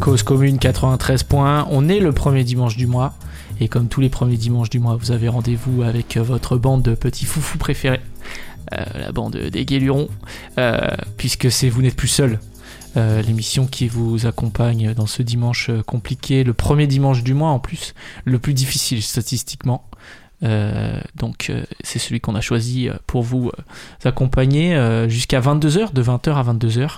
Cause commune 93 points. On est le premier dimanche du mois. Et comme tous les premiers dimanches du mois, vous avez rendez-vous avec euh, votre bande de petits foufous préférés. Euh, la bande des guélurons. Euh, puisque c'est Vous n'êtes plus seul. Euh, l'émission qui vous accompagne dans ce dimanche euh, compliqué, le premier dimanche du mois en plus, le plus difficile statistiquement. Euh, donc euh, c'est celui qu'on a choisi euh, pour vous accompagner euh, jusqu'à 22h, de 20h à 22h,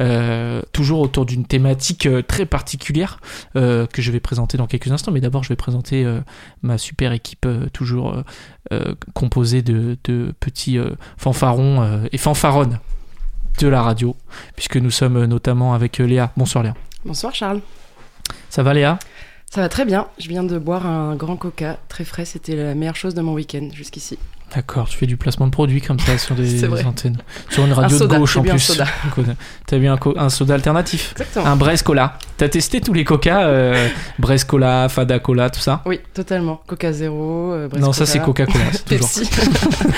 Euh, toujours autour d'une thématique euh, très particulière euh, que je vais présenter dans quelques instants, mais d'abord je vais présenter euh, ma super équipe euh, toujours euh, composée de, de petits euh, fanfarons euh, et fanfaronnes de la radio, puisque nous sommes euh, notamment avec Léa. Bonsoir Léa. Bonsoir Charles. Ça va Léa ça va très bien. Je viens de boire un grand coca très frais. C'était la meilleure chose de mon week-end jusqu'ici. D'accord, tu fais du placement de produits comme ça sur des antennes. Sur une radio un soda, de gauche en bu un plus. Ah. soda. T'as bu un, co- un soda alternatif Exactement. Un Brest Cola. T'as testé tous les coca euh, Brest Cola, Fada Cola, tout ça Oui, totalement. Coca Zéro. euh, Brest Non, ça Coca, c'est Coca-Cola. c'est toujours.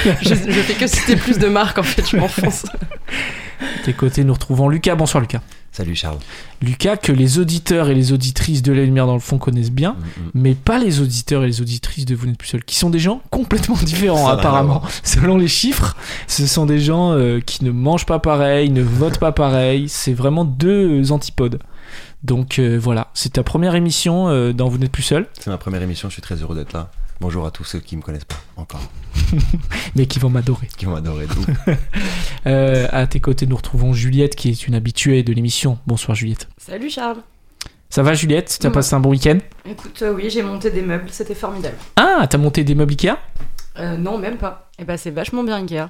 Pepsi. je, je fais que citer plus de marques en fait, je m'enfonce. À tes côtés, nous retrouvons Lucas. Bonsoir Lucas. Salut Charles. Lucas, que les auditeurs et les auditrices de La Lumière dans le fond connaissent bien, Mm, mais pas les auditeurs et les auditrices de Vous n'êtes plus seul, qui sont des gens complètement différents Ça n'a rien à apparemment. Selon les chiffres, ce sont des gens euh, qui ne mangent pas pareil, ne votent pas pareil, c'est vraiment deux antipodes. Donc euh, voilà, c'est ta première émission euh, dans Vous n'êtes plus seul, C'est ma première émission, je suis très heureux d'être là. Bonjour à tous ceux qui me connaissent pas encore, mais qui vont m'adorer. qui m'ont adoré. de ouf. Euh, à tes côtés, nous retrouvons Juliette, qui est une habituée de l'émission. Bonsoir Juliette. Salut Charles. Ça va Juliette T'as Mm. passé un bon week-end Écoute, euh, oui, j'ai monté des meubles, c'était formidable. Ah, t'as monté des meubles Ikea Euh, non, même pas. Eh ben, c'est vachement bien Ikea.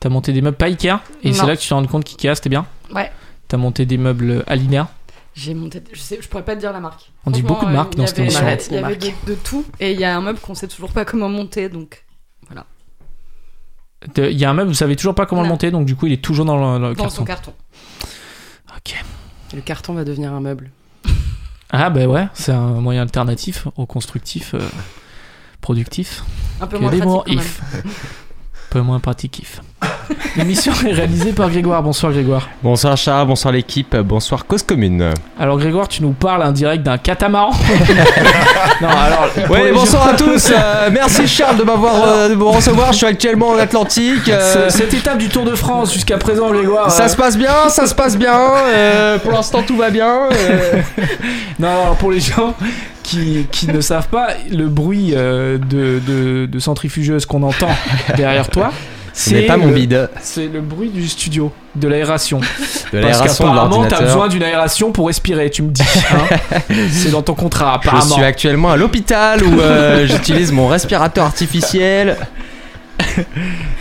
T'as monté des meubles pas Ikea Et Non. c'est là que tu te rends compte qu'Ikea c'était bien Ouais. T'as monté des meubles Alina J'ai monté. Je, sais, je pourrais pas te dire la marque. On dit Franchement, euh, beaucoup de marques il y dans cette avait- émission. Il y Arrête, avait, les de, de tout, et il y a un meuble qu'on sait toujours pas comment monter, donc De- Il y a un meuble, vous savez toujours pas comment le Non. monter, donc du coup il est toujours dans le, le dans carton. son carton. Ok. Le carton va devenir un meuble. Ah bah ouais, c'est un moyen alternatif au constructif, euh, productif. Un peu que moins les pratique. mots quand même. if. Un peu moins pratique if. L'émission est réalisée par Grégoire. Bonsoir Grégoire. Bonsoir Charles, bonsoir l'équipe, bonsoir Cause Commune. Alors Grégoire, tu nous parles en direct d'un catamaran. non, alors. pour les Ouais, gens- bonsoir à tous, euh, merci Charles de m'avoir euh, de me recevoir, je suis actuellement en Atlantique. euh, Ce- Cette étape du Tour de France jusqu'à présent, Grégoire. euh, ça se passe bien, ça se passe bien, euh, pour l'instant tout va bien. euh. Non, alors pour les gens qui, qui ne savent pas, le bruit euh, de, de, de centrifugeuse qu'on entend derrière toi, Ce n'est pas mon le- bide, C'est le bruit du studio, de l'aération. de Parce l'aération de qu'apparemment, t'as besoin l'ordinateur. d'une aération pour respirer, tu me dis. hein. C'est dans ton contrat, Je apparemment. suis actuellement à l'hôpital où euh, j'utilise mon respirateur artificiel.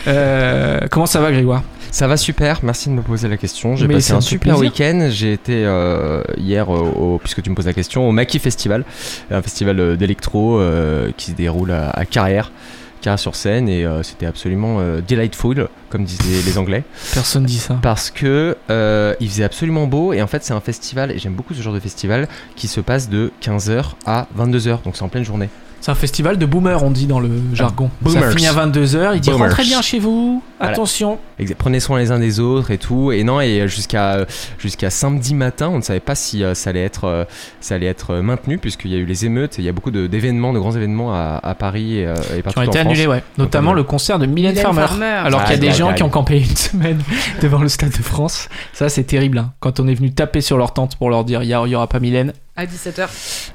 Euh, comment ça va, Grégoire Ça va super, merci de me poser la question. J'ai Mais ça passé me un fait super plaisir. week-end. J'ai été euh, hier, au, au- puisque tu me poses la question, au Maki Festival, un festival euh, d'électro euh, qui se déroule à, à Carrière. Carrière sur scène et euh, c'était absolument euh, delightful comme disaient les anglais Personne dit ça. parce que euh, il faisait absolument beau et en fait c'est un festival et j'aime beaucoup ce genre de festival qui se passe de 15h à 22h donc c'est en pleine journée C'est un festival de boomers, on dit dans le jargon. Ça Ah, boomers. finit à 22h, il dit Boomers. rentrez bien chez vous, Voilà. attention. Et prenez soin les uns des autres et tout et non et jusqu'à jusqu'à samedi matin on ne savait pas si euh, ça allait être euh, ça allait être euh, maintenu puisqu'il y a eu les émeutes et il y a beaucoup de- d'événements de, grands événements à, à Paris et, euh, et partout Qui ont été en France. annulés, ouais. Notamment Notamment. le concert de Mylène, Mylène Farmer. Farmer. Alors qu'il y a Aïe, des aïe, gens aïe. qui ont campé une semaine devant le Stade de France. Ça, c'est terrible. hein. Quand on est venu taper sur leur tente pour leur dire il n'y aura pas Mylène. À 17h. À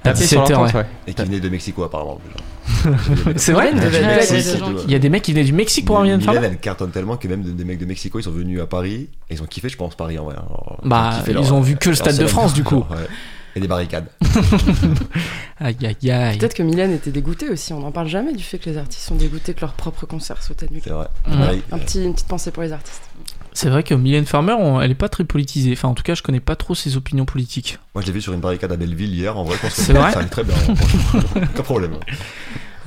Tapez sur 17h, l'entente, ouais. ouais. Et qui venait de Mexico apparemment. C'est vrai Mylène, Ouais, devait- j'ai vu ouais, il y ça, a des c'est gens tout, qui- Il y a des mecs qui venaient du Mexique pour Mylène Mylène, Farmer elle cartonne tellement que même des mecs de Mexico ils sont venus à Paris et ils ont kiffé je pense Paris en vrai. Alors, Bah, kiffé ils leur- ont vu que le leur Stade de soleil. France, du coup. Ouais. Et des barricades. Aïe, aïe, aïe. Peut-être que Mylène était dégoûtée aussi. On n'en parle jamais du fait que les artistes sont dégoûtés que leur propre concert soit annulé. C'est vrai. Mm. euh, Ouais. Pareil. Un petit, une petite pensée pour les artistes. C'est vrai que Mylène Farmer, on- elle est pas très politisée. Enfin, en tout cas, je connais pas trop ses opinions politiques. Moi je l'ai vu sur une barricade à Belleville hier en vrai. je pense que C'est vrai Ça allait très bien. hein, franchement. Aucun problème. hein.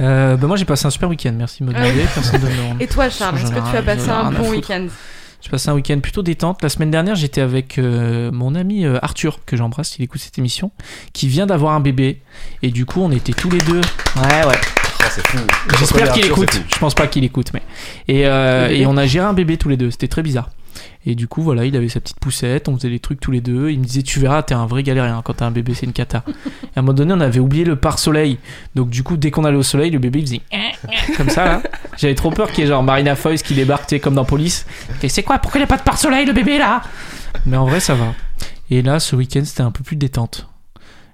Euh, bah, moi, j'ai passé un super week-end. Merci de me Ah oui. demander. Personne ne me demande. Et toi, Charles, est-ce que tu as passé J'en ai un rien à bon foutre. week-end J'ai passé un week-end plutôt détente. La semaine dernière, j'étais avec euh, mon ami euh, Arthur, que j'embrasse, il écoute cette émission, qui vient d'avoir un bébé. Et du coup, on était tous les deux. Ouais, ouais. Ah, c'est fou. J'espère qu'il Arthur, c'est écoute. fou. Je pense pas qu'il écoute, mais. Et, euh, Le bébé. et on a géré un bébé tous les deux. C'était très bizarre. Et du coup, voilà, il avait sa petite poussette. On faisait des trucs tous les deux. Il me disait, tu verras, t'es un vrai galérien quand t'as un bébé, c'est une cata. et à un moment donné, on avait oublié le pare-soleil. Donc du coup, dès qu'on allait au soleil, le bébé il faisait eh, comme ça. là. J'avais trop peur qu'il y ait genre Marina Foïs qui débarque, tu sais, comme dans Police. Et c'est quoi Pourquoi il n'y a pas de pare-soleil, le bébé là Mais en vrai, ça va. Et là, ce week-end, c'était un peu plus détente.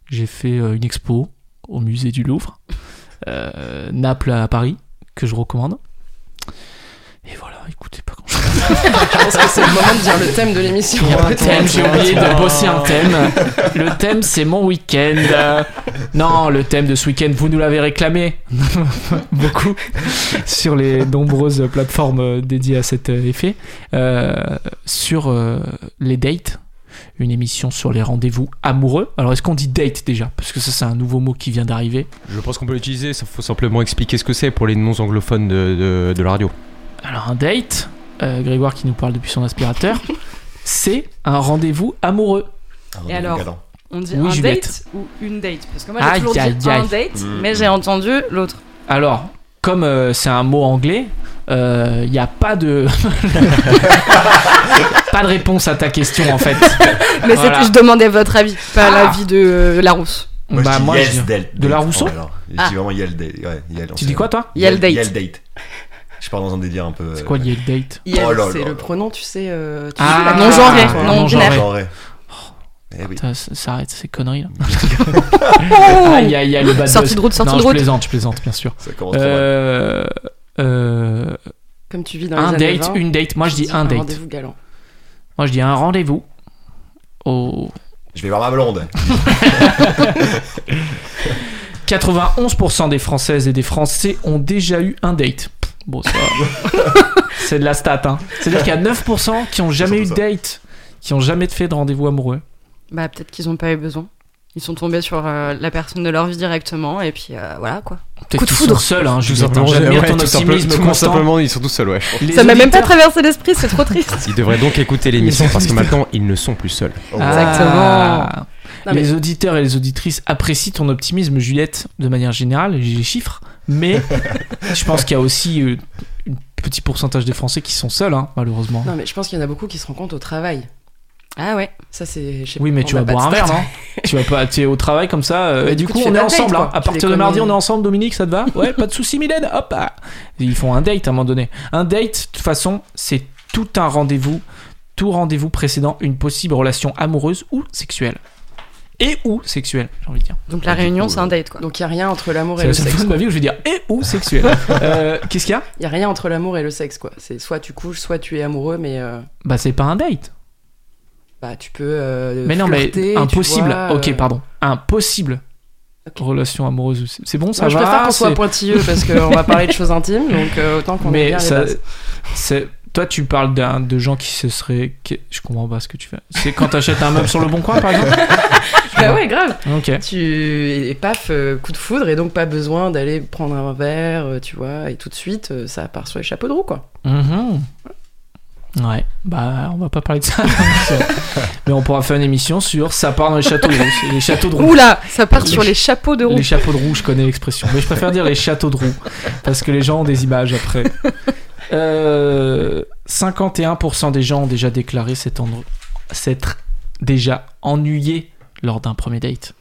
J'ai fait euh, une expo au musée du Louvre, euh, Naples à Paris, que je recommande. Et voilà, écoutez pas grand chose. Je pense que c'est le moment de dire le thème de l'émission. Il y a pas de Attends, thème, attends, j'ai oublié attends. de bosser un thème. Le thème, c'est mon week-end. Euh, Non, le thème de ce week-end, vous nous l'avez réclamé beaucoup sur les nombreuses plateformes dédiées à cet effet. Euh, sur euh, les dates, une émission sur les rendez-vous amoureux. Alors, est-ce qu'on dit date déjà Parce que ça, c'est un nouveau mot qui vient d'arriver. Je pense qu'on peut l'utiliser, il faut simplement expliquer ce que c'est pour les non-anglophones de, de- de la radio. Alors un date, euh, Grégoire qui nous parle depuis son aspirateur, c'est un rendez-vous amoureux. Ah, Et alors galant. On dit Oui, un Juliette. date ou une date Parce que moi Aïe, j'ai toujours dit aïe, un aïe. date, Mm. mais j'ai entendu l'autre. Alors, comme euh, c'est un mot anglais, il n'y a pas de... pas de réponse à ta question en fait. Mais Voilà. c'est- je demandais votre avis, pas Ah. l'avis de euh, Larousse. Moi, je dis Bah, moi, yes je- date. de la Rousseau Oh, alors, Je Ah. dis vraiment Yel date. Ouais, Yel, on Tu sait. dis quoi toi Yel date. Yel date. Je pars dans un délire un peu. C'est quoi le date Yel, Oh là c'est là le là. pronom, tu sais. euh, tu Ah, sais, la- non-genré, toi. hein. non- non-genré. euh, Genre, ouais. Oh. Eh oui. Ça, ça- ça arrête ces conneries là. Aïe aïe aïe le bad Sortie buzz. de route, sortie non, de je route. plaisante, je plaisante bien sûr. Ça commence trop mal. Euh, euh, Comme tu vis dans un les années date, 20, une date. Moi je dis un date. rendez-vous galant. Moi je dis un rendez-vous. Au Je vais voir ma blonde. 91% des Françaises et des Français ont déjà eu un date. Pff, Bon, ça. c'est de la stat, hein. C'est-à-dire qu'il y a 9% qui ont jamais eu de surtout date, qui ont jamais fait de rendez-vous amoureux. Bah peut-être qu'ils n'ont pas eu besoin. Ils sont tombés sur euh, la personne de leur vie directement et puis euh, voilà quoi. Peut-être Coup de qu'ils foudre. sont seuls, hein, Juliette, hein. J'aime bien Ouais, ton tout simple- optimisme tout constant. simplement, ils sont tous seuls, ouais. Les Ça m'a même pas auditeurs- traversé l'esprit, c'est trop triste. Ils devraient donc écouter l'émission parce que maintenant, ils ne sont plus seuls. Oh, Ah. Non, mais- Les auditeurs et les auditrices apprécient ton optimisme, Juliette, de manière générale, j'ai les chiffres, mais je pense qu'il y a aussi euh, un petit pourcentage des Français qui sont seuls, hein, malheureusement. Non, mais je pense qu'il y en a beaucoup qui se rencontrent au travail. Ah ouais. Ça, c'est. je sais Oui, mais pas, tu vas on a pas boire un de verre, stats. non Tu vas pas, t'es au travail comme ça. euh, Mais et du du coup, coup, tu on fais est la date, ensemble. quoi. hein. À Tu les partir de connais. mardi, on est ensemble. Dominique, ça te va Ouais, pas de souci, Mylène. Hop. ah. Ils font un date à un moment donné. Un date, de toute façon, c'est tout un rendez-vous, tout rendez-vous précédant une possible relation amoureuse ou sexuelle. Et ou sexuelle, j'ai envie de dire. Donc la Ah, du réunion, coup, c'est un date quoi. Donc il y a rien entre l'amour euh. C'est et la le seule sexe. fois de ma vie où je vais dire et ou sexuelle. Euh, Qu'est-ce qu'il y a Il y a rien entre l'amour et le sexe, quoi. C'est soit tu couches, soit tu es amoureux, mais euh, Bah, c'est pas un date. bah tu peux. euh, Mais non, mais flirter, tu impossible. vois, Ok, euh, pardon. Impossible. Ok. Relation amoureuse. C'est c'est bon, ça Moi, je va. préfère qu'on soit c'est- pointilleux parce qu'on va parler de choses intimes, donc euh, autant qu'on ait Mais bien les ça, bases. c'est toi, tu parles d'un de gens qui se seraient. qui- Je comprends pas ce que tu fais. C'est quand t'achètes un meuble sur le bon coin, par exemple. Bah ouais, grave. Ok. Tu et paf, euh, coup de foudre et donc pas besoin d'aller prendre un verre, euh, tu vois, et tout de suite euh, ça part sur les chapeaux de roue, quoi. Mhm. Ouais. Bah, on va pas parler de ça. mais on pourra faire une émission sur ça part dans les châteaux de roue. Les châteaux de roue. Oula, ça part sur les chapeaux de roue. Les chapeaux de roue, je connais l'expression. Mais je préfère dire les châteaux de roue. Parce que les gens ont des images après. Euh, 51% des gens ont déjà déclaré s'être en- s'être déjà ennuyés lors d'un premier date.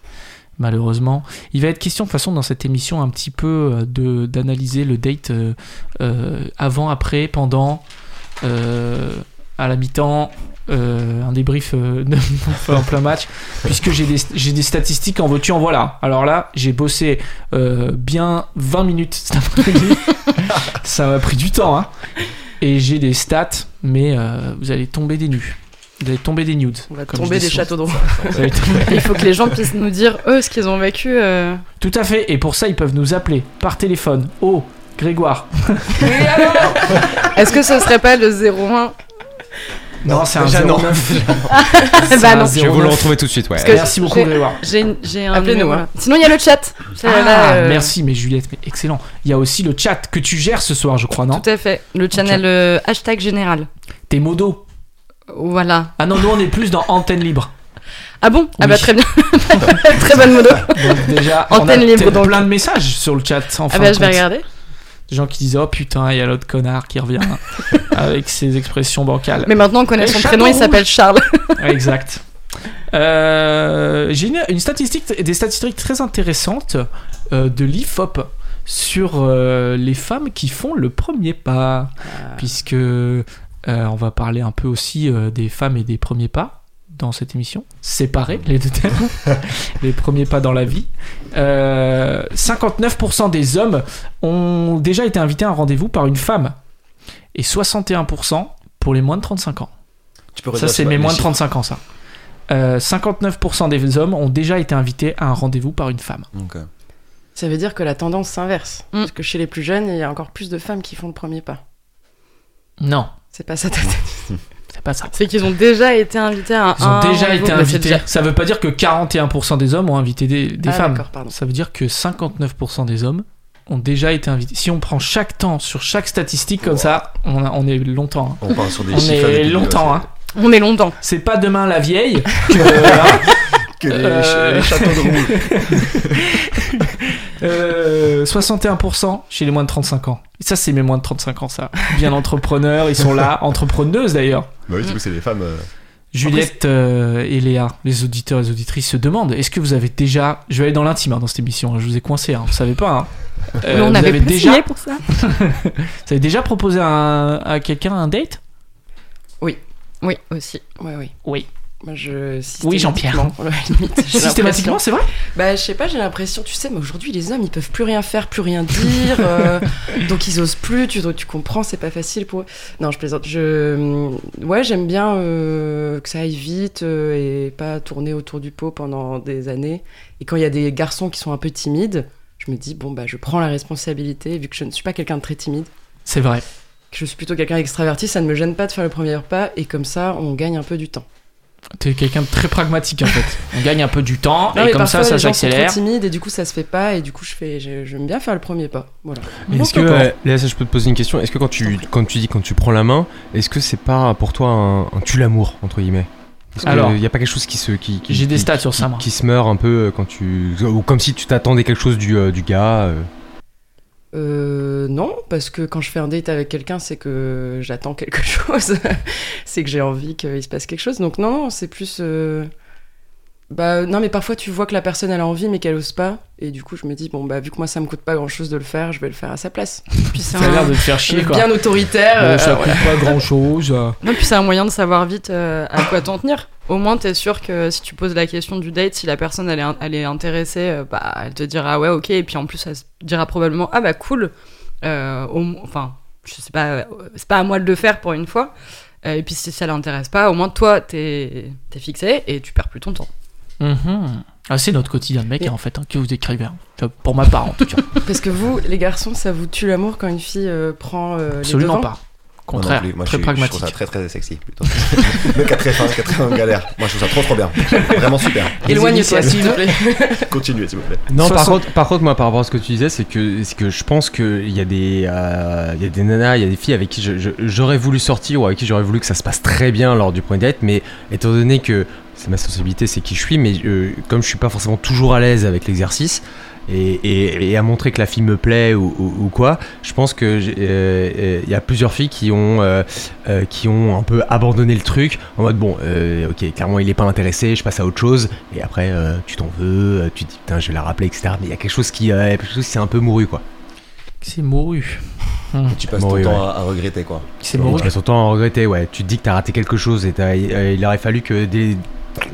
Malheureusement. Il va être question, de toute façon, dans cette émission, un petit peu euh, de- d'analyser le date euh, euh, avant, après, pendant, euh, à la mi-temps. euh, un débrief euh, de- en plein match puisque j'ai des, j'ai des statistiques en veux-tu en voilà. Alors là, j'ai bossé euh, bien 20 minutes cet après-midi. Ça m'a pris du temps, hein. Et j'ai des stats, mais euh, vous allez tomber des nus. Vous allez tomber des nudes. On va comme tomber je dis des souvent. châteaux de roue. Vous allez tomber- Il faut que les gens puissent nous dire eux ce qu'ils ont vécu. euh. Tout à fait. Et pour ça, ils peuvent nous appeler par téléphone. Oh, Grégoire. Est-ce que ce serait pas le 01 Oh, Non, c'est un déjà, non. 09. C'est Bah un non. Je vais vous le 09. retrouver tout de suite, ouais. que- Merci beaucoup, j'ai- Grégoire. J'ai j'ai un. Appelez-nous, numéro, hein. là. Sinon il y a le chat. Là, là, Ah, euh, Merci, mais Juliette, mais excellent. Il y a aussi le chat que tu gères ce soir, je crois, non Tout à fait. Le channel euh, hashtag général. T'es modo. Voilà. Ah non, nous on est plus dans antenne libre. Ah bon Ah Oui. bah très bien. très bonne modo. Donc déjà, on a Antenne libre, peut-être donc. plein de messages sur le chat. En Ah fin bah de je vais compte. regarder. Des gens qui disent Oh putain, il y a l'autre connard qui revient hein, avec ses expressions bancales. Mais maintenant on connaît Eh, son chapeau prénom, il rouge. s'appelle Charles. Exact. Euh, J'ai une, une statistique, des statistiques très intéressantes euh, de l'IFOP sur euh, les femmes qui font le premier pas, puisque euh, on va parler un peu aussi euh, des femmes et des premiers pas dans cette émission, séparés les deux termes, les premiers pas dans la vie. Euh, 59% des hommes ont déjà été invités à un rendez-vous par une femme, et 61% pour les moins de 35 ans. Tu peux Ça, redire, c'est tu vois, mes les moins de chiffres. 35 ans, ça. Euh, 59% des hommes ont déjà été invités à un rendez-vous par une femme. Donc, euh, Ça veut dire que la tendance s'inverse. Mm. Parce que chez les plus jeunes, il y a encore plus de femmes qui font le premier pas. Non, C'est pas ça ta tête. c'est pas ça. C'est qu'ils ont déjà été invités à un. Ils ont Ah, déjà rendez-vous. été Bah, c'est invités. déjà- Ça veut pas dire que 41% des hommes ont invité des, des Ah, femmes. D'accord, pardon. Ça veut dire que 59% des hommes ont déjà été invités. Si on prend chaque temps sur chaque statistique comme ça, on, a- on est longtemps. hein. on part sur des On chiffres. est avec- longtemps. hein. On est longtemps. C'est pas demain la vieille. que, voilà. Que les, Euh, les châteaux de rouge. Euh, 61% chez les moins de 35 ans. Et ça, c'est mes moins de 35 ans, ça. Bien entrepreneurs, ils sont là. Entrepreneuses d'ailleurs. bah oui, du coup, c'est les femmes. euh, Juliette euh, et Léa, les auditeurs et les auditrices se demandent est-ce que vous avez déjà. Je vais aller dans l'intime hein, dans cette émission, hein, je vous ai coincé, hein, vous savez pas. hein. Euh, Mais on vous, avait avez pas déjà, signé pour ça. vous avez déjà proposé à, à quelqu'un un date Oui, aussi. Ouais, oui. Oui. Moi, je. Oui, Jean-Pierre. systématiquement, ouais, limite, j'ai l'impression. Systématiquement, c'est vrai Bah, je sais pas, j'ai l'impression, tu sais, mais aujourd'hui, les hommes, ils peuvent plus rien faire, plus rien dire. euh, donc, ils osent plus, tu, donc, tu comprends, c'est pas facile pour eux. Non, je plaisante. Je, mm, ouais, j'aime bien euh, que ça aille vite euh, et pas tourner autour du pot pendant des années. Et quand il y a des garçons qui sont un peu timides, je me dis, bon, bah, je prends la responsabilité, vu que je ne suis pas quelqu'un de très timide, C'est vrai. que je suis plutôt quelqu'un d'extraverti, ça ne me gêne pas de faire le premier pas, et comme ça, on gagne un peu du temps. T'es quelqu'un de très pragmatique en fait. On gagne un peu du temps Non, et mais comme ça, parfois, ça les gens sont trop s'accélère. timides et du coup ça se fait pas et du coup je fais je- j'aime bien faire le premier pas. Voilà. Mais Bon, est-ce que, d'accord. euh, Léa, ça, je peux te poser une question Est-ce que quand tu, quand tu dis quand tu prends la main, est-ce que c'est pas pour toi un, un tue-l'amour, entre guillemets Parce que, Alors, euh, y a pas quelque chose qui se. Qui, qui- J'ai des qui- stats sur ça, moi. qui se meurt un peu euh, quand tu. Ou comme si tu t'attendais quelque chose du, euh, du gars. euh. Euh, non, parce que quand je fais un date avec quelqu'un, c'est que j'attends quelque chose, c'est que j'ai envie qu'il se passe quelque chose. Donc non, non, c'est plus euh, bah non, mais parfois tu vois que la personne elle a envie mais qu'elle ose pas et du coup je me dis bon bah vu que moi ça me coûte pas grand chose de le faire, je vais le faire à sa place. Puis c'est Ça a l'air un... de te faire chier quoi. bien autoritaire. Euh, euh, ça alors, coûte voilà. pas grand chose. Non, puis c'est un moyen de savoir vite euh, à quoi t'en tenir. Au moins, t'es sûr que si tu poses la question du date, si la personne elle est, in- elle est intéressée, euh, bah, elle te dira ouais, ok. Et puis en plus, elle se dira probablement ah bah cool. Euh, au mo- enfin, je sais pas, euh, c'est pas à moi de le faire pour une fois. Euh, et puis si ça l'intéresse pas, au moins toi, t'es t'es fixé et tu perds plus ton temps. Mhm. Ah, c'est notre quotidien de mec hein, en fait hein, que vous décrivez. hein. Enfin, Pour ma part en tout cas. Parce que vous les garçons, ça vous tue l'amour quand une fille euh, prend euh, les Absolument devants. pas. Contraire, Moi non plus. Moi, très je, suis- Je pragmatique. trouve ça très très sexy plutôt. Le cas très fin, cas très en galère. Moi je trouve ça trop trop bien. Vraiment super. Éloigne-toi initiales. s'il te plaît. Continuez s'il vous plaît. Non, par 60. contre, par contre, moi, par rapport à ce que tu disais, c'est que, c'est que je pense qu'il y, a des, euh, il y a des nanas, il y a des filles avec qui je- je- j'aurais voulu sortir ou avec qui j'aurais voulu que ça se passe très bien lors du premier date, mais étant donné que c'est ma sensibilité, c'est qui je suis, mais euh, comme je suis pas forcément toujours à l'aise avec l'exercice, et, et- et à montrer que la fille me plaît ou, ou- ou quoi, je pense que j'ai- euh, euh, il y a plusieurs filles qui ont, euh, euh, qui ont un peu abandonné le truc en mode bon, euh, ok, clairement il est pas intéressé, je passe à autre chose, et après euh, tu t'en veux, euh, tu te dis putain je vais la rappeler, etc. Mais il y a quelque chose qui, euh, quelque chose qui s'est un peu mouru quoi. C'est mouru. Tu passes Bon, ton oui, temps à, à regretter quoi. C'est Et mouru. tu passes ton temps à regretter, ouais, tu te dis que t'as raté quelque chose et t'as- euh, il aurait fallu que dès,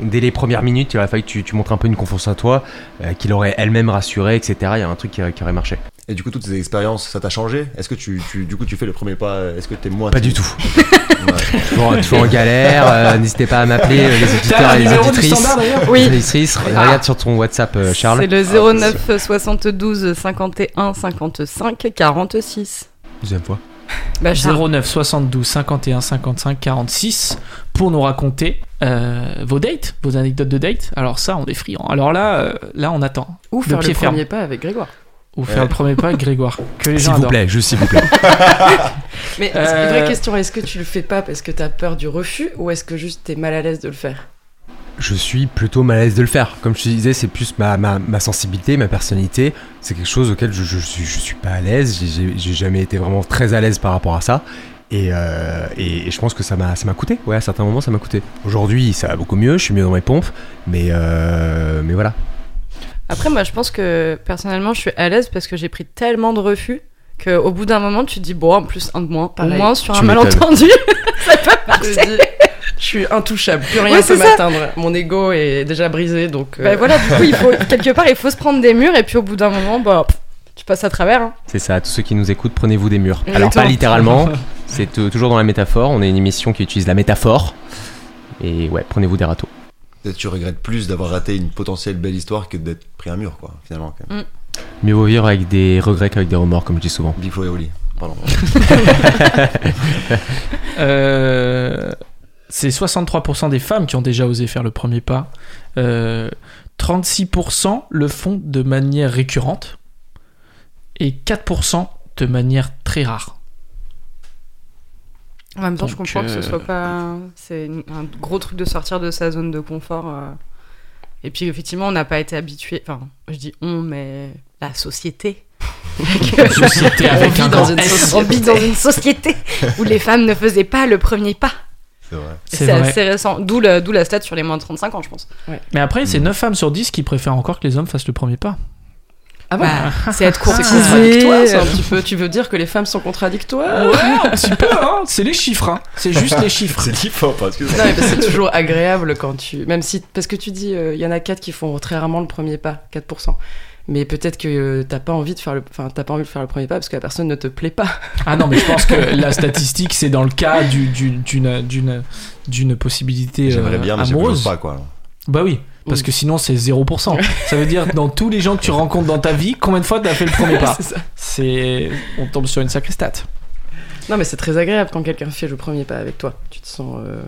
dès les premières minutes, il aurait fallu que tu, tu montres un peu une confiance à toi, euh, qu'il aurait elle-même rassuré, etc. Il y a un truc qui, qui aurait marché. Et du coup toutes ces expériences ça t'a changé Est-ce que tu, tu- du coup tu fais le premier pas euh, Est-ce que t'es moins Pas du tout. Ouais. toujours, toujours en galère, euh, n'hésitez pas à m'appeler euh, les auditeurs et les auditrices. d'ailleurs Les auditrices, regarde sur ton WhatsApp euh, Charles. Ah, C'est le 09 72 51 55 46. Deuxième fois. Ah, Bah, Charles, 09 72 51 55 46 pour nous raconter euh, vos dates, vos anecdotes de dates. Alors ça, on est friand. Alors là, euh, là, on attend. Ou De faire pied le ferme. premier pas avec Grégoire. Ou faire Ouais. le premier pas avec Grégoire. Que les S'il gens vous adorent. plaît, juste s'il vous plaît. Mais Euh, c'est une vraie question, est-ce que tu le fais pas parce que t'as peur du refus ou est-ce que juste t'es mal à l'aise de le faire je suis plutôt mal à l'aise de le faire. Comme je te disais, c'est plus ma, ma, ma sensibilité, ma personnalité. C'est quelque chose auquel je, je, je suis, je suis pas à l'aise. J'ai- J'ai j'ai jamais été vraiment très à l'aise par rapport à ça. Et, euh, et- et je pense que ça m'a ça m'a coûté. Ouais, à certains moments, ça m'a coûté. Aujourd'hui, ça va beaucoup mieux. Je suis mieux dans mes pompes. Mais, euh, mais voilà. Après, moi, je pense que personnellement, je suis à l'aise parce que j'ai pris tellement de refus qu'au bout d'un moment, tu te dis, bon, en plus, un de moins. Au Pareil. moins, sur Tu un m'étonnes. malentendu, ça peut Je, passer. dis, je suis intouchable, plus rien Ouais, ne c'est peut ça. m'atteindre. Mon ego est déjà brisé, donc. euh, Bah voilà, du coup, il faut, quelque part, il faut se prendre des murs et puis au bout d'un moment, bah, pff, tu passes à travers. hein. C'est ça, tous ceux qui nous écoutent, prenez-vous des murs. Alors Exactement. pas littéralement, c'est t- toujours dans la métaphore, on est une émission qui utilise la métaphore. Et ouais, prenez-vous des râteaux. Peut-être tu regrettes plus d'avoir raté une potentielle belle histoire que d'être pris un mur, quoi, finalement. Quand même. Mieux vaut vivre avec des regrets qu'avec des remords, comme je dis souvent. Big Flo et Oli, pardon. Euh, c'est 63% des femmes qui ont déjà osé faire le premier pas. Euh, 36% le font de manière récurrente. Et 4% de manière très rare. En même temps, je Donc, comprends que ce euh, soit pas. C'est une- un gros truc de sortir de sa zone de confort. euh. Et puis, effectivement, on n'a pas été habitué. Enfin, je dis on, mais la société. Que- Société on avec vit un dans grand une S. société. on vit dans une société où les femmes ne faisaient pas le premier pas. C'est vrai. C'est C'est vrai. assez récent. D'où la, d'où la stat sur les moins de 35 ans, je pense. Mais après, Hmm. c'est 9 femmes sur 10 qui préfèrent encore que les hommes fassent le premier pas. Ah bon Bah, c'est être C'est courtisé. contradictoire, c'est un petit peu. Tu veux dire que les femmes sont contradictoires Ah Ouais, un petit peu, hein. C'est les chiffres, hein. C'est juste les chiffres. C'est dit fort, parce que Non, mais parce que c'est toujours agréable quand tu. Même si. Parce que tu dis, euh, il y en a 4 qui font très rarement le premier pas, 4%. Mais peut-être que euh, t'as pas envie de faire le, enfin t'as pas envie de faire le premier pas parce que la personne ne te plaît pas. Ah non, mais je pense que la statistique, c'est dans le cas du- du- d'une d'une d'une possibilité euh, j'aimerais bien, mais j'ose amoureuse. pas, quoi. Bah oui, parce Mm. que sinon c'est 0%. ça veut dire dans tous les gens que tu rencontres dans ta vie, combien de fois t'as fait le premier pas C'est ça. C'est on tombe sur une sacrée stat. Non, mais c'est très agréable quand quelqu'un fait le premier pas avec toi. Tu te sens euh, euh,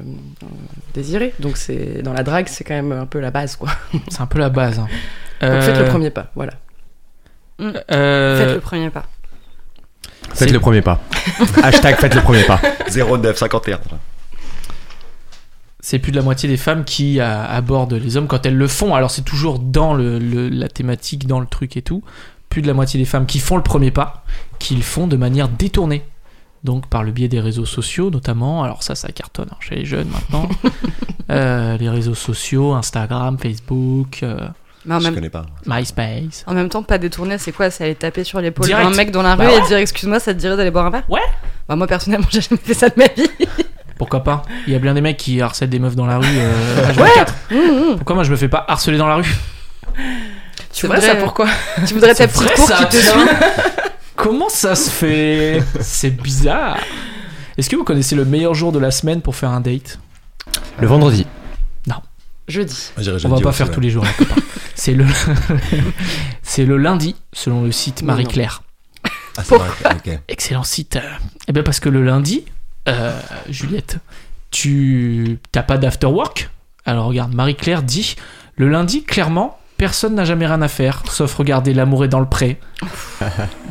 désiré. Donc c'est dans la drague, c'est quand même un peu la base, quoi. C'est un peu la base. hein. Donc Euh, faites le premier pas, voilà. euh, Faites le premier pas. Faites C'est- le premier pas. Hashtag faites le premier pas. 09, 51. c'est plus de la moitié des femmes qui a- abordent les hommes quand elles le font. Alors c'est toujours dans le- le- la thématique, dans le truc et tout. Plus de la moitié des femmes qui font le premier pas, qui le font de manière détournée. Donc par le biais des réseaux sociaux notamment. Alors ça, ça cartonne hein, chez les jeunes maintenant. Euh, les réseaux sociaux, Instagram, Facebook, euh, Mais en Je même connais pas. MySpace. En même temps, pas détourner, c'est quoi C'est aller taper sur l'épaule Direct. d'un mec dans la rue Bah et dire Excuse-moi, ça te dirait d'aller boire un verre Ouais. Bah, moi personnellement, j'ai jamais fait ça de ma vie. Pourquoi pas Il y a bien des mecs qui harcèlent des meufs dans la rue. euh, H24. Mmh, mmh. Pourquoi moi je me fais pas harceler dans la rue Tu C'est vrai, voudrais- euh, ça pourquoi Tu voudrais ta petite cour qui te tiens. suit Comment ça se fait C'est bizarre. Est-ce que vous connaissez le meilleur jour de la semaine pour faire un date Le vendredi. Jeudi. Ah, On va pas faire tous les jours. les copains. C'est le c'est le lundi selon le site Non, Marie Claire. Ah, c'est vrai, ok. Excellent site. euh. Eh bien parce que le lundi, euh, Juliette, tu t'as pas d'after work. Alors regarde, Marie Claire dit le lundi clairement. Personne n'a jamais rien à faire, sauf regarder l'amour est dans le pré.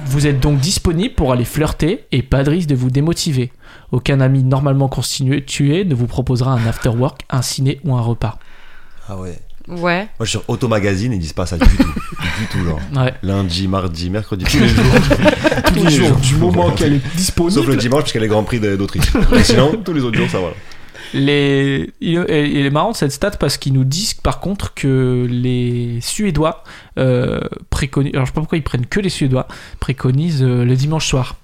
Vous êtes donc disponible pour aller flirter et pas de risque de vous démotiver. Aucun ami normalement constitué ne vous proposera un after work, un ciné ou un repas. Ah ouais. Ouais. Moi, je suis sur Automagazine, ils disent pas ça du tout. du tout, genre. Ouais. Lundi, mardi, mercredi, tous les jours. Tous les jours, du moment qu'elle est Sauf disponible. le dimanche, parce qu'il y a les Grands Prix de- d'Autriche. Mais sinon, tous les autres jours, ça va. Les... Il euh, il est marrant cette stat parce qu'ils nous disent par contre que les Suédois euh, préconisent. Alors je sais pas pourquoi ils prennent que les Suédois, préconisent euh, le dimanche soir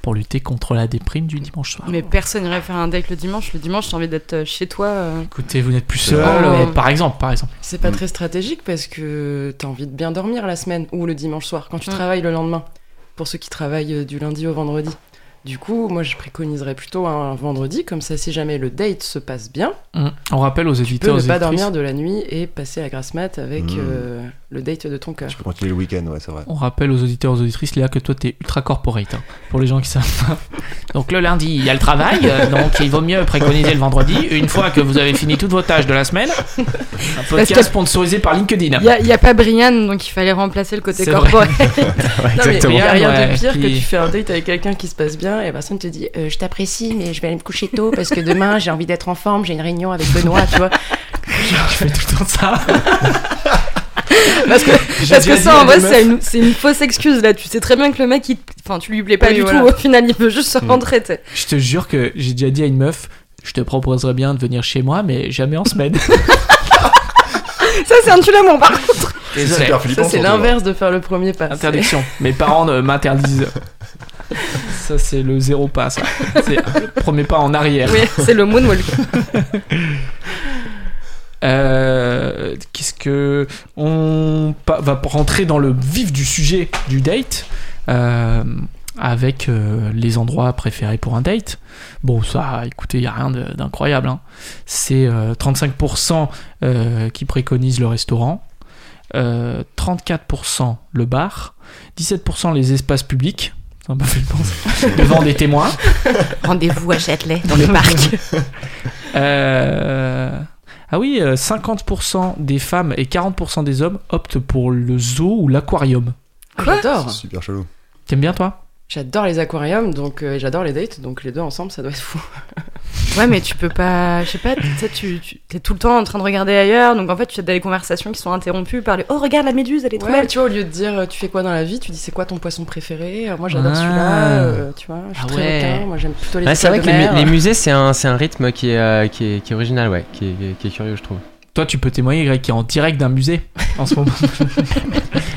pour lutter contre la déprime du dimanche soir. Mais personne irait faire un date le dimanche. Le dimanche, t'as envie d'être euh, chez toi. euh. Écoutez, vous n'êtes plus C'est seul, vrai. euh, par exemple, par exemple. C'est pas Mm. très stratégique parce que t'as envie de bien dormir la semaine ou le dimanche soir quand tu Mm. travailles le lendemain. Pour ceux qui travaillent euh, du lundi au vendredi. Du coup, moi je préconiserais plutôt un vendredi, comme ça si jamais le date se passe bien, Mm. On rappelle aux tu peux éditeurs, ne aux pas éditrices, dormir de la nuit et passer à grasse mat avec Mm. euh, le date de ton cœur. Je peux continuer le week-end, ouais, c'est vrai. on rappelle aux auditeurs, aux auditrices, Léa, que toi t'es ultra corporate, hein, pour les gens qui savent pas. Donc le lundi, il y a le travail, euh, donc il vaut mieux préconiser le vendredi, une fois que vous avez fini toutes vos tâches de la semaine. Un podcast que- sponsorisé par LinkedIn. Il y a, il y a pas Brian, donc il fallait remplacer le côté Ah bah. C'est corporel. Ouais, Non, mais il exactement. n'y a Regarde, rien ouais, de pire que qui- tu fais un date avec quelqu'un qui se passe bien et la personne te dit euh, Je t'apprécie, mais je vais aller me coucher tôt parce que demain j'ai envie d'être en forme, j'ai une réunion avec Benoît, tu vois. Je fais tout le temps ça. Parce que, J'ai parce que déjà dit ça, à en vrai, des c'est une, c'est une fausse excuse là. Tu sais très bien que le mec, il... enfin, tu lui plais pas Oui, du voilà. tout. Au final, il veut juste Mm. se rentrer. tu sais. Je te jure que j'ai déjà dit à une meuf, je te proposerais bien de venir chez moi, mais jamais en semaine. Ça, c'est un tue l'amour, par contre. Et c'est- ça, hyper flippant, Ça, c'est surtout, l'inverse de faire le premier pas. Interdiction. Mes parents ne m'interdisent. Ça, c'est le zéro pas, ça. C'est le premier pas en arrière. Oui, c'est le moonwalk. Euh, Qu'est-ce que. On pa- va rentrer dans le vif du sujet du date. euh, avec euh, les endroits préférés pour un date. Bon, ça, écoutez, il n'y a rien de- d'incroyable. hein. C'est euh, 35% euh, qui préconisent le restaurant, euh, 34% le bar, 17% les espaces publics, ça m'a fait penser, devant des témoins, Rendez-vous à Châtelet, dans le parc. euh, Ah oui, euh, 50% des femmes et 40% des hommes optent pour le zoo ou l'aquarium. Quoi C'est J'adore. super chelou. T'aimes bien toi J'adore les aquariums, donc euh, et j'adore les dates, donc les deux ensemble, ça doit être fou. Ouais, mais tu peux pas. Je sais pas, tu sais, tu, tu es tout le temps en train de regarder ailleurs. Donc en fait, tu as des conversations qui sont interrompues par les Oh, regarde la méduse, elle est trop Ouais, belle. tu vois, au lieu de dire euh, tu fais quoi dans la vie, tu dis c'est quoi ton poisson préféré. Euh, Moi, j'adore Ah. celui-là. euh, tu vois, je suis Ah très ouais. requin, Moi, j'aime plutôt les. Ouais, c'est vrai étoiles que de les, mu- mer. les musées, c'est un, c'est un rythme qui est, euh, qui, est, qui est original, ouais, qui est, qui est curieux, je trouve. Toi, tu peux témoigner, Greg, qui est en direct d'un musée en ce moment.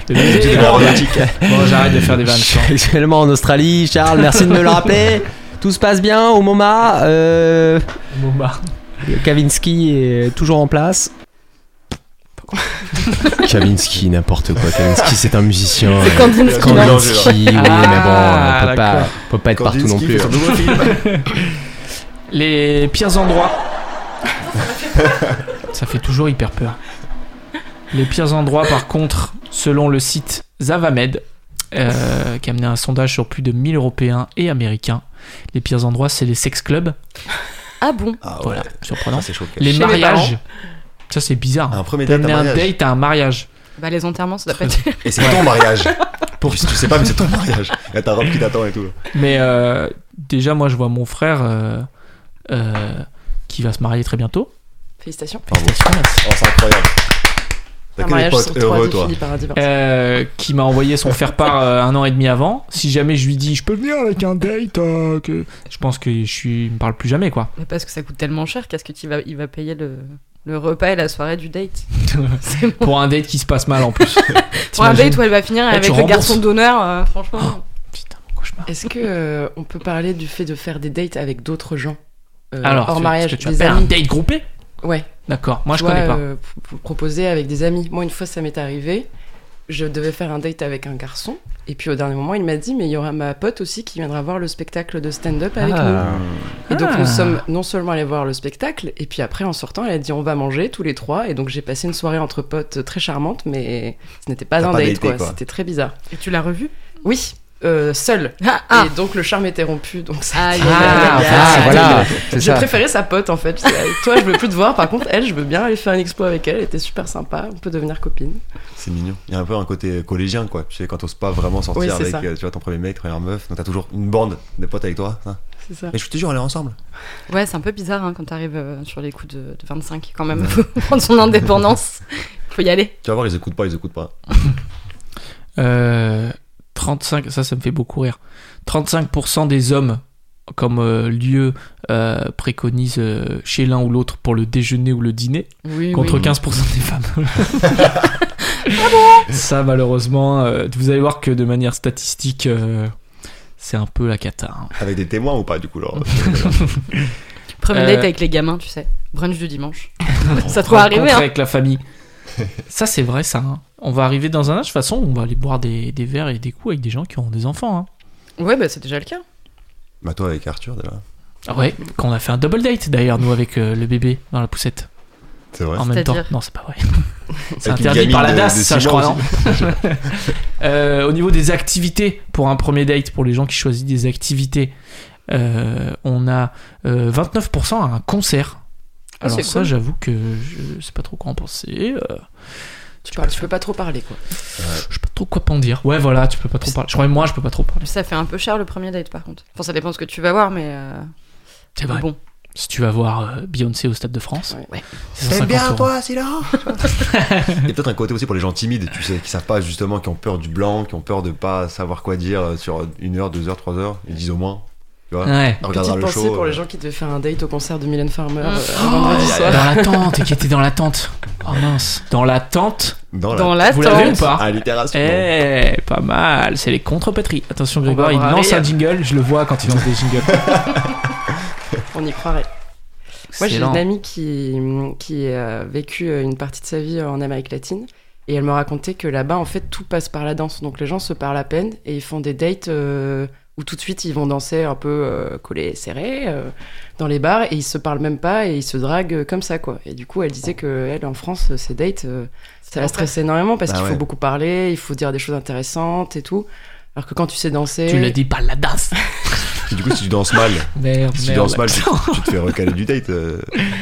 Le musée Du est grand en- romantique. Bon, j'arrête de faire des Je vannes. suis actuellement en Australie, Charles, merci de me le rappeler. Tout se passe bien au MoMA, euh, Bon, bah. Kavinsky est toujours en place. Kavinsky, n'importe quoi. Kavinsky, c'est un musicien. C'est Kandinsky, non Kandinsky, oui, Ah, mais bon, on peut pas, d'accord. on peut pas être partout non Kandinsky plus. hein. fait son nouveau film. Les pires endroits. Ça fait toujours hyper peur. Les pires endroits, par contre, selon le site Zavamed, euh, qui a mené un sondage sur plus de 1000 Européens et Américains, les pires endroits, c'est les sex clubs. Ah bon Ah ouais. Voilà, surprenant. Ah, c'est chaud. quand même. Les Chez mes mariages. Ça, c'est bizarre. Un premier date, T'amener Ah, un un mariage. date à un mariage. Bah, les enterrements, ça doit pas être. Et c'est ton mariage. Pour tu, tu sais pas, mais c'est ton mariage. Y'a ta robe qui t'attend et tout. Oh, Mais euh, déjà, moi, je vois mon frère euh, euh, qui va se marier très bientôt. Félicitations. Félicitations, merci. Oh, c'est incroyable. T'as Un que des mariage potes sur trois heureux, toi. définis par un divorce. Euh, qui m'a envoyé son faire-part euh, un an et demi avant. Si jamais je lui dis je peux venir avec un date, euh, que... je pense que je suis, il me parle plus jamais quoi. Mais parce que ça coûte tellement cher, qu'est-ce que tu vas, il va payer le, le repas et la soirée du date C'est bon. Pour un date qui se passe mal en plus. Pour un T'imagines date où elle va finir Eh, tu avec le rembourses. garçon d'honneur, euh, franchement. Putain, mon cauchemar. Est-ce que euh, on peut parler du fait de faire des dates avec d'autres gens euh, Alors, hors tu- mariage, ce que tu des appelles un amis date groupé Ouais. D'accord, moi je tu vois, connais pas. euh, p- p- proposer avec des amis. Moi, une fois, ça m'est arrivé. Je devais faire un date avec un garçon. Et puis, au dernier moment, il m'a dit Mais il y aura ma pote aussi qui viendra voir le spectacle de stand-up avec Ah. nous. Et donc, Ah. nous sommes non seulement allés voir le spectacle, et puis après, en sortant, elle a dit On va manger tous les trois. Et donc, j'ai passé une soirée entre potes très charmante, mais ce n'était pas T'as un pas date, daté, quoi. quoi. C'était très bizarre. Et tu l'as revu Oui, euh, seul. Ah, ah. Et donc, le charme était rompu. Donc, ça. Aïe, aïe, Ah, aïe, aïe, ah, aïe. voilà, c'est J'ai ça. préféré sa pote en fait. C'est- Toi, je veux plus te voir. Par contre, elle, je veux bien aller faire une expo avec elle. Elle était super sympa. On peut devenir copine. C'est mignon. Il y a un peu un côté collégien, quoi. Tu sais, quand t'oses pas vraiment sortir Oui, c'est avec ça. euh, tu vois, ton premier mec, ta première meuf. Donc t'as toujours une bande de potes avec toi. hein. C'est ça. Et je te jure, on est ensemble. Ouais, c'est un peu bizarre hein, quand t'arrives euh, sur les coups de, de 25 quand même. Faut prendre son indépendance. Faut y aller. Tu vas voir, ils écoutent pas, ils écoutent pas. Euh, 35, ça, ça me fait beaucoup rire. 35% des hommes, comme euh, lieu, euh, préconisent euh, chez l'un ou l'autre pour le déjeuner ou le dîner, Oui, contre oui. 15% des femmes. ça, malheureusement, euh, vous allez voir que de manière statistique, euh, c'est un peu la cata. hein. Avec des témoins ou pas, du coup, alors. Premier Euh. date avec les gamins, tu sais. Brunch du dimanche. ça te Rencontre doit arriver, hein. avec la famille. ça, c'est vrai, ça. hein. On va arriver dans un âge, de toute façon, où on va aller boire des, des verres et des coups avec des gens qui ont des enfants. hein. Ouais, bah c'est déjà le cas. bah, toi, avec Arthur, déjà. Ah Ouais, qu'on a fait un double date d'ailleurs, nous, avec euh, le bébé dans la poussette. C'est vrai. en même temps. C'est-à-dire Non, c'est pas vrai. c'est Avec une interdit gamine par la de- DAS, de ça, six je mois crois, non Euh, Au niveau des activités pour un premier date, pour les gens qui choisissent des activités, euh, on a euh, 29% à un concert. Ah, Alors c'est ça, cool. j'avoue que je sais pas trop quoi en penser. euh, Tu, parles, tu peux pas trop parler quoi. je sais pas trop quoi en dire. Ouais, voilà, tu peux pas trop parler. Je crois que moi, je peux pas trop parler. Ça fait un peu cher le premier date par contre. Enfin, ça dépend ce que tu vas voir, mais. euh, C'est vrai. Bon. Si tu vas voir euh, Beyoncé au Stade de France, Ouais. c'est 150 euros. Silla Il y a peut-être un côté aussi pour les gens timides, tu sais, qui savent pas justement, qui ont peur du blanc, qui ont peur de pas savoir quoi dire euh, sur une heure, deux heures, trois heures. Ils disent au moins. Tu vois Ouais. On regardera Petite le pensée show. pour les euh, gens qui devaient faire un date au concert de Mylène Farmer euh, Oh, un vendredi Oh, soir. dans l'attente, et qui était dans l'attente. Oh mince. Dans l'attente. Dans la. Ah, Dans Vous l'avez ou l'attente. pas Allitération. Eh, pas mal. C'est les contre-pétries. Attention, va Grégoire, il avoir un lance rire. un jingle. Je le vois quand il lance des jingles. On y croirait. Moi, j'ai Excellent. une amie qui, qui a vécu euh, une partie de sa vie euh, en Amérique latine. Et elle me racontait que là-bas, en fait, tout passe par la danse. Donc les gens se parlent à peine et ils font des dates euh, où tout de suite ils vont danser un peu euh, collés, serrés euh, dans les bars et ils se parlent même pas et ils se draguent euh, comme ça, quoi. Et du coup, elle disait que elle, en France, euh, ces dates, euh, ça la stresse énormément parce Bah qu'il ouais. faut beaucoup parler, il faut dire des choses intéressantes et tout. Alors que quand tu sais danser. Tu l'as dit par la danse. Et Du coup, si tu danses mal, Merde, si tu merde. danses mal, tu, tu te fais recaler du date. euh,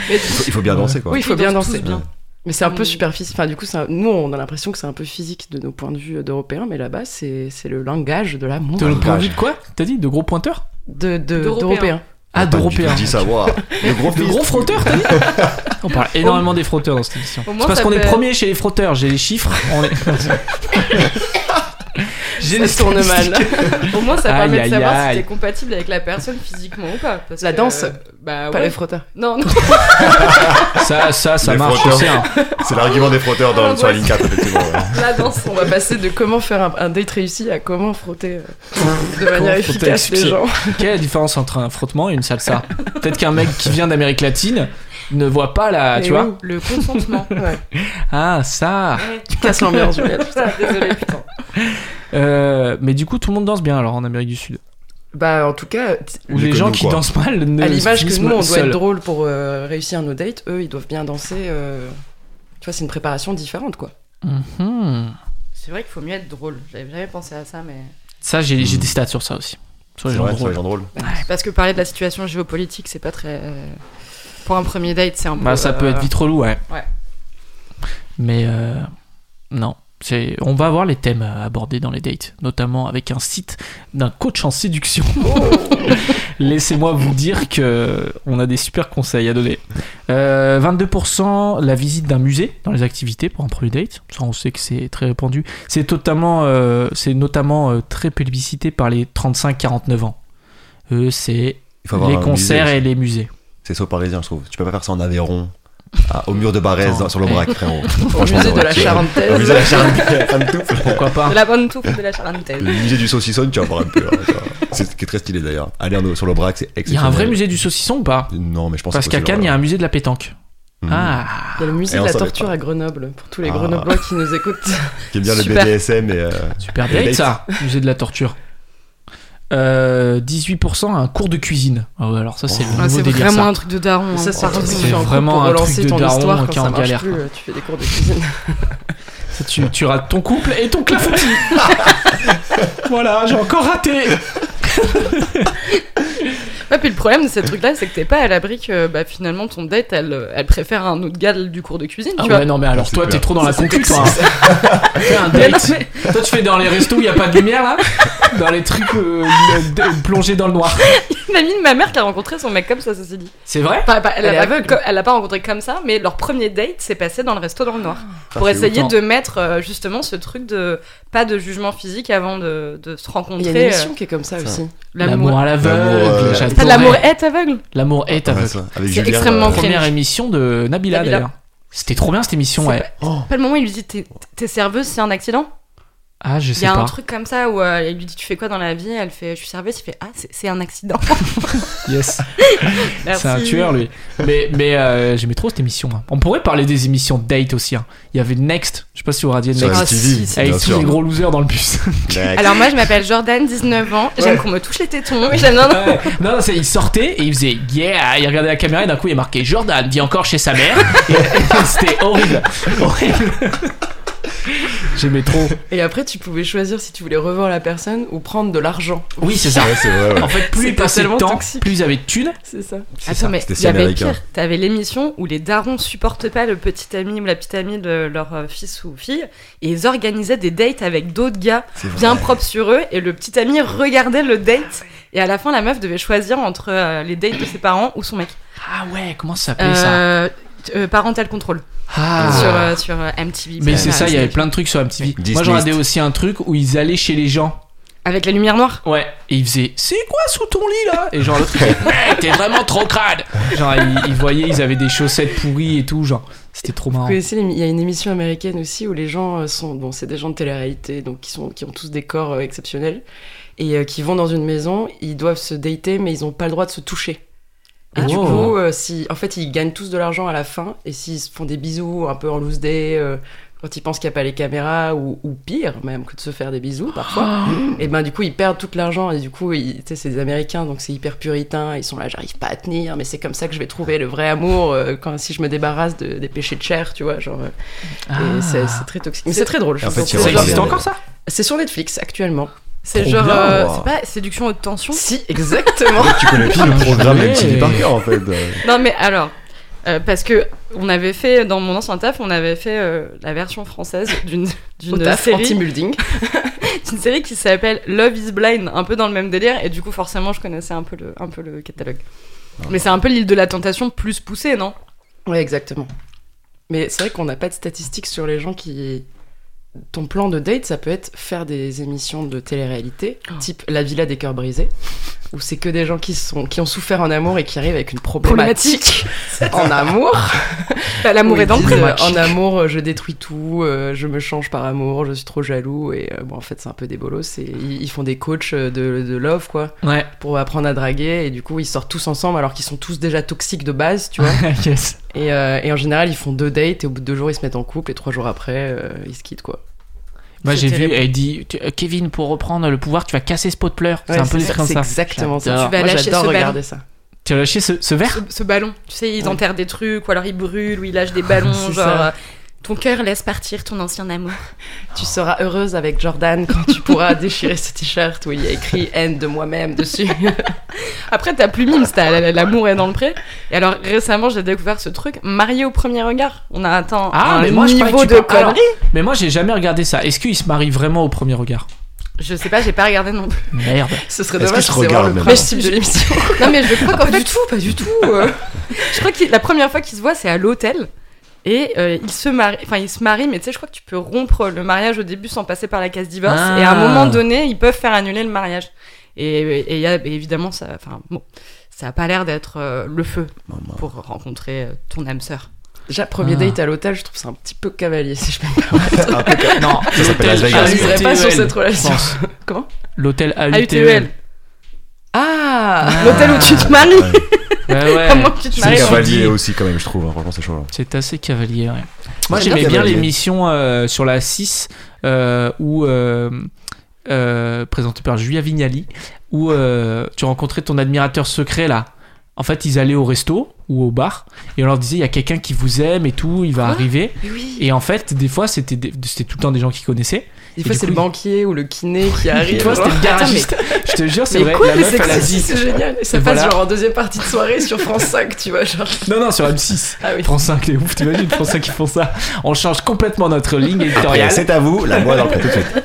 il, faut, il faut bien danser quoi. Oui, il faut bien dansent danser. tous bien. Mais c'est un peu Mm. superficiel. Enfin, du coup, c'est un- nous, on a l'impression que c'est un peu physique de nos points de vue euh, d'Européens, mais là-bas, c'est c'est le langage de l'amour. Ah, De le point de vue de quoi T'as dit De gros pointeurs De- de- D'Européens. D'Européens. Ah, Pas du tout d'européens. dit ça, waouh. Le gros De fist. gros frotteurs, t'as dit On parle énormément des frotteurs dans cette émission. Au moins, C'est parce ça qu'on est peut- premier chez les frotteurs, j'ai les chiffres. On est... J'ai les Ça tourne mal. statistiques. Au moins, ça Aïe, permet aïe, de savoir aïe. si t'es compatible avec la personne physiquement ou pas. Parce La que, danse. euh, Bah Pas ouais. les frotteurs. Non, non. Ça, ça, ça Les marche. hein. frotteurs. c'est un- C'est l'argument des frotteurs dans- Ah, sur la ouais. ligne 4, effectivement. ouais. La danse, on On va va passer de comment faire un, un date réussi à comment frotter euh, de Comment manière frotter avec efficace les succès. gens. Quelle est la différence entre un frottement et une salsa Peut-être qu'un mec qui vient d'Amérique latine ne voit pas la. Ah, Mais Tu vois oui. Le consentement. Ouais. Ah, ça Tu casses l'ambiance, Juliette. Putain, Ah, désolé, putain. Euh, Mais du coup, tout le monde danse bien alors en Amérique du Sud. Bah, en tout cas, t- Ou Mieux les que gens nous, qui quoi. dansent mal ne à l'image que finissent nous, on doit seuls. être drôle pour euh, réussir nos dates, eux, ils doivent bien danser. euh, Tu vois, c'est une préparation différente, quoi. Mhm. C'est vrai qu'il faut mieux être drôle. J'avais jamais pensé à ça, mais. Ça, j'ai j'ai Mm. des stats sur ça aussi. Sur C'est les gens vrai, sur drôles. les gens drôles. Parce que parler de la situation géopolitique, c'est pas très. euh, Pour un premier date, c'est un peu. Bah, ça peut euh, être vite relou, ouais. ouais. Mais euh, non. C'est- On va voir les thèmes euh, abordés dans les dates, notamment avec un site d'un coach en séduction. Laissez-moi vous dire que on a des super conseils à donner. Euh, 22% la visite d'un musée dans les activités pour un premier date. Ça, on sait que c'est très répandu. C'est totalement, euh, c'est notamment euh, très plébiscité par les 35-49 ans. Eux, c'est Il faut avoir les un concerts musée. et les musées. C'est saut parisien, je trouve. Tu peux pas faire ça en Aveyron, à- au mur de Barès, Attends. dans- sur l'Aubrac, frérot. Au musée Franchement, de l'Aubrac, la tu- Charentaise. euh, Ah, Au musée de la Charentaise, ça me touche. Pourquoi pas De la bonne touffe de la charentaise. Le musée du saucisson, tu vas voir un peu. hein, ça. C'est ce qui est très stylé d'ailleurs. Aller en- sur l'Aubrac, c'est Il y exceptionnel. a un vrai musée du saucisson ou pas Non, mais je pense Parce qu'à Cannes, il y a un musée de la pétanque. Ah Hmm. Il y a le musée Et de on la savait torture pas. à Grenoble, pour tous les Ah. Grenoblois qui nous écoutent. Qui aime bien le Super. BDSM et. euh, Super Et date date. ça, musée de la torture. Euh, 18% à un cours de cuisine. Ah ouais, alors ça c'est Oh. le Ah, nouveau c'est délire vraiment ça. un truc de daron. hein. ça, c'est Ah. c'est tu fais un cours vraiment pour un truc relancer de ton daron qui histoire quand est en ça marche galère, plus, quoi. euh, tu fais des cours de cuisine. Ça, Tu, tu rates ton couple et ton clafoutis. voilà, j'ai encore raté. Ouais, puis le problème de ces trucs-là, c'est que t'es pas à l'abri que bah, finalement ton date, elle, euh, elle préfère un autre gars du cours de cuisine. Ah tu ouais, vois. non mais alors c'est toi clair. t'es trop dans la concu toi. hein. Fais un date. Toi tu fais dans les restos où il y a pas de lumière là, dans les trucs euh, le- de- plongés dans le noir. L'amie de ma mère qui a rencontré son mec comme ça, ça s'est dit. C'est vrai Pas- pas- elle, Elle est a pas, aveugle. elle a pas rencontré comme ça, mais leur premier date s'est passé dans le resto dans le noir. pour c'est essayer ouf. de mettre euh, justement ce truc de pas de jugement physique avant de, de Il y se a une rencontrer. euh, émission qui est comme ça ça. aussi. L'amour L'amour. à L'amour, euh, l'aveugle. Pas j'adorais. de l'amour est aveugle. L'amour est Ouais, aveugle. ça, avec C'est Julien, extrêmement euh, frais. Première Cringe. émission de Nabila, Nabila. d'ailleurs. C'était trop bien cette émission, C'est ouais. Pas le moment où il lui dit t'es t'es serveuse, c'est un accident. Ah, je Il sais y a pas. un truc comme ça où euh, il lui dit tu fais quoi dans la vie, elle fait je suis serveuse, il fait ah c'est- c'est un accident. Yes, c'est un Merci. tueur lui. Mais, mais euh, j'aimais trop cette émission. hein. On pourrait parler des émissions de date aussi. hein. Il y avait Next, je sais pas si vous regardiez Sur Next. Ah, si, MTV, si. Avec bien tous sûr. les gros losers dans le bus. Next. Alors moi je m'appelle Jordan, 19 ans, j'aime qu'on me touche les tétons, j'aime non, non. Ouais. Non, non, c'est- il sortait et il faisait yeah, il regardait la caméra et d'un coup il est marqué Jordan vit encore chez sa mère. Et- et C'était horrible, horrible. J'aimais trop. Et après, tu pouvais choisir si tu voulais revoir la personne ou prendre de l'argent. Oui, c'est ça. Ouais, c'est vrai, ouais. En fait, plus C'est il passait le tellement temps, toxique. plus ils avaient de thunes. C'est ça. C'est Ah, Attends, ça, mais c'était il si y avait américain. hein. pire. T'avais l'émission où les darons supportent pas le petit ami ou la petite amie de leur euh, fils ou fille et ils organisaient des dates avec d'autres gars C'est vrai. bien propres sur eux et le petit ami regardait le date et à la fin la meuf devait choisir entre euh, les dates de ses parents ou son mec. Ah ouais, comment ça s'appelait ça Euh, euh, parental control Ah. sur, euh, sur euh, MTV. Mais c'est Ah, ça, il y avait c'était- plein de trucs sur MTV. Moi, Disney. je regardais aussi un truc où ils allaient chez les gens. Avec la lumière noire. Ouais. Et ils faisaient C'est quoi sous ton lit là Et genre l'autre il disait, Ouais, t'es vraiment trop crade Genre ils, ils voyaient, ils avaient des chaussettes pourries et tout, genre c'était trop Vous marrant. connaissez, l'émi- il y a une émission américaine aussi où les gens euh, sont. Bon, c'est des gens de télé-réalité, donc qui, sont, qui ont tous des corps euh, exceptionnels. Et euh, qui vont dans une maison, ils doivent se dater, mais ils n'ont pas le droit de se toucher. Et du Oh. Wow. coup, euh, si, en fait, ils gagnent tous de l'argent à la fin, et s'ils se font des bisous un peu en loose day, euh, quand ils pensent qu'il n'y a pas les caméras, ou, ou pire même que de se faire des bisous parfois, et ben du coup, ils perdent tout l'argent, et du coup, ils- tu sais, c'est des Américains, donc c'est hyper puritain, ils sont là, j'arrive pas à tenir, mais c'est comme ça que je vais trouver le vrai amour euh, quand, si je me débarrasse de, des péchés de chair, tu vois, genre, euh, et c'est c'est très toxique. Mais c'est très drôle. je En vous fait, en ils prie. Ça regardent existe les- encore ça C'est sur Netflix actuellement. C'est Trop genre. bien. euh, Wow. c'est pas séduction haute tension. Si, exactement. Tu connais plus le programme Ouais. MTV par cœur en fait. euh. Non mais alors, euh, parce que on avait fait dans mon ancien taf, on avait fait euh, la version française d'une Au d'une taf, série, anti-mulding. d'une série qui s'appelle Love Is Blind, un peu dans le même délire, et du coup forcément je connaissais un peu le un peu le catalogue. Mais c'est un peu l'île de la tentation plus poussée, non Ouais, exactement. Mais c'est vrai qu'on n'a pas de statistiques sur les gens qui. Ton plan de date, ça peut être faire des émissions de télé-réalité, type La Villa des cœurs brisés, où c'est que des gens qui, sont, qui ont souffert en amour et qui arrivent avec une problématique, en amour. Bah, L'amour Où est ils dans le disent, pré. euh, En amour, euh, je détruis tout, euh, je me change par amour, je suis trop jaloux. Et euh, bon, en fait, c'est un peu des bolos. Et ils, ils font des coachs euh, de, de love, quoi, Ouais, pour apprendre à draguer. Et du coup, ils sortent tous ensemble alors qu'ils sont tous déjà toxiques de base, tu vois. yes. Et, euh, et en général, ils font deux dates et au bout de deux jours, ils se mettent en couple et trois jours après, euh, ils se quittent quoi. Moi C'est j'ai vu, terrible. elle dit Tu- euh, Kevin, pour reprendre le pouvoir, tu vas casser ce pot de pleurs. c'est Ouais, un peu des trucs comme c'est ça. exactement ça. J'adore. Tu vas Moi, lâcher j'adore ce regarder ça. Tu as lâché ce, ce verre euh, ce, ce ballon. Tu sais, ils Ouais. enterrent des trucs, ou alors ils brûlent, ou ils lâchent des ballons, C'est genre. ça. euh, Ton cœur laisse partir ton ancien amour. Tu seras heureuse avec Jordan quand tu pourras déchirer ce t-shirt où il y a écrit haine de moi-même dessus. Après, t'as plus Mims, t'as la- l'amour est dans le pré. Et alors, récemment, j'ai découvert ce truc, marié au premier regard. On a atteint Ah, un mais moi, je niveau parlais que tu de parles- conneries. Mais moi j'ai jamais regardé ça. Est-ce qu'il se marie vraiment au premier regard Je sais pas, j'ai pas regardé non plus. Merde. ce serait Est-ce dommage, que je c'est vraiment regarde le même principe de l'émission. Non, mais je crois qu'en fait, tout, pas du tout. euh. je crois que la première fois qu'ils se voient, c'est à l'hôtel. Et euh, ils se marient, enfin ils se marient, mais tu sais, je crois que tu peux rompre le mariage au début sans passer par la case divorce. Ah. Et à un moment donné, ils peuvent faire annuler le mariage. Et, et il y a et évidemment, ça, enfin bon, ça a pas l'air d'être euh, le feu pour rencontrer euh, ton âme sœur. Déjà, premier Ah. date à l'hôtel, je trouve ça un petit peu cavalier si je peux me permettre. Non, Ça s'appelle Las l'hôtel Vegas. AUTL, Je miserais pas sur cette je relation. pense. Comment L'hôtel AUTL. AUTL. Ah L'hôtel où tu te maries. Ouais. E Ouais, Bah ouais. Comment tu te C'est maries Marion. cavalier aussi quand même, je trouve. hein. Franchement, c'est chaud. hein. C'est assez cavalier, ouais. Moi, Ouais, j'aimais bien bien cavalier. l'émission euh, sur la 6, euh, où, euh, euh, présentée par Julia Vignali, où euh, tu rencontrais ton admirateur secret, là. En fait, ils allaient au resto ou au bar, et on leur disait, il y a quelqu'un qui vous aime et tout, il va Ah, arriver. Et en fait, des fois, c'était des- c'était tout le temps des gens qui connaissaient. Des Et fois, du c'est coup, le banquier ou le kiné qui Et arrive. toi, c'était le garagiste. Je te jure, c'est vrai. la meuf, elle a dit- c'est génial. Et ça Et passe voilà. genre en deuxième partie de soirée sur France 5, tu vois. Genre. Non, non, sur M6. Ah oui. France 5, les ouf, t'imagines, France 5 qui font ça. On change complètement notre ligne Après, éditoriale. c'est à vous, la moi dans le pré tout de suite.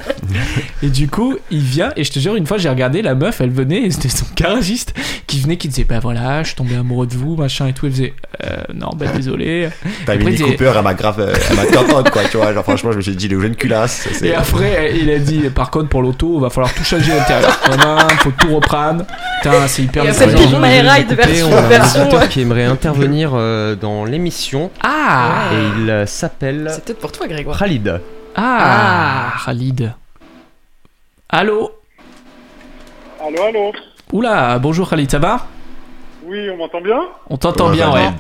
Et du coup, il vient, et je te jure, une fois j'ai regardé, la meuf, elle venait, et c'était son garagiste qui venait, qui disait Bah voilà, je suis tombé amoureux de vous, machin et tout. Elle faisait Euh, Non, bah désolé. T'as Après, Mini t'es- Cooper, elle m'a grave, euh, elle m'a contente quoi, tu vois. Genre, franchement, je me suis dit, le jeune culasse. c'est- Et après, il a dit Par contre, pour l'auto, va falloir tout changer à l'intérieur. Vraiment, faut tout reprendre. Putain, c'est hyper Et désolant. après, Pimp Vous My les Ride écoutez, version- on a- version- auditeur qui aimerait intervenir euh, dans l'émission Ah et il euh, s'appelle C'est peut-être pour toi, Grégoire. Khalid. Ah Khalid. Allô Allô, allô Oula, bonjour Khalid, ça va Oui, on m'entend bien On t'entend Ouais, bien, ouais. Khalid.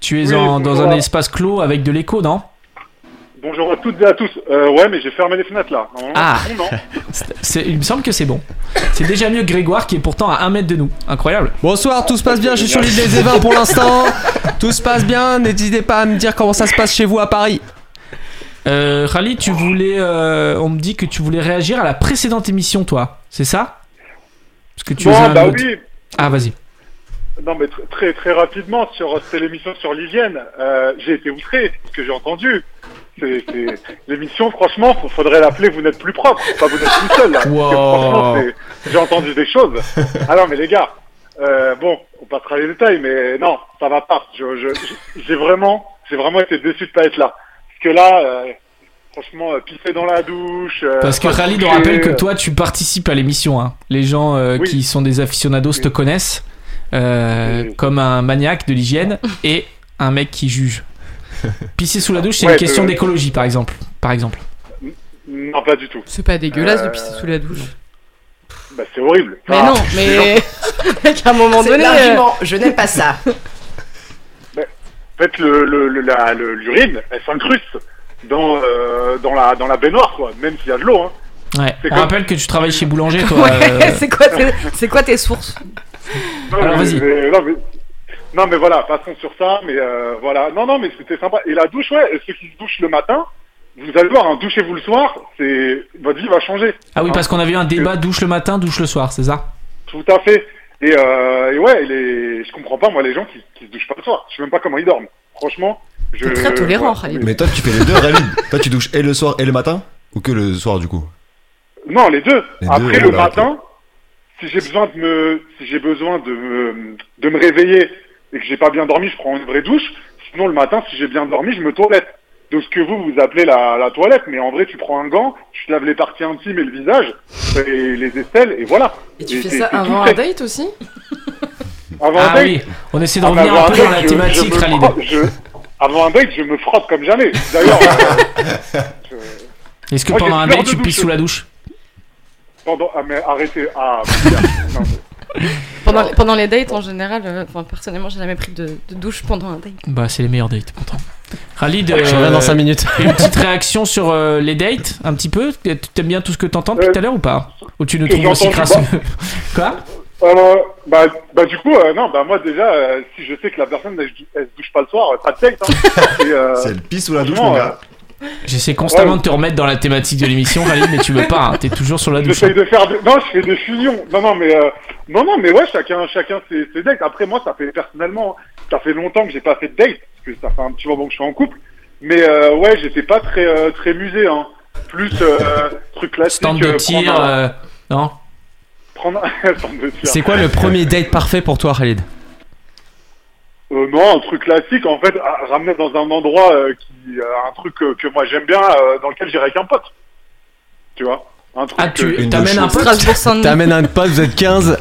Tu es Oui, en- dans bonjour. un espace clos avec de l'écho, non Bonjour à toutes et à tous. Euh, ouais, mais j'ai fermé les fenêtres là. Normalement, Ah. c'est bon, non C'est- il me semble que c'est bon. C'est déjà mieux que Grégoire qui est pourtant à 1 mètre de nous. Incroyable. Bonsoir, tout se passe bien, je suis sur l'île des Évins pour l'instant. Tout se passe bien, n'hésitez pas à me dire comment ça se passe chez vous à Paris. Euh, Khalid, tu voulais. euh, on me dit que tu voulais réagir à la précédente émission, toi. C'est ça Parce que tu Bon, as un bah autre- oui, Ah, vas-y. Non, mais tr- très très rapidement sur c'était l'émission sur l'hygiène. euh, j'ai été outré c'est ce que j'ai entendu. C'est c'est- l'émission, franchement, f- faudrait l'appeler. Vous n'êtes plus propre. Enfin, vous n'êtes plus seul là. Parce que Wow. franchement, c'est- j'ai entendu des choses. Ah non, mais les gars, euh, bon, on passera les détails, mais non, ça va pas. Je- je- je- j'ai vraiment, j'ai vraiment été déçu de pas être là. Parce que là, euh, franchement, euh, pisser dans la douche. euh, Parce que pas se Khalid, on coucher, rappelle que euh, toi, tu participes à l'émission. hein. Les gens euh, Oui. qui sont des aficionados Oui. te connaissent euh, Oui. comme un maniaque de l'hygiène et un mec qui juge. Pisser sous la douche, c'est Ouais, une question euh, d'écologie, par exemple. Par exemple. Non, pas du tout. C'est pas dégueulasse de Euh, pisser sous la douche. Bah, c'est horrible. Mais Enfin, non, mais à un moment ah. C'est donné, euh, l'argument, je n'aime pas ça. En fait, le, le, le- la- le- l'urine, elle s'incruste dans, euh, dans, la, dans la baignoire, quoi, même s'il y a de l'eau. Hein. Ouais. c'est On comme- rappelle que tu travailles chez Boulanger, toi. euh, ouais, c'est quoi, tes- c'est quoi tes sources Non, Alors, mais- vas-y. mais- non, mais, non, mais voilà, passons sur ça. Mais euh, voilà, non, non, mais c'était sympa. Et la douche, ouais, ceux qui se douchent le matin, vous allez voir, hein, douchez-vous le soir, c'est votre vie va changer. Ah oui, Hein. parce qu'on avait eu un débat douche le matin, douche le soir, c'est ça Tout à fait. Et, euh, et ouais, les... je comprends pas, moi, les gens qui, qui se douchent pas le soir. Je sais même pas comment ils dorment. Franchement, je. T'es très tolérant, voilà. Khalid. Mais toi, tu fais les deux, Ravid. toi, tu douches et le soir et le matin Ou que le soir, du coup Non, les deux. Les deux, Après oh le là, matin, si j'ai besoin de me, si j'ai besoin de me, de me réveiller et que j'ai pas bien dormi, je prends une vraie douche. Sinon le matin, si j'ai bien dormi, je me toilette. Donc ce que vous vous appelez la, la toilette, mais en vrai, tu prends un gant, tu te laves les parties intimes et le visage et les aisselles et voilà. Et tu fais t'es- ça t'es tout avant un prêt. date aussi Avant Ah un date. oui, on essaie de Ah bah, revenir un avant peu dans un la date, je- thématique, je me Khalid. frotte- je- Avant un date, je me frotte comme jamais. D'ailleurs. euh, je- Est-ce que Moi, j'ai pendant un peur date, de tu pisses douche. sous la douche Pendant, ah, mais arrêtez. Ah, non, mais- Pendant, pendant les dates, en général, euh, enfin, personnellement, j'ai jamais pris de, de douche pendant un date. Bah, c'est les meilleurs dates, pourtant. Khalid, euh, Je reviens dans 5 minutes. une petite réaction sur euh, les dates, un petit peu Tu T'aimes bien tout ce que t'entends depuis Euh, tout à l'heure ou pas Ou tu nous que trouves aussi j'entends, crasseux Quoi Euh, bah, bah du coup, euh, non, bah moi déjà, euh, si je sais que la personne elle, elle se douche pas le soir, euh, pas de texte. Hein. Et, euh, C'est le pisse ou la douche, franchement, euh, mon gars J'essaie constamment Ouais. de te remettre dans la thématique de l'émission, Khalid, mais tu veux pas, hein, t'es toujours sur la douche. j'essaye de faire, des- non, je fais des fusions. Non, non, mais euh, non, non, mais ouais, chacun, chacun ses, ses dates. Après moi, ça fait personnellement, ça fait longtemps que j'ai pas fait de date, parce que ça fait un petit moment que je suis en couple. Mais euh, ouais, j'étais pas très euh, très musée, hein. Plus euh, truc classique. Stand de euh, tir, prendre un- euh, non prendre un- stand de tir. C'est quoi le premier date parfait pour toi, Khalid Euh, non, un truc classique, en fait, à- ramener dans un endroit euh, qui, euh, un truc euh, que moi j'aime bien, euh, dans lequel j'irai avec un pote. Tu vois Un truc. Ah, euh, tu une t'amènes un douche. pote Strasbourg Saint-Denis. Euh, T'amènes un pote, vous êtes 15.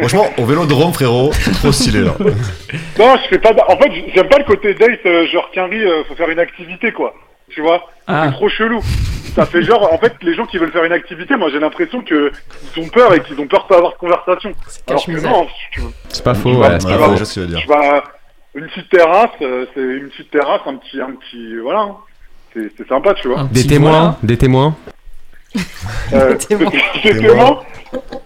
Franchement, au vélodrome, frérot, c'est trop stylé, là. Non, je fais pas. d- En fait, j- j'aime pas le côté date, euh, genre qu'un riz, euh, faut faire une activité, quoi. Tu vois Ah. C'est trop chelou. Ça fait genre, en fait, les gens qui veulent faire une activité, moi j'ai l'impression que ils ont peur et qu'ils ont peur de pas avoir de conversation. Alors que cache-misère. non, tu, C'est pas faux, Ouais, ouais, c'est ouais, pas vois faux. ouais. déjà ce que tu veux dire. tu vas une petite terrasse, euh, c'est une petite terrasse, un petit, un petit, voilà. hein. C'est c'est sympa, tu vois. un Des petit témoins, des témoins. Euh, Des témoins. des Des témoins.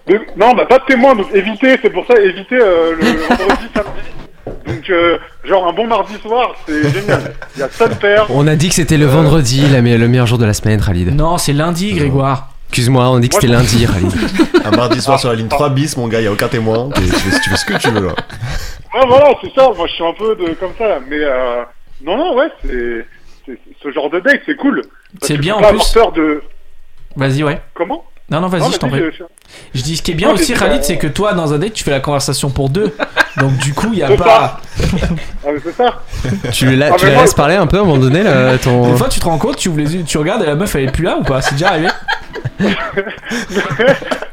Des- Non, bah pas de témoins, donc évitez, c'est pour ça, évitez euh, le vendredi, samedi. Donc, euh, genre un bon mardi soir, c'est génial. Il y a ça de faire. On a dit que c'était le vendredi, la me- le meilleur jour de la semaine, voilà. Khalid. Non, c'est lundi, Grégoire. Excuse-moi, on a dit que Moi, c'était je- lundi, Khalid. Un mardi soir sur la ligne 3 bis, mon gars, y a aucun témoin. T'es- Tu fais, tu fais ce que tu veux, là. Ouais, voilà, c'est ça, moi je suis un peu de, comme ça, là. Mais euh, non, non, ouais, c'est c'est- ce genre de date, c'est cool. Parce C'est que bien, faut en pas plus. avoir peur de. Vas-y, ouais. Comment Non, non, vas-y, Non, je t'en vas-y, prie. je- Je dis ce qui est bien Non, mais euh, aussi, c'est Khalid, pas- c'est que toi, dans un date, tu fais la conversation pour deux. Donc, du coup, il y a C'est pas. Ah, mais c'est ça. Tu la, Ah, tu mais la moi- laisses parler un peu à un moment donné, là, ton. Des fois, tu te rends compte, tu, ouvres les yeux, tu regardes et la meuf, elle est plus là ou pas C'est déjà arrivé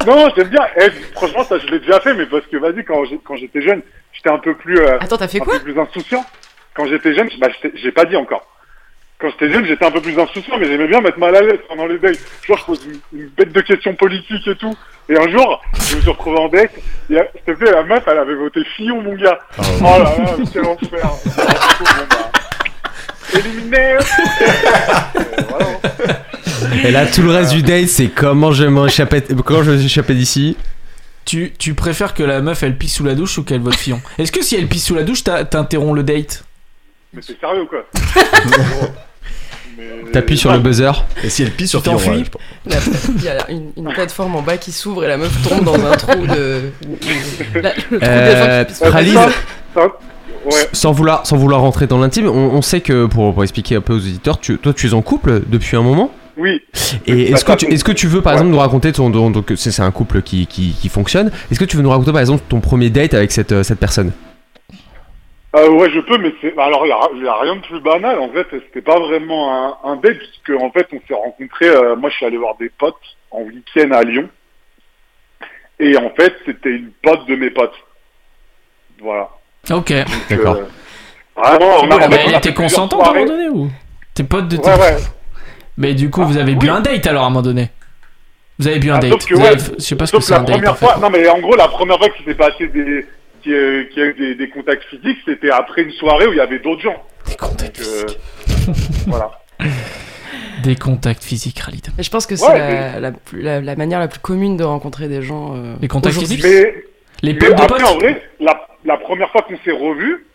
non, j'aime bien. Eh, franchement, ça, je l'ai déjà fait, mais parce que, vas-y, quand j'ai- quand j'étais jeune, j'étais un peu plus. euh, Attends, t'as fait un quoi peu plus insouciant. Quand j'étais jeune, bah, j'étais- j'ai pas dit encore. Quand j'étais jeune, j'étais un peu plus insouciant, mais j'aimais bien mettre mal à l'aise pendant les dates. Genre, je pose une, une bête de questions politiques et tout. Et un jour, je me suis retrouvé en date. et là, S'il te plaît, la meuf, elle avait voté Fillon, mon gars. Ah, Oh ouais. là là, quel enfer. Alors, du coup, bon, bah, Éliminé. Euh, voilà. Et là, tout le reste du date, c'est comment je m'échappais, comment je me suis échappé d'ici. tu, tu préfères que la meuf, elle pisse sous la douche ou qu'elle vote Fillon Est-ce que si elle pisse sous la douche, t'as- t'interromps le date Mais c'est sérieux, quoi. mais- Ah, T'appuies sur le buzzer. Et si elle pisse sur Tu t'enfuis Fillon, ouais, je pense. La- Il y a une, une plateforme en bas qui s'ouvre et la meuf tombe dans un trou de. Là, le trou des gens Euh, qui- Ouais, Pralise, c'est ça. Ouais. s- sans vouloir, sans vouloir rentrer dans l'intime, on, on sait que pour, pour expliquer un peu aux auditeurs, tu- toi tu es en couple depuis un moment. Oui. Bah, Et est-ce que, tu, est-ce que tu veux par Ouais. exemple nous raconter ton, ton- donc c'est, c'est un couple qui, qui, qui fonctionne. Est-ce que tu veux nous raconter par exemple ton premier date avec cette, euh, cette personne Euh, ouais, je peux, mais c'est. bah, Alors, il n'y a, rien de plus banal. En fait, c'était pas vraiment un, un date, puisque en fait, on s'est rencontrés. euh, moi, je suis allé voir des potes en week-end à Lyon, et en fait, c'était une pote de mes potes. Voilà. Ok. Donc, D'accord. euh, vraiment, on a- Ah, Mais on a elle fait était plusieurs consentante à un soirées. moment donné ou Tes potes de tes. Ouais, ouais. Mais du coup, Ah, vous avez bu oui. un date alors à un moment donné Vous avez bu un Ah, sauf date que, Vous avez- ouais, Je sais pas ce que Sauf c'est la un date. en première fait. fois. Non, mais en gros, la première fois qu'il s'est passé des. qu'il y a eu- qu'il y a eu des, des contacts physiques, c'était après une soirée où il y avait d'autres gens. Des contacts Donc, euh, physiques. voilà. Des contacts physiques, Khalid. Mais je pense que c'est Ouais, la, mais- la plus- la- la manière la plus commune de rencontrer des gens. euh, Les contacts aujourd'hui. physiques Mais Les Mais potes de après, en potes vrai, la, la première fois qu'on s'est revus,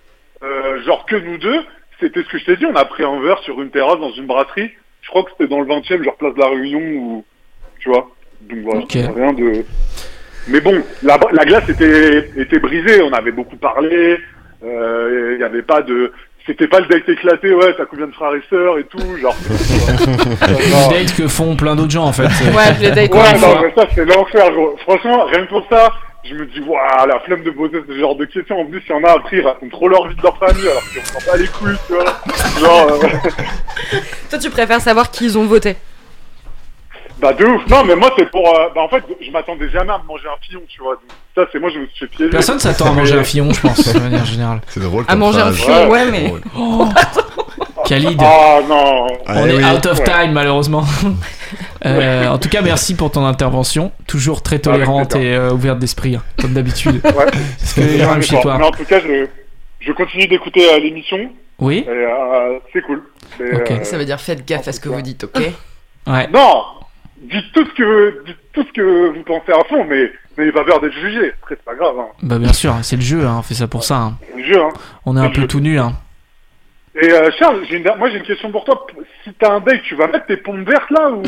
euh, genre que nous deux, c'était ce que je t'ai dit, on a pris un verre sur une terrasse dans une brasserie. Je crois que c'était dans le 20 e genre place de la Réunion ou. Tu vois Donc voilà, Ok. rien de. Mais bon, la, la glace était, était brisée, on avait beaucoup parlé, euh, il n'y avait pas de. C'était pas le date éclaté, ouais, t'as combien de frères et sœurs et tout, genre. Les dates que font plein d'autres gens en fait. Ouais, les dates, Ouais, ouais, non, mais ça, c'est l'enfer, gros. Franchement, rien que pour ça, je me dis, waouh, la flemme de poser ce genre de questions. En plus, il y en a, après, ils racontent trop leur vie de leur famille, alors qu'on s'en pas les couilles, tu vois. Genre, euh, Toi, tu préfères savoir qui ils ont voté. bah, de ouf. Non, mais moi, c'est pour. euh, bah, en fait, je m'attendais jamais à me manger un pion, tu vois. Donc, ça, c'est moi, je me suis fait piéger. Personne s'attend à manger un fillon, je pense, de manière générale. C'est drôle. À comme manger un phrase. fion, ouais, C'est mais. drôle. Oh Khalid, Ah, non. on Allez, est Eh oui. out of Ouais. time malheureusement. Euh, en tout cas, merci pour ton intervention. Toujours Ah, très tolérante plaisir. et euh, ouverte d'esprit, hein, comme d'habitude. Ouais. Parce que les gens aiment chez toi. Mais en tout cas, je, je continue d'écouter euh, l'émission, Oui et euh, c'est cool. Et, Ok. euh, Ça veut dire faites gaffe à ce que vous dites, ok Ouais. Non Dites tout ce que, dites tout ce que vous pensez à fond, mais n'ayez pas peur d'être jugé. Après, c'est pas grave, hein. Bah bien sûr, c'est le jeu, hein, on fait ça pour ça. hein. C'est le jeu, hein. On est un C'est le peu jeu. tout nu. Hein. Et euh, Charles, j'ai une- moi j'ai une question pour toi. Si t'as un date, tu vas mettre tes pompes vertes là ou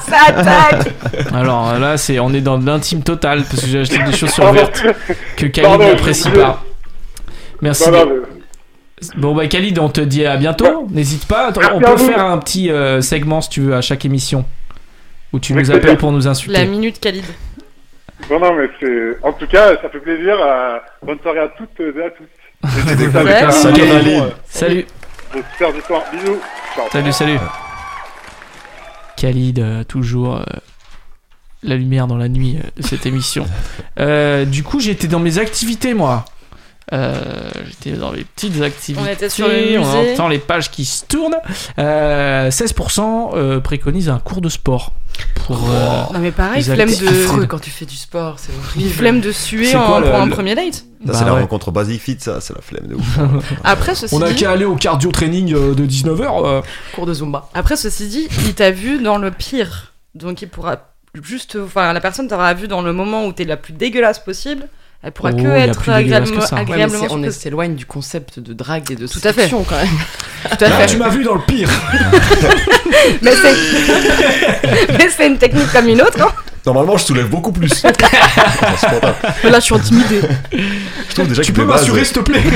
Ça attaque Alors euh, là, c'est on est dans de l'intime total parce que j'ai acheté des chaussures Pardon. vertes que Khalid Pardon, j'ai n'apprécie oublié. pas. Merci. Non, non, mais- Bon bah Khalid, on te dit à bientôt. N'hésite pas. Attends, on Bah, Merci à peut vous. faire un petit euh, segment si tu veux à chaque émission où tu Avec nous plaisir. appelles pour nous La insulter. minute Khalid. non, non, mais c'est. En tout cas, ça fait plaisir. euh, Bonne soirée à toutes et à tous. Salut. Salut, Ok. Khalid. Salut, Des super histoires. Bisous. Ciao. salut, salut. Khalid, euh, toujours euh, la lumière dans la nuit euh, de cette émission. Euh, du coup, j'étais dans mes activités moi. Euh, j'étais dans les petites activités. On était sur le on musée. entend les pages qui se tournent. Euh, 16% euh, préconisent un cours de sport. Pour, euh, Non, mais pareil, Vous flemme avez- C'est affreux de. quand tu fais du sport, c'est Une horrible. flemme de C'est suer quoi, en- le- pour un le- premier date. Ça, Bah c'est la ouais. rencontre Basic Fit, ça, c'est la flemme de ouf. Après, ceci On a dit, qu'à aller au cardio training euh, de 19h. euh. Cours de Zumba. après ceci dit, il t'a vu dans le pire, donc il pourra juste, enfin la personne t'aura vu dans le moment où t'es la plus dégueulasse possible. Elle pourra Oh, que y a être plus dégueulasse agréablement, que ça. Ouais, mais Ouais, mais agréablement c'est- on est- surprise. s'éloigne du concept de drague et de Tout à fait. séduction, quand même. Tout à Ah, fait. tu m'as vu dans le pire. Mais c'est, mais c'est une technique comme une autre. hein. Normalement, je soulève beaucoup plus. C'est spontané. Mais là, je suis intimidée. je trouve déjà Tu que peux de base, m'assurer, s'il te plaît Eh,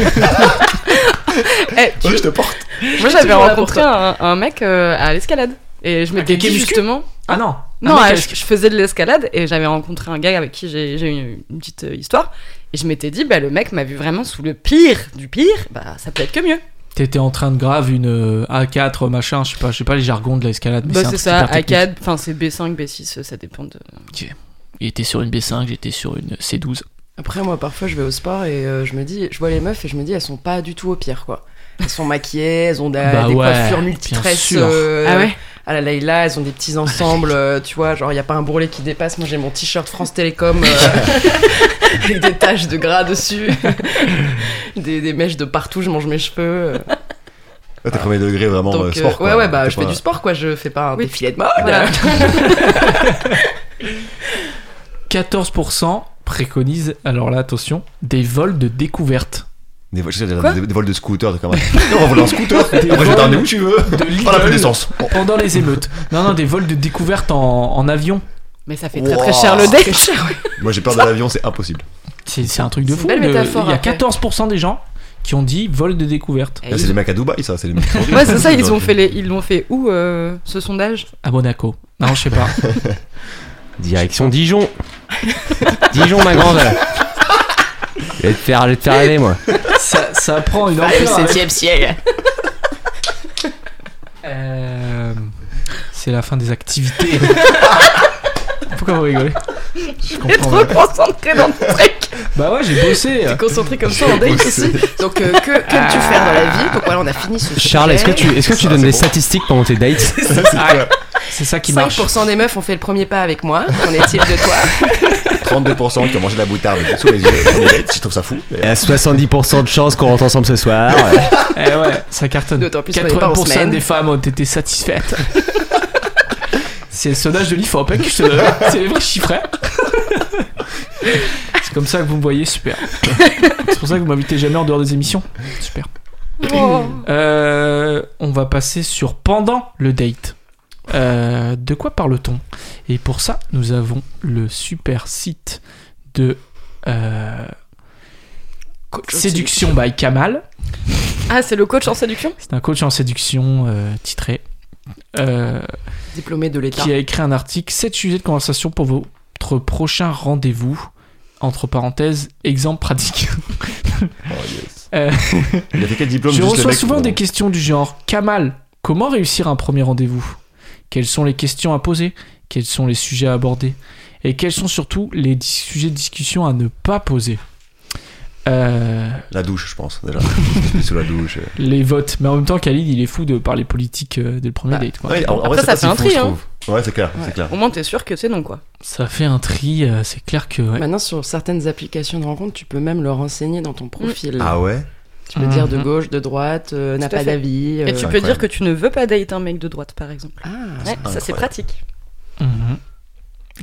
tu- ouais, je te porte. Moi, j'avais toujours là rencontré un, un mec euh, à l'escalade et je m'étais qui est dit muscu justement. Ah non. Non, Ah, mais euh, qu'est-ce je, je faisais de l'escalade et j'avais rencontré un gars avec qui j'ai j'ai eu une, une petite euh, histoire. Et je m'étais dit, bah, le mec m'a vu vraiment sous le pire du pire, bah, ça peut être que mieux. que- T'étais en train de grave une euh, A4 machin, je sais pas, je sais pas les jargons de l'escalade, mais Bah, c'est un c'est truc ça, hyper technique. A4, enfin, c'est B5, B6, euh, ça dépend de. Il était sur une B5, j'étais sur une C12. Après, moi, parfois, je vais au sport et euh, je me dis, je vois les meufs et je me dis, elles sont pas du tout au pire, quoi. Elles sont maquillées, elles ont des, Bah des ouais, coiffures bien multitresses. sûr. euh, Ah ouais À la Layla, elles ont des petits ensembles, euh, tu vois, genre, il y a pas un bourrelet qui dépasse. Moi, j'ai mon t-shirt France Télécom euh, avec des taches de gras dessus, des, des mèches de partout, je mange mes cheveux. euh. Ouais, T'es premier degré vraiment Donc, euh, euh, sport. quoi. ouais, ouais, bah, T'es je pas- fais du sport, quoi. Je fais pas un Oui. défilé de mode. Voilà. 14% préconisent, alors là attention, des vols de découverte. Des, vols- je sais, des- Quoi des- des vols de scooter, des conneries. Non, on va voler un scooter. Après, je vais t'emmener où tu veux. De On a plus Lidl. d'essence. Bon. Pendant les émeutes. Non, non, des vols de découverte en, en avion. Mais ça fait très Wow. très cher le date. Moi, j'ai peur de l'avion, c'est impossible. C'est c'est un truc de C'est une fou. belle le- métaphore, il y a après. 14% des gens qui ont dit vol de découverte Là, c'est les mecs à Dubaï, ça. C'est les mecs. qui sont- Ouais, c'est ça, ils ont fait les... ils l'ont fait où euh, ce sondage à Monaco. Non, je sais pas. Direction Dijon. Dijon, ma grande. Je vais te faire, je vais te faire aller, moi. ça, ça prend une ampleur. hein. ciel. Euh, C'est la fin des activités. Pourquoi vous rigolez Je T'es comprends trop pas. concentré dans ton truc. Bah ouais, j'ai bossé. T'es concentré comme ça en date aussi. Donc, euh, que, que tu faire dans la vie Donc voilà, on a fini ce sujet. Charles, est-ce que tu, est-ce que tu Ça, Ah, donnes c'est des bon. statistiques pendant tes dates Ah, C'est ça qui marche. 5% des meufs ont fait le premier pas avec moi. Qu'en est-il de toi 32% qui ont mangé de la moutarde sous les yeux. Je trouve ça fou. Il y a 70% de chance qu'on rentre ensemble ce soir. Eh ouais, ça cartonne. D'autant plus qu'on est pas en 80% semaine. des femmes ont été satisfaites. C'est le sondage de l'IFOP, je te donne. c'est les vrais chiffres. hein. C'est comme ça que vous me voyez, super. C'est pour ça que vous m'invitez jamais en dehors des émissions. Super. Euh, on va passer sur pendant le date. Euh, de quoi parle-t-on Et pour ça, nous avons le super site de euh, co- Séduction by Kamal. Ah, c'est le coach en séduction C'est un coach en séduction euh, titré euh, Diplômé de l'État. qui a écrit un article 7 sujets de conversation pour votre prochain rendez-vous. Entre parenthèses, exemple pratique. Oh, yes. Euh, Il a fait quel diplôme Je juste le reçois mec souvent pour- des questions du genre Kamal, comment réussir un premier rendez-vous Quelles sont les questions à poser Quels sont les sujets à aborder Et quels sont surtout les dis- sujets de discussion à ne pas poser Euh, La douche, je pense, déjà. Sous la douche. euh. les votes. Mais en même temps, Khalid, il est fou de parler politique euh, dès le premier date. quoi. Ouais, en- en Après, vrai, ça c'est pas si fait un fou, tri, je hein. trouve. Ouais, c'est clair, c'est clair. Au moins, t'es sûr que c'est non, quoi. Ça fait un tri, euh, c'est clair que. ouais. Maintenant, sur certaines applications de rencontre, tu peux même le renseigner dans ton profil. Ah ouais Tu peux dire de Mhm. gauche, de droite, euh, n'a Tout à pas fait. d'avis. Et euh, tu peux incroyable. dire que tu ne veux pas date un mec de droite, par exemple. Ah, Ouais, ça c'est incroyable. pratique. Mhm.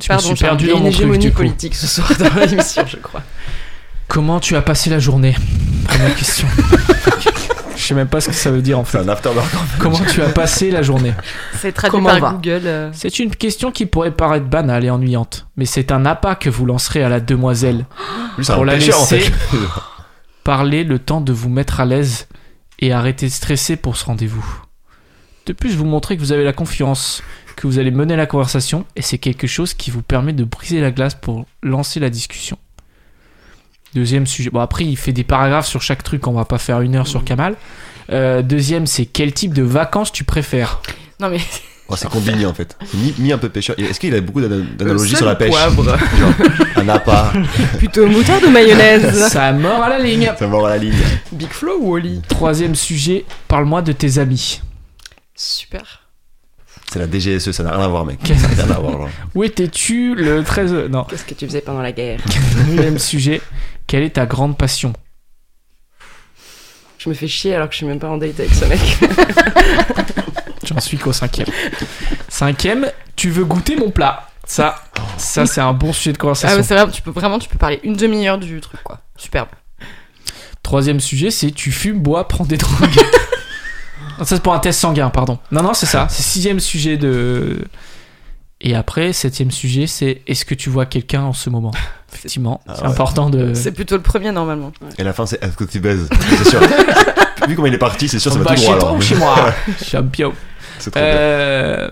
Je Pardon, me suis Charles, perdu il y a dans une mon truc, hégémonie du coup. politique ce soir dans l'émission, je crois. Comment tu as passé la journée Première question. Je sais même pas ce que ça veut dire en C'est fait. un afterburger. Comment tu as passé la journée C'est traduit Comment on va par Google. euh. C'est une question qui pourrait paraître banale et ennuyante, mais c'est un appât que vous lancerez à la demoiselle. Lui, c'est Pour un la pêcheur, en fait. laisser. Parlez le temps de vous mettre à l'aise et arrêtez de stresser pour ce rendez-vous. De plus, vous montrez que vous avez la confiance, que vous allez mener la conversation, et c'est quelque chose qui vous permet de briser la glace pour lancer la discussion. Deuxième sujet. Bon, après, il fait des paragraphes sur chaque truc, on va pas faire une heure sur Kamal. Euh, deuxième, c'est quel type de vacances tu préfères Non mais Oh, c'est combiné, en fait. Ni, ni un peu pêcheur. Et Est-ce qu'il a beaucoup d'ana- d'analogies seul sur la pêche Genre, Un appât, plutôt moutarde ou mayonnaise Ça mort à la ligne ça mort à la ligne. Big Flo ou Oli Troisième sujet, parle-moi de tes amis. Super. C'est la DGSE, E, ça n'a rien à voir, mec. Qu'est-ce- Ça n'a rien à voir, genre. Où étais-tu le 13... Non. Qu'est-ce que tu faisais pendant la guerre Quatrième sujet, quelle est ta grande passion Je me fais chier alors que je suis même pas en date avec ce mec. J'en suis qu'au cinquième. Cinquième, tu veux goûter mon plat. Ça, ça c'est un bon sujet de Ah conversation. mais c'est vrai, tu peux vraiment tu peux parler une demi-heure du truc quoi. Superbe. Troisième sujet, c'est tu fumes, bois, prends des drogues. Non, ça c'est pour un test sanguin, pardon. Non, non, c'est ça. C'est sixième sujet de... Et après, septième sujet, c'est est-ce que tu vois quelqu'un en ce moment Effectivement, Ah c'est ouais. important Euh. de... C'est plutôt le premier normalement. Et la fin, c'est est-ce que tu baises C'est sûr. Vu comment il est parti, c'est sûr, ça va Bah, tout chez droit, toi alors. ou chez moi Champion. C'est trop bien. Euh,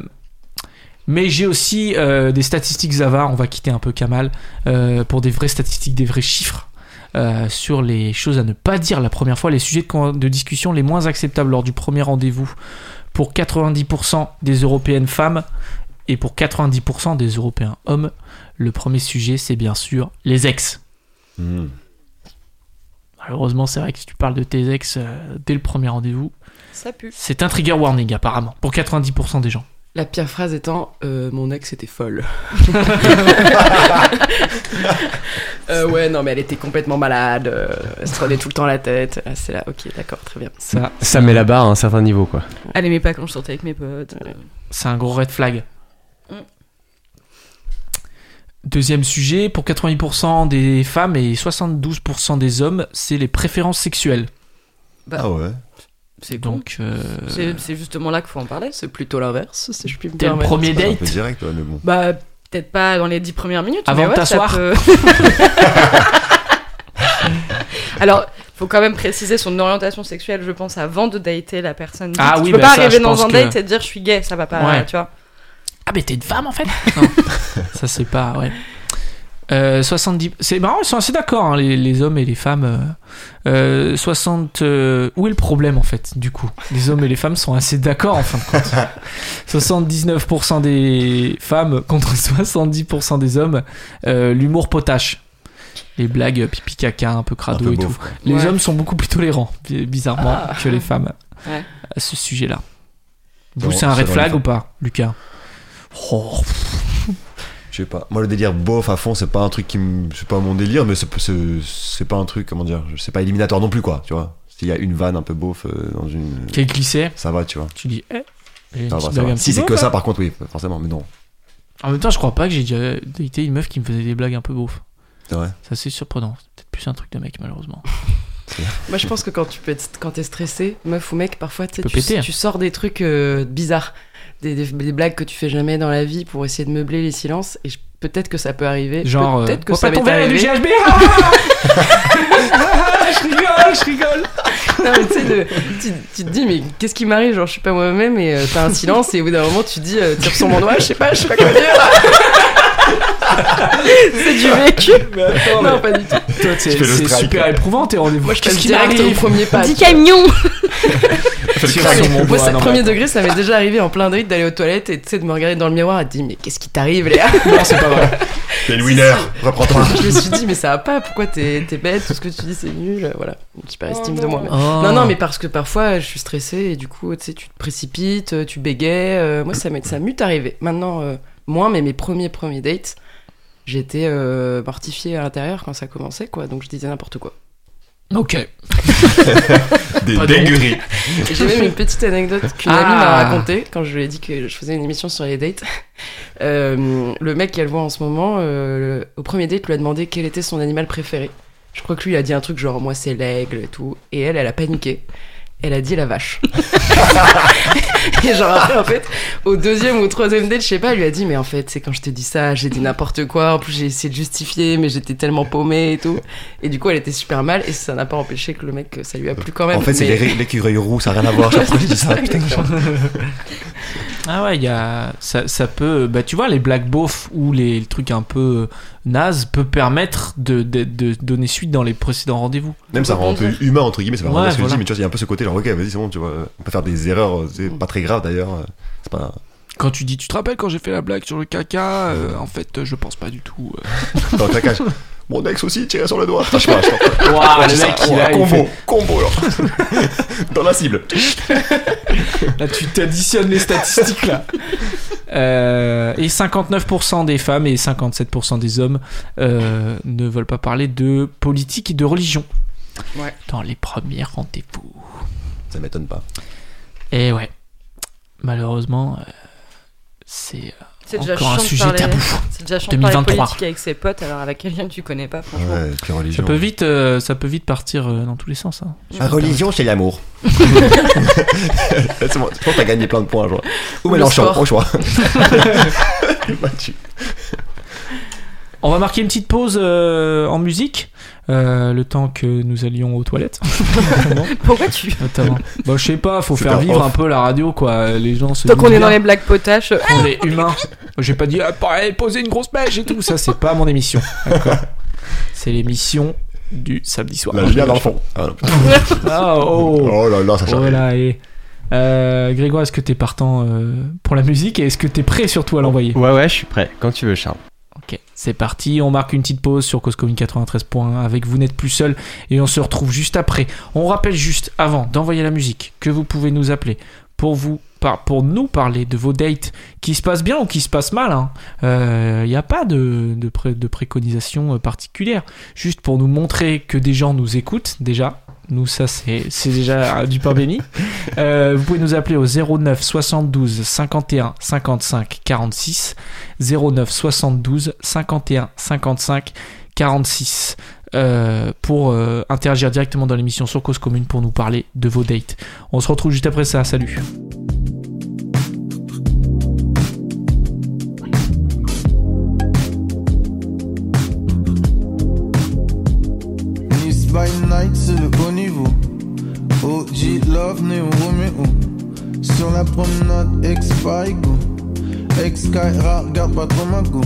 mais j'ai aussi euh, des statistiques avares, on va quitter un peu Kamal, euh, pour des vraies statistiques, des vrais chiffres. euh, sur les choses à ne pas dire la première fois, les sujets de, con- de discussion les moins acceptables lors du premier rendez-vous pour 90% des Européennes femmes et pour 90% des Européens hommes, le premier sujet c'est bien sûr les ex. Hmm. Malheureusement c'est vrai que si tu parles de tes ex euh, dès le premier rendez-vous, Ça pue. c'est un trigger warning apparemment pour 90% des gens. La pire phrase étant euh, Mon ex était folle. Euh, ouais, non, mais elle était complètement malade. euh, elle se prenait tout le temps la tête. Ah, c'est là, ok, d'accord, très bien. Ça, Ça met la barre à un certain niveau, quoi. Elle aimait pas quand je sortais avec mes potes. C'est un gros red flag. Mm. Deuxième sujet, pour 80% des femmes et 72% des hommes, c'est les préférences sexuelles. Ah ouais. C'est con. Donc, euh, C'est c'est justement là qu'il faut en parler. C'est plutôt l'inverse, si je puis me dès le permettre. premier C'est un peu date, Ah, direct, ouais, mais bon. Bah, peut-être pas dans les dix premières minutes. Avant mais de ouais, ça t'asseoir. peut- Alors, faut quand même préciser son orientation sexuelle, je pense, avant de dater la personne. Ah tu oui, peux bah pas ça, arriver je dans pense un que- date et te dire je suis gay, ça va pas, Ouais. tu vois. Ah, mais t'es une femme en fait Non. Ça, c'est pas. Ouais. Euh, 70. C'est marrant, ils sont assez d'accord, hein, les, les hommes et les femmes. euh. Euh, 60. euh, Où est le problème en fait, du coup Les hommes et les femmes sont assez d'accord en fin de compte. 79% des femmes contre 70% des hommes. euh, L'humour potache. Les blagues pipi caca, un peu crado Un peu et beauf, tout. quoi. Ah. Les Ouais. hommes sont beaucoup plus tolérants, bi- bizarrement, que les femmes Ouais. à ce sujet-là. Vous, Bon, c'est un c'est red dans les flag faits. ou pas, Lucas Oh, Je sais pas. Moi, le délire bof à fond, c'est pas un truc qui me. C'est pas mon délire, mais c'est c'est- c'est pas un truc, comment dire. C'est pas éliminatoire non plus, quoi, tu vois. S'il y a une vanne un peu beauf euh, dans une. Qui est glissé, Ça va, tu vois. tu dis eh. et une Ça petite va, ça blague va. un Si petit c'est peu, que quoi. ça, par contre, oui, forcément, mais non. En même temps, je crois pas que j'ai déjà daté une meuf qui me faisait des blagues un peu beauf. C'est vrai. Ça c'est surprenant. C'est peut-être plus un truc de mec malheureusement. Moi, je pense que quand tu peux être- quand t'es stressé, meuf ou mec, parfois tu, sais, Peut tu- péter. tu sors des trucs euh, bizarres, des, des- des blagues que tu fais jamais dans la vie pour essayer de meubler les silences. Et je- peut-être que ça peut arriver. Genre peut-être euh, que Oh, ça pas ton verre, m'est il arrivé. y a du GHB. Ah je rigole, je rigole. Non, mais tu sais, de- tu, tu te dis, mais qu'est-ce qui m'arrive Genre, je suis pas moi-même et euh, t'as un silence, et au bout d'un moment, tu te dis, euh, tire sur mon doigt, je sais pas, je sais pas quoi dire. c'est du vécu. non, pas du tout. Toi, c'est fais le c'est strike. super éprouvant tes rendez-vous. Moi, je Qu'est-ce passe qui direct au m'arrive premier pas. Dis tu vois. camion Tire Putain, sur mais mon moi, doigt, c'est non, premier mais- degré, ça m'est déjà arrivé en plein date d'aller aux toilettes et tu sais, de me regarder dans le miroir et de dire Mais qu'est-ce qui t'arrive, Léa Non, c'est pas vrai. T'es le winner, reprends-toi. Je me suis dit, mais ça va pas, pourquoi t'es t'es bête, tout ce que tu dis c'est nul, voilà. Une super estime de moi-même. Oh. Non, non, mais parce que parfois je suis stressée et du coup, tu sais, tu te précipites, tu bégayes. euh, moi, ça m'est ça m'est arrivé. Maintenant, euh, moins, mais mes premiers premiers dates, j'étais euh, mortifiée à l'intérieur quand ça commençait, quoi. Donc je disais n'importe quoi. Ok. Des Pas dingueries. Et J'ai même une petite anecdote qu'une Ah. amie m'a racontée quand je lui ai dit que je faisais une émission sur les dates. Euh, le mec qu'elle voit en ce moment, euh, le- au premier date, lui a demandé quel était son animal préféré. Je crois que lui il a dit un truc genre moi c'est l'aigle et tout. Et elle, elle a paniqué. Elle a dit la vache. et genre après, en fait, au deuxième ou au troisième date, je sais pas, elle lui a dit mais en fait c'est quand je te dis ça, j'ai dit n'importe quoi. En plus j'ai essayé de justifier, mais j'étais tellement paumée et tout. Et du coup elle était super mal et ça n'a pas empêché que le mec ça lui a plu quand même. En fait, c'est Mais- les- l'écureuil roux, ça n'a rien à voir. J'ai l'impression que je dis ça, putain. Ah ouais, il y a ça, ça peut bah tu vois les blagues beaufs ou les, les trucs un peu euh, nazes peut permettre de, de- de donner suite dans les précédents rendez-vous. Même ça rend un peu humain, entre guillemets, c'est pas vraiment Ouais, ce que je voilà. dis, mais tu vois, il y a un peu ce côté, genre, ok, vas-y, c'est bon, tu vois, on peut faire des erreurs, euh, c'est pas très grave d'ailleurs. euh, C'est pas. Quand tu dis, tu te rappelles quand j'ai fait la blague sur le caca euh, En fait, euh, je pense pas du tout. Dans ta cage. Mon ex aussi, tiré sur le doigt. Putain, je sais pas, je sais pas. Waouh, Ouais, c'est ça. Ouais, combo, combo, genre. Dans la cible. là tu t'additionnes les statistiques là. Euh, et 59% des femmes et 57% des hommes euh, ne veulent pas parler de politique et de religion Ouais. dans les premiers rendez-vous. Ça m'étonne pas. Et ouais, malheureusement, euh, c'est euh, C'est déjà encore un chiant de sujet parler- tabou. C'est déjà chiant de parler 2023. politique avec ses potes, alors avec quelqu'un que tu connais pas, franchement. Ouais, puis religion. Ça peut vite, euh, ça peut vite partir euh, dans tous les sens. hein. La religion, c'est l'amour. c'est bon, je pense que t'as gagné plein de points, genre. Ou Le Mélenchon, sport. au choix. Battu. On va marquer une petite pause euh, en musique, euh, le temps que nous allions aux toilettes. Pourquoi tu. Notamment. Bah, je sais pas, faut C'est faire un vivre off. un peu la radio, quoi. Les gens se. Tant qu'on disent est dans bien les blagues potaches. euh, qu'on est humains. J'ai pas dit, ah, pareil, poser une grosse pêche et tout. Ça, c'est pas mon émission. D'accord C'est l'émission du samedi soir. La Non, vie à je- l'enfant. Ah, non. Ah, oh. Oh là là, ça change. Voilà, et. Euh, Grégoire, est-ce que t'es partant euh, pour la musique et est-ce que t'es prêt surtout à l'envoyer Ouais, ouais, je suis prêt. Quand tu veux, Charles. Ok, c'est parti, on marque une petite pause sur Cause Commune 93.1 avec Vous n'êtes plus seul et on se retrouve juste après. On rappelle juste avant d'envoyer la musique que vous pouvez nous appeler pour vous par- pour nous parler de vos dates qui se passent bien ou qui se passent mal. Il n'y a pas de, de, pré- de préconisation euh, particulière, juste pour nous montrer que des gens nous écoutent déjà. Nous, ça, c'est c'est déjà euh, du pain béni. Euh, vous pouvez nous appeler au 09 72 51 55 46. 09 72 51 55 46. euh, pour euh, interagir directement dans l'émission sur Cause Commune pour nous parler de vos dates. On se retrouve juste après ça. Salut. Nice by night, c'est le haut niveau. OG Love, Néo Romeo. Sur la promenade, ex-Paigo. Ex-Kaira, regarde pas trop ma go.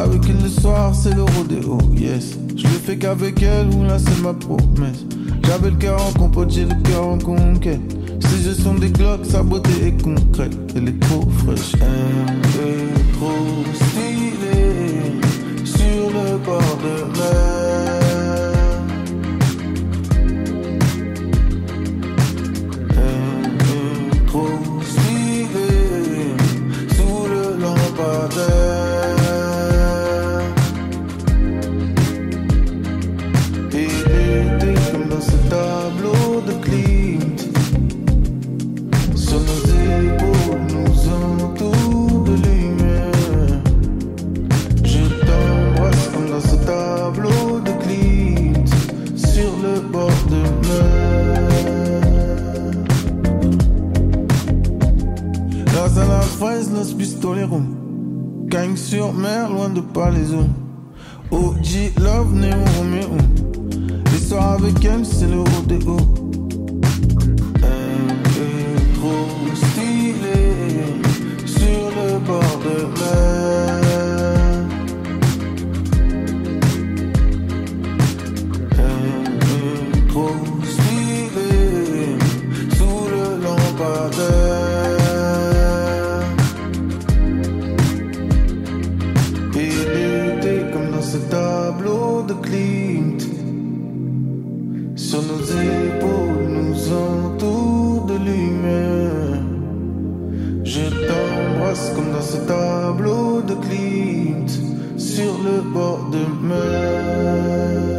Avec elle le soir, c'est le rodéo, yes. Je le fais qu'avec elle, ou là c'est ma promesse. J'avais le cœur en compote, j'ai le cœur en conquête. Ses yeux sont des glocks, sa beauté est concrète. Elle est trop fraîche, elle est trop stylée. Sur le bord de mer. Elle est trop stylée sous le lampadaire. Et l'été comme dans ce tableau de Klimt. Sur nos épaules nous entoure de lumière. Je t'embrasse comme dans ce tableau de Klimt sur le bord de mer. Grâce à la fraise, los pistoleros. Gagne sur mer, loin de Palaiso. OG Love, Néo Roméo. L'histoire avec elle, c'est le rodéo. Elle est trop stylée sur le bord de mer. Elle est trop stylée sous le lampadaire. Et l'été comme dans ce tableau de Klimt. Sur nos épaules nous entoure de lumière. Je t'embrasse comme dans ce tableau de Klimt. Sur le bord de mer.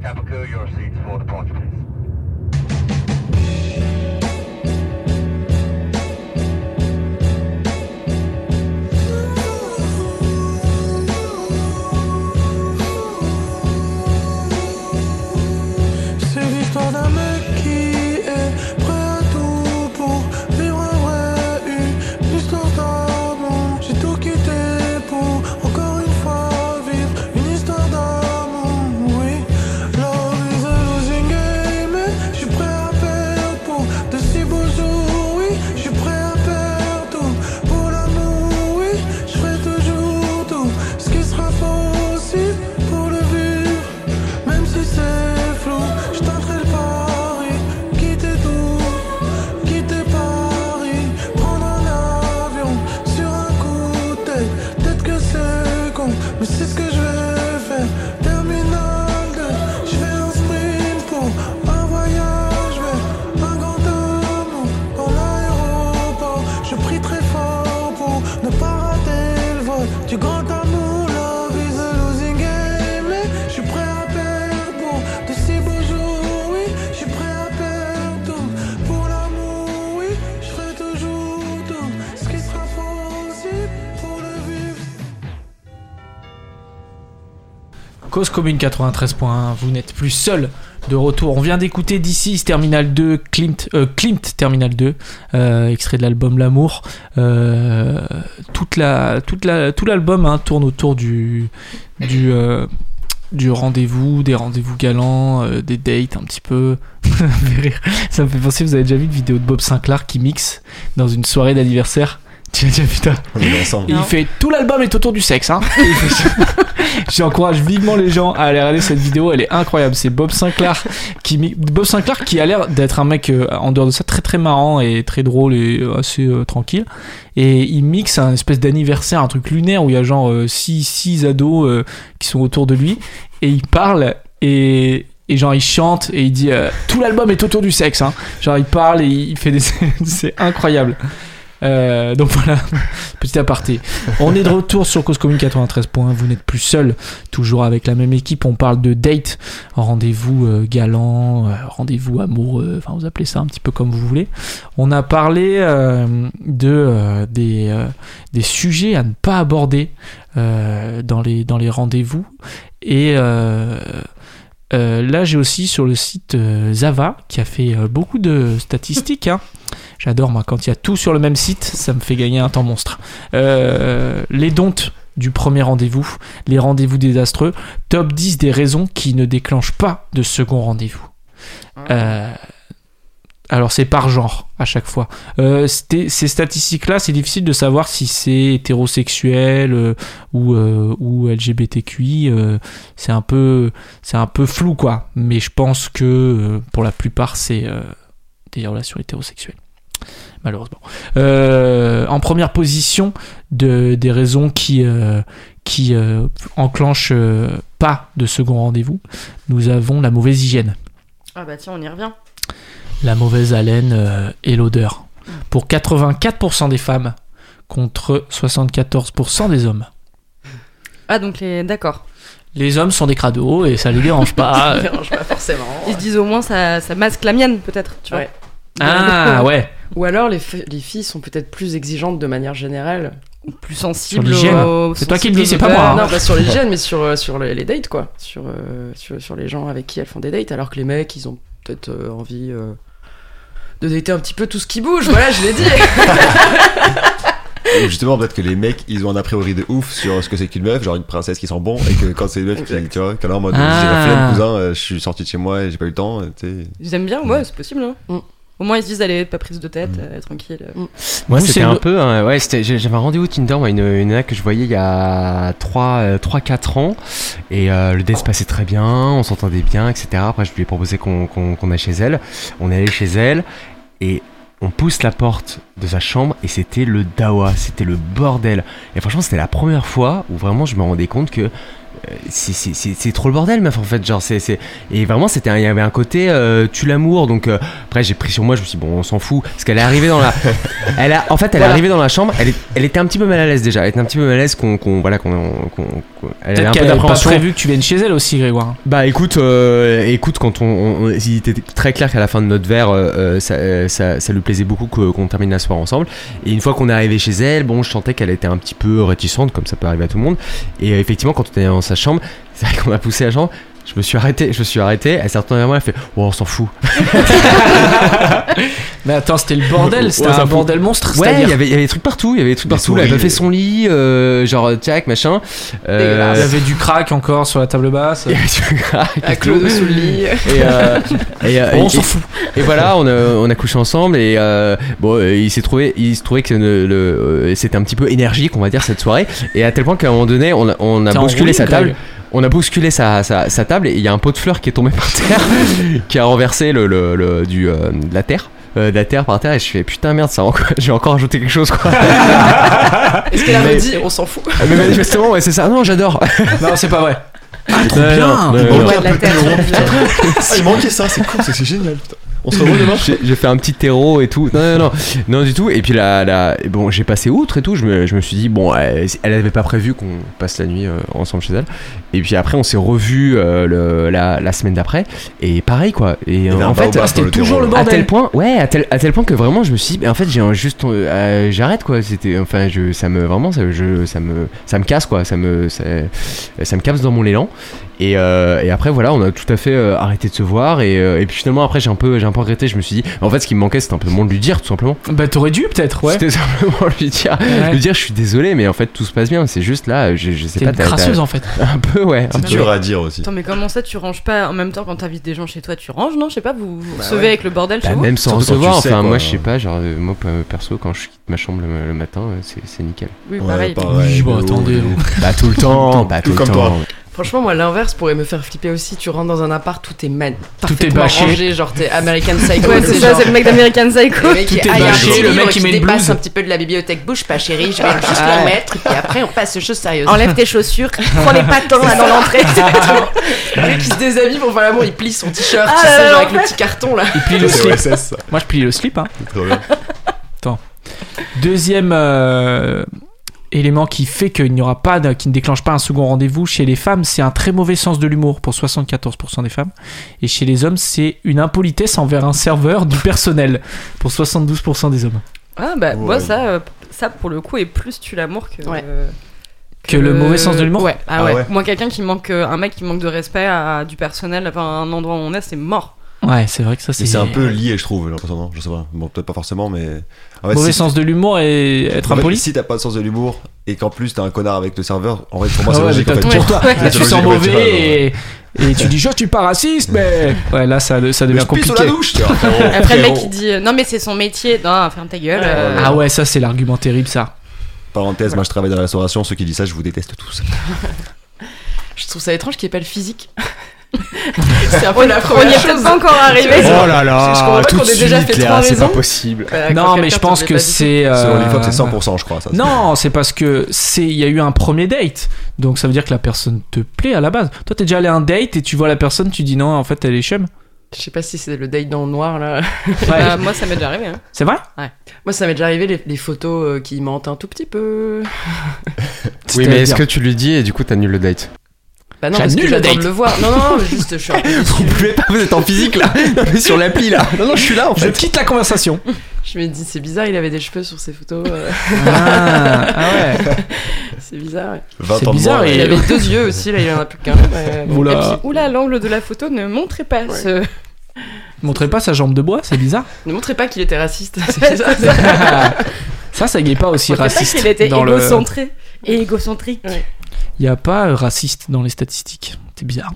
Caprico, your seats for departure, please. C'est l'histoire d'un mec qui est prêt à tout pour vivre un vrai, une histoire d'amour. J'ai tout quitté pour encore une fois vivre une histoire d'amour. Oui, love is a losing game. et Je suis prêt à perdre pour de si beaux jours. Oui, je suis prêt à perdre tout pour l'amour. Oui, je ferai toujours tout ce qui sera possible pour le vivre. Même si c'est flou, je tenterai le pari. Quitter tout, quitter Paris. Prendre un avion sur un coup de tête. Peut-être que c'est con, mais c'est ce que je vais faire. Terminal 2, je fais un sprint pour un voyage. Mais un grand amour dans l'aéroport. Je prie très fort pour ne pas rater le vol du grand amour. Love is a losing game. Mais Je suis prêt à perdre pour de si beaux jours. Oui, je suis prêt à perdre tout pour l'amour. Oui, je ferai toujours tout ce qui sera possible pour le vivre. Cause commune 93.1, vous n'êtes plus seul de retour. On vient d'écouter DC's Terminal 2, Klimt, euh, Klimt Terminal 2, euh, extrait de l'album L'amour. Euh, toute la, toute la, tout l'album hein, tourne autour du, du, euh, du rendez-vous, des rendez-vous galants, euh, des dates un petit peu. ça me fait rire. Ça me fait penser, vous avez déjà vu une vidéo de Bob Sinclair qui mixe dans une soirée d'anniversaire Tu as déjà vu ça On est ensemble. et il Non. fait tout l'album est autour du sexe. Hein. Et il fait- J'encourage vivement les gens à aller regarder cette vidéo, elle est incroyable. C'est Bob Sinclair qui mi- Bob Sinclair qui a l'air d'être un mec euh, en dehors de ça très très marrant et très drôle et euh, assez euh, tranquille. Et il mixe un espèce d'anniversaire, un truc lunaire où il y a genre 6 six ados euh, qui sont autour de lui et il parle et et genre il chante et il dit euh, tout l'album est autour du sexe hein. genre il parle et il fait des c'est incroyable Euh, donc voilà petit aparté on est de retour sur Cause Commune 93 points. Vous n'êtes plus seul, toujours avec la même équipe. On parle de date, rendez-vous euh, galant, euh, rendez-vous amoureux, enfin vous appelez ça un petit peu comme vous voulez. On a parlé euh, de euh, des, euh, des sujets à ne pas aborder euh, dans les, dans les rendez-vous. Et euh, euh, là, j'ai aussi sur le site euh, Zava qui a fait euh, beaucoup de statistiques. hein. J'adore, moi, quand il y a tout sur le même site, ça me fait gagner un temps monstre. Euh, les dontes du premier rendez-vous, les rendez-vous désastreux, top 10 des raisons qui ne déclenchent pas de second rendez-vous. Euh, alors c'est par genre à chaque fois. Euh, c'était- ces statistiques-là, c'est difficile de savoir si c'est hétérosexuel euh, ou, euh, ou LGBTQI. euh, c'est un peu, c'est un peu flou quoi. Mais je pense que euh, pour la plupart, c'est euh, des relations hétérosexuelles, malheureusement. Euh, en première position, de, des raisons qui, euh, qui euh, enclenchent euh, pas de second rendez-vous, nous avons la mauvaise hygiène, Ah bah tiens, on y revient. la mauvaise haleine euh, et l'odeur. Pour 84% des femmes contre 74% des hommes. Ah donc les... D'accord. Les hommes sont des crados et ça les dérange pas. Ça dérange pas forcément. Ils se disent au moins ça, ça masque la mienne peut-être, tu vois. Ouais. ah ouais, Ou alors les, fi- les filles sont peut-être plus exigeantes de manière générale. Plus Sur sensible l'hygiène. au... C'est toi qui sensible le dis, aux c'est pas odeurs. moi, hein. non, pas sur les gènes, mais sur, euh, sur les, les dates quoi. Sur, euh, sur, sur les gens avec qui elles font des dates, alors que les mecs ils ont peut-être euh, envie euh, de dater un petit peu tout ce qui bouge. Voilà, je l'ai dit. Ou Justement, peut-être que les mecs, ils ont un a priori de ouf sur ce que c'est qu'une meuf, genre une princesse qui sent bon, et que quand c'est une meuf qui, tu vois, qu'elle est en mode, j'ai la Ah. flemme, cousin, euh, je suis sorti de chez moi et j'ai pas eu le temps, euh, tu sais. Ils aiment bien, ouais, c'est possible. hein. Mm. Au moins ils se disent, allez, pas prise de tête, euh, tranquille. Moi, Vous, c'est c'était un le- peu. hein, ouais, c'était- j'ai- j'avais un rendez-vous Tinder, moi, une, une nana que je voyais il y a 3-4 ans. Et euh, le date se passait très bien, on s'entendait bien, etc. Après, je lui ai proposé qu'on qu'on qu'on aille chez elle. On est allé chez elle et on pousse la porte de sa chambre et c'était le dawa, c'était le bordel. Et franchement, c'était la première fois où vraiment je me rendais compte que. euh, c'est- C'est c'est- c'est trop le bordel, meuf, en fait. Genre, c'est c'est- Et vraiment, c'était un- il y avait un côté euh, tu l'amour. Donc, euh, après, j'ai pris sur moi, je me suis dit, bon, on s'en fout. Parce qu'elle est arrivée dans la, elle a, en fait, elle est arrivée dans la chambre. Elle, est- elle était un petit peu mal à l'aise déjà. Elle était un petit peu mal à l'aise qu'on, qu'on- voilà, qu'on, qu'on, qu'on- elle avait peut-être un peu qu'elle avait pas d'appréhension. prévu que tu viennes chez elle aussi, Grégoire. Bah, écoute, euh, écoute, quand on, on- on- il était très clair qu'à la fin de notre verre, euh, euh, ça, euh, ça, ça lui plaisait beaucoup que- qu'on termine la soirée ensemble. Et une fois qu'on est arrivé chez elle, bon, je sentais qu'elle était un petit peu réticente, comme ça peut arriver à tout le monde. Et euh, effectivement, quand on était dans sa chambre, c'est vrai qu'on a poussé la chambre. Je me suis arrêté, je me suis arrêté. Elle s'est retournée vers moi, elle fait, oh, on s'en fout. Mais attends, c'était le bordel, c'était Ouais, ça un fout. bordel monstre, Ouais, il c'est-à-dire. y avait il y avait des trucs partout, il y avait des trucs Des partout. là, elle a souris, fait des- son lit, euh, genre tac, machin. Euh, Il y avait du crack encore sur la table basse. il y avait du crack et À Claude tout. sous le lit. Et, euh, et, euh, on et- s'en fout. et voilà, on a, on a couché ensemble et euh, bon, euh, il s'est trouvé, il se trouvait que le, le, euh, c'était un petit peu énergique, on va dire cette soirée. Et à tel point qu'à un moment donné, on a, on a T'es en bousculé sa rouline, table, Greg. on a bousculé sa, sa, sa table et il y a un pot de fleurs qui est tombé par terre, qui a renversé le, le, le- du euh, de la terre, euh, de la terre par terre. Et je fais putain merde, ça, a encore- j'ai encore ajouté quelque chose quoi. Est-ce qu'elle a Mais- redit On s'en fout. Ah, Mais manifestement, ouais, c'est ça. Non, j'adore. Non, c'est pas vrai. Trop bien. Il manquait un de la peu de tête. terreau, putain. Ah, il manquait ça, c'est cool, c'est- c'est génial, putain. On se revoit demain. J'ai j'ai fait un petit terreau et tout. Non, non, non, non du tout. Et puis là, là bon, j'ai passé outre et tout. Je me, je me suis dit, bon, elle elle avait pas prévu qu'on passe la nuit euh, ensemble chez elle. Et puis après, on s'est revus euh, le- la, la semaine d'après. Et pareil, quoi. Et Il y euh, avait un en fait, baobab c'était dans toujours toujours terreau, le là. à tel bordel. point, ouais, à tel, à tel point que vraiment, je me suis dit, mais en fait, j'ai un juste, euh, j'arrête, quoi. C'était, enfin, je, ça me, vraiment, ça, je, ça me, ça me casse, quoi. Ça me, ça, ça me casse dans mon élan. Et, euh, et après, voilà, on a tout à fait euh, arrêté de se voir. Et, euh, et puis finalement, après, j'ai un, peu, j'ai un peu regretté. Je me suis dit, en fait, ce qui me manquait, c'était un peu le moment de lui dire, tout simplement. Bah, t'aurais dû peut-être, ouais. C'était simplement lui dire, Ouais. lui dire, je suis désolé, mais en fait, tout se passe bien. C'est juste là, je, je sais T'es pas. une t'as- t'as- crasseuse en fait. Un peu, ouais. un C'est peu. dur à dire aussi. Attends, mais comment ça, tu ranges pas en même temps quand t'invites des gens chez toi, tu ranges, non Je sais pas, vous, vous recevez avec le bordel Bah, chez vous même sans Surtout quand recevoir, tu sais, enfin quoi. moi je sais pas, genre euh, moi euh, perso quand je quitte ma chambre le, le matin euh, c'est c'est nickel. Oui, Ouais, pareil. pareil, Oui, bon, mais attendez. hein. Bah tout le temps, bah Oh, tout le temps. Franchement, moi, l'inverse pourrait me faire flipper aussi. Tu rentres dans un appart, tout est man, parfaitement bâché. rangé, genre t'es American Psycho. Ouais, c'est ça, genre- c'est le mec d'American Psycho. Le mec Tout qui est ah, il y a un bâché, petit le livre mec qui qui, met une dépasse blouse. un petit peu de la bibliothèque. Bouge pas, chérie, je vais juste Ouais. le mettre. Et puis après, on passe aux choses sérieuses. Enlève tes chaussures, prends les patins là dans l'entrée. Le mec qui se déshabille pour faire l'amour, il plie son t-shirt, Ah tu là sais, là, genre en avec le fait. petit carton là. Il plie le C'est slip. OSS, ça. Moi, je plie le slip. Hein. C'est trop bien. Deuxième euh, élément qui fait qu'il n'y aura pas, de- qui ne déclenche pas un second rendez-vous chez les femmes, c'est un très mauvais sens de l'humour pour 74% des femmes, et chez les hommes, c'est une impolitesse envers un serveur du personnel pour 72% des hommes. Ah bah, moi Ouais. ça, euh, ça pour le coup est plus tu l'amour que. Ouais. euh, Que le mauvais sens de l'humour Ouais, ah, Ah ouais. ouais. Moi, quelqu'un qui manque, euh, un mec qui manque de respect à du personnel, enfin un endroit où on est, c'est mort. Ouais, c'est vrai que ça, Mais c'est c'est un peu lié, je trouve, j'ai l'impression, non Je sais pas. Bon, peut-être pas forcément, mais. En fait, mauvais si- sens de l'humour et être en fait, impoli. Si t'as pas de sens de l'humour et qu'en plus t'as un connard avec le serveur, en fait, pour Ah moi, c'est ouais, logique. mais en t'as fait. toujours toi. Ouais. Là, tu C'est sens logique, ouais, mauvais et, et tu dis, je suis pas raciste, mais. Ouais, là, ça, ça Mais devient je pisse sous compliqué. la douche, tu vois. Après, le mec qui dit euh, non, mais c'est son métier, non, ferme ta gueule. euh, Ah ouais, ça, c'est l'argument terrible, ça. Parenthèse, moi je travaille dans la restauration, ceux qui disent ça, je vous déteste tous. Je trouve ça étrange qu'il n'y ait pas le physique. c'est un peu la On n'y première est peut-être chose. pas encore arrivé. Oh là là, Je comprends pas tout qu'on de ait déjà suite, fait Léa, trois c'est pas raisons. possible. Voilà, Ah, quand non, mais je quelqu'un te pense plaît que pas du tout. c'est. Selon euh, l'IFOP, c'est 100%, je crois. ça, c'est- Non, c'est parce que c'est il y a eu un premier date. Donc ça veut dire que la personne te plaît à la base. Toi t'es déjà allé à un date et tu vois la personne, tu dis non, en fait elle est chum. Je sais pas si c'est le date dans le noir là. Ouais. Bah, moi, ça m'est déjà arrivé. hein. c'est vrai Moi, ça m'est déjà arrivé les, les photos euh, qui mentent un tout petit peu. Oui, mais est-ce C'est-à-dire- que tu lui dis et du coup t'annules le date Bah non, parce que J'annule le j'attends date. de le voir. Non, non, juste je suis un peu Vous déçue. pouvez pas, vous êtes en physique là Non, mais sur l'appli là Non, non, je suis là en je quitte la conversation. Je me dis, c'est bizarre, il avait des cheveux sur ses photos. euh, ah, ah ouais. c'est bizarre. ouais. 20 C'est ans de bizarre, moins, et- Il ouais. avait deux yeux aussi, là, il en a plus qu'un. Ouais, bon. Oula. Et puis, oula, l'angle de la photo ne montrez pas ce. Montrez pas sa jambe de bois, c'est bizarre. Ne montrez pas qu'il était raciste. C'est bizarre. ça ça n'est pas aussi montrez pas raciste qu'il était dans le. égocentré et égocentrique. Il y a pas euh, raciste dans les statistiques. C'est bizarre.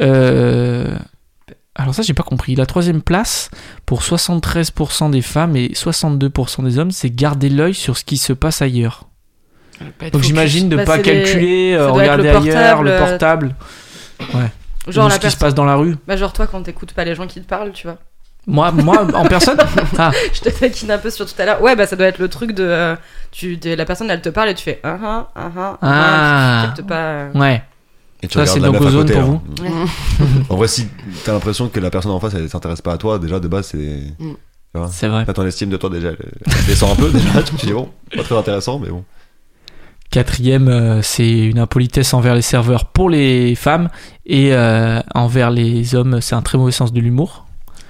Euh, Alors ça, j'ai pas compris. La troisième place, pour 73% des femmes et 62% des hommes, c'est garder l'œil sur ce qui se passe ailleurs. Pas être Donc focus. j'imagine de Bah, pas c'est les- calculer, euh, ça doit être regarder le ailleurs, portable, le euh, portable, Genre, ou la ce qui se personne. passe dans la rue. Bah, genre, toi, quand t'écoutes pas les gens qui te parlent, tu vois. Moi, moi en personne Ah, Je te taquine un peu sur tout à l'heure. Ouais, bah, ça doit être le truc de. euh, tu, de- la personne, elle te parle et tu fais. Ah ah, ah ah. Ah. Tu captes pas. euh, ouais. Et tu Ça, regardes c'est la donc meuf à ozone côté, pour hein. vous En vrai, si t'as l'impression que la personne en face, elle s'intéresse pas à toi, déjà de base, c'est. C'est vrai. Là, ton estime de toi, déjà, elle elle descend un peu, déjà. Tu te dis, bon, pas très intéressant, mais bon. Quatrième, euh, c'est une impolitesse envers les serveurs pour les femmes et euh, envers les hommes, c'est un très mauvais sens de l'humour.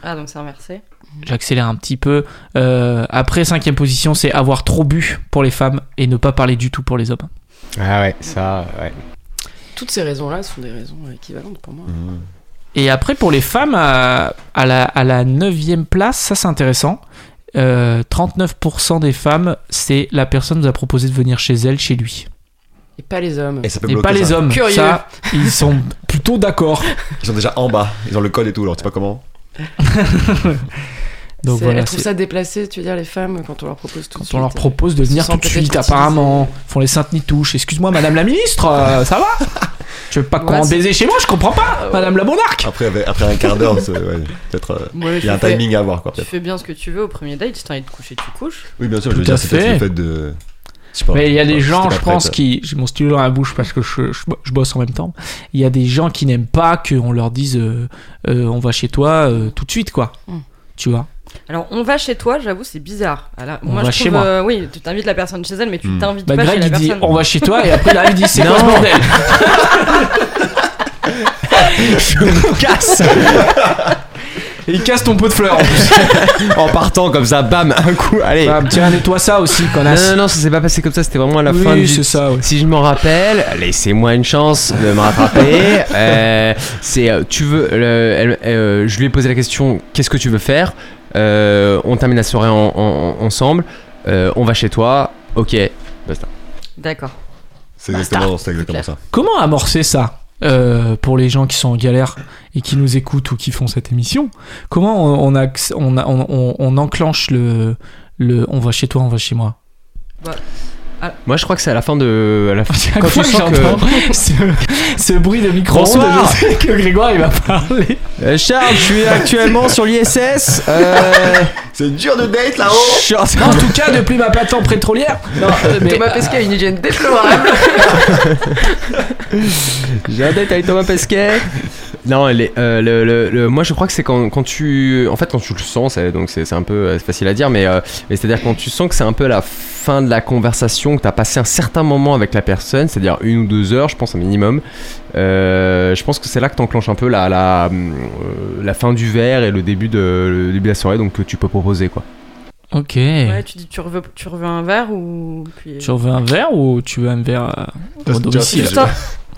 Ah, donc c'est inversé. j'accélère un petit peu. Euh, après, cinquième position, c'est avoir trop bu pour les femmes et ne pas parler du tout pour les hommes. Ah ouais, ça, ouais. Toutes ces raisons-là sont des raisons euh, équivalentes pour moi. Mhm. Et après, pour les femmes, euh, à, la, à la neuvième place, ça c'est intéressant. Euh, 39% des femmes, c'est la personne nous a proposé de venir chez elle, chez lui. Et pas les hommes. Et ça peut Et bloquer. pas les ça. hommes. Curieux. Ça, ils sont plutôt d'accord. Ils sont déjà en bas, ils ont le code et tout, alors tu sais pas comment. Donc C'est- voilà, elles trouvent c'est- ça déplacé, tu veux dire, les femmes, quand on leur propose tout de quand suite. on leur propose de se venir sent tout de peut-être suite, utilisées. apparemment, font les saintes nitouches. Excuse-moi, madame la ministre, euh, ça va Tu veux pas qu'on Ouais, c'est- Euh, baiser chez moi Je comprends pas, madame la monarque Après, avec- après un quart d'heure, c'est- ouais, peut-être. euh, Ouais, Il y a un tu fais- timing à avoir, quoi, Tu peut-être. fais bien ce que tu veux au premier date. Si t'as envie de coucher, tu couches. Oui, bien sûr, je Tout veux à dire, c'est fait. peut-être le fait de. je sais pas, Mais il y a des si gens, t'es je pas pense, prête. qui. J'ai mon stylo dans la bouche parce que je, je, je bosse en même temps. Il y a des gens qui n'aiment pas qu'on leur dise euh, euh, on va chez toi euh, tout de suite, quoi. Hmm. Mm. Tu vois Alors, on va chez toi, j'avoue, c'est bizarre. Alors, On moi, va je chez trouve, moi. euh, oui, tu t'invites la personne chez elle, mais tu Hmm. t'invites Bah, pas Greg, chez la il dit personne. on va chez toi, et après, là, il dit c'est quoi ce bordel Je me casse Et il casse ton pot de fleurs en, plus. En partant comme ça, bam, un coup, allez. Bah, tiens, nettoie ça aussi, non, connasse. non, non, ça s'est pas passé comme ça, c'était vraiment à la fin oui, du. c'est ça, ouais. Si je m'en rappelle, laissez-moi une chance de me rattraper. Euh, c'est, euh, tu veux, euh, elle- euh, je lui ai posé la question, qu'est-ce que tu veux faire Euh, On termine la soirée en- en- en- ensemble. Euh, on va chez toi. Ok. oh. D'accord. C'est exactement, c'est exactement ça. Comment amorcer ça euh, pour les gens qui sont en galère et qui nous écoutent ou qui font cette émission Comment on, on, acc- on, a- on- on- on enclenche le, le on va chez toi, on va chez moi Moi, je crois que c'est à la fin de, à la fin. Chaque Quand fois tu que sens que- j'entends ce, ce bruit de micro, Bonsoir. je sais que Grégoire il va parler. Euh, Charles, je suis actuellement sur l'ISS. Euh, C'est dur de date là-haut je suis en train En de- tout cas, depuis ma patente pétrolière. Non, mais, bah, Thomas Pesquet a une hygiène déplorable. J'ai un date avec Thomas Pesquet. Non, elle est- euh, le, le- le- moi je crois que c'est quand, quand tu. En fait, quand tu le sens, c'est- donc c'est c'est un peu euh, c'est facile à dire, mais, euh, mais c'est-à-dire quand tu sens que c'est un peu la fin de la conversation, que tu as passé un certain moment avec la personne, c'est-à-dire une ou deux heures, je pense, un minimum. euh, je pense que c'est là que tu enclenches un peu la, la, hum, euh, la fin du verre et le début de, le début de la soirée, donc que tu peux proposer quoi. Ok. Ouais, tu dis tu reveux, tu reveux un verre ou puis euh, Tu en veux un verre ou tu veux un verre euh, au domicile Juste un,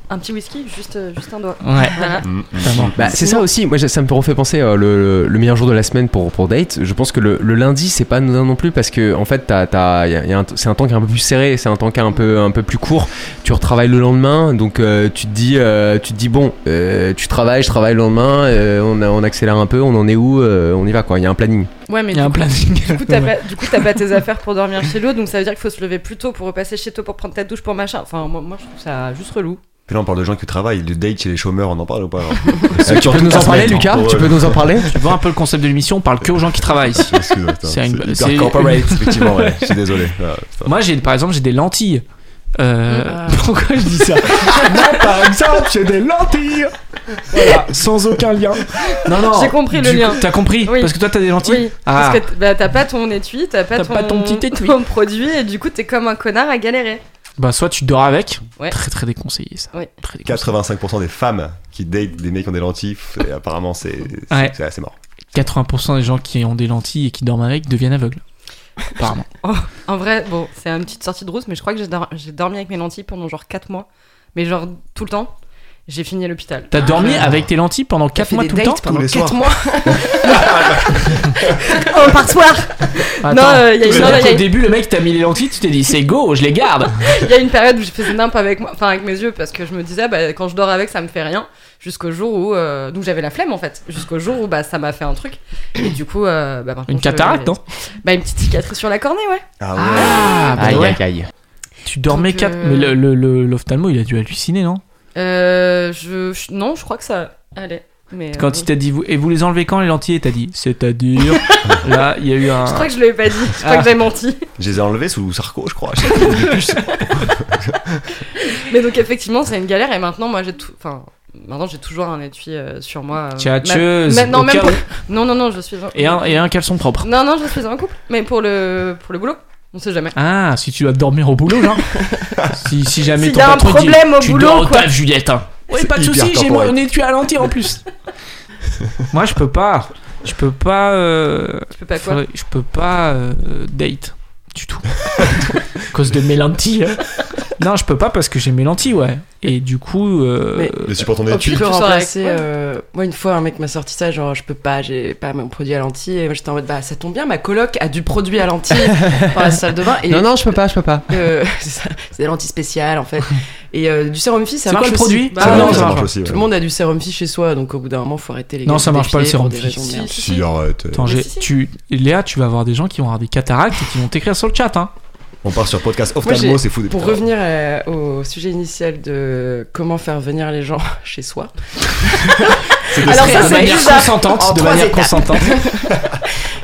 un petit whisky, juste euh, juste un doigt. Ouais, Voilà. vraiment. Bah, c'est ça aussi, moi je- ça me refait penser euh, le, le- le meilleur jour de la semaine pour, pour date. Je pense que le, le lundi c'est pas anodin non plus parce que en fait t'as- t'as- y a- y a un- c'est un temps qui est un peu plus serré, c'est un temps qui est un peu, un peu plus court. Tu retravailles le lendemain donc euh, tu, te dis, euh, tu te dis bon, euh, tu travailles, je travaille le lendemain, euh, on, a- on accélère un peu, on en est où, euh, on y va quoi, il y a un planning. Ouais, mais Il y a un du coup, planning. du coup, t'as pas, du coup, t'as pas tes affaires pour dormir chez l'autre, donc ça veut dire qu'il faut se lever plus tôt pour repasser chez toi pour prendre ta douche pour machin. Enfin, moi, moi je trouve ça juste relou. Puis là, on parle de gens qui travaillent. Le date chez les chômeurs, on en parle ou pas alors Euh, tu peux nous en parler Lucas Tu peux nous en parler Tu vois un peu le concept de l'émission, on parle que aux gens qui travaillent ici. Excuse-moi, attends, C'est c'est une- hyper c'est- corporate, effectivement, ouais. Je suis désolé. Ah, Voilà, putain. Moi, j'ai par exemple, j'ai des lentilles. Euh, Ah. Pourquoi je dis ça Non, par exemple, j'ai des lentilles. Voilà, sans aucun lien. Non, non. J'ai compris le du lien. coup, T'as compris Oui. Parce que toi, t'as des lentilles. Oui, Ah. parce que t- bah, t'as pas ton étui, t'as pas, T'as pas ton petit étui. ton produit, et du coup t'es comme un connard à galérer. Bah, soit tu dors avec. Ouais. Très, très déconseillé ça. Ouais. Très déconseillé. 85% des femmes qui datent des mecs qui ont des lentilles, pff, et apparemment, c'est c'est- Ouais. c'est assez mort. 80% des gens qui ont des lentilles et qui dorment avec deviennent aveugles. Apparemment. En vrai, bon, c'est une petite sortie de rousse, mais je crois que j'ai dor- j'ai dormi avec mes lentilles pendant genre 4 mois, mais genre tout le temps. J'ai fini à l'hôpital. T'as dormi Ah. avec tes lentilles pendant 4 mois tout le temps pendant les quatre soirs. mois Oh, par soir Non, Attends. euh, il y a une- C'est non, vrai il y a Ah. qu'au une- début, le mec t'a mis les lentilles, tu t'es dit c'est go, je les garde. Il y a une période où je faisais nimp avec moi, enfin avec mes yeux, parce que je me disais, bah, quand je dors avec, ça me fait rien. Jusqu'au jour où, euh, donc j'avais la flemme en fait. Jusqu'au jour où, bah, ça m'a fait un truc. Et du coup, euh, bah, maintenant, Une je- cataracte, non Bah, une petite cicatrice sur la cornée, ouais. Ah Ah, bah Aïe ouais. aïe aïe. Tu dormais Donc, 4. euh, Mais le- le- le- l'ophtalmo, il a dû halluciner, non Euh, je, je- non, je crois que ça allait. Mais euh, Quand il t'a dit, vous- et vous les enlevez quand les lentilles Et T'as dit, c'est-à-dire Là, il y a eu un. je crois que je l'avais pas dit. Je crois Ah. que j'ai menti. Je les ai enlevés sous Sarko, je crois. Mais donc effectivement, c'est une galère. Et maintenant, moi, j'ai tout. Enfin, maintenant, j'ai toujours un étui euh, sur moi. euh, Tchatcheuse, ma- ma- non, au même cas pour- où. non, non, non, je suis. En... Et un, et un caleçon propre. Non, non, je suis en couple. Mais pour le, pour le boulot, on sait jamais. Ah, si tu dois dormir au boulot, genre Si, si jamais S'il ton y a un patron dit, problème au tu boulot, dors au quoi. taf, Juliette. hein. Ouais, C'est pas de hyper soucis, j'ai corporate. mon étui à lentilles en plus. Moi, je peux pas. Je peux pas. euh, Tu peux pas quoi faudrait- Je peux pas euh, date du tout. à cause de mes lentilles. hein. Non, je peux pas parce que j'ai mes lentilles, ouais. Et du coup. euh, Mais- Mais tu prends ton Tu étude. tu peux sors remplacer. avec- ouais. euh, Moi, une fois, un mec m'a sorti ça, genre, je peux pas, j'ai pas mon produit à lentilles. Et moi, j'étais en mode, bah, ça tombe bien, ma coloc a du produit à lentilles dans la salle de bain. Et Non non, je peux pas, je peux pas. euh, c'est ça, c'est des lentilles spéciales, en fait. Et euh, du sérum fi, ça C'est quoi marche. le aussi. produit Bah, Ça non, marche, ça marche. aussi. Tout ouais. le monde a du sérum fi chez soi, donc au bout d'un moment, faut arrêter les Non, gars, ça faut marche pas, le défiler pour sérum des fi. raisons de merde. Si, arrête. Attends, j'ai- si, si. tu, Léa, tu vas avoir des gens qui vont avoir des cataractes et qui vont t'écrire sur le chat. Hein. On part sur podcast Moi, j'ai- ophtalmo, c'est fou. des- Pour revenir euh, au sujet initial de comment faire venir les gens chez soi. Alors ça de c'est manière bizarre. En consentante, de trois manière étapes. consentante.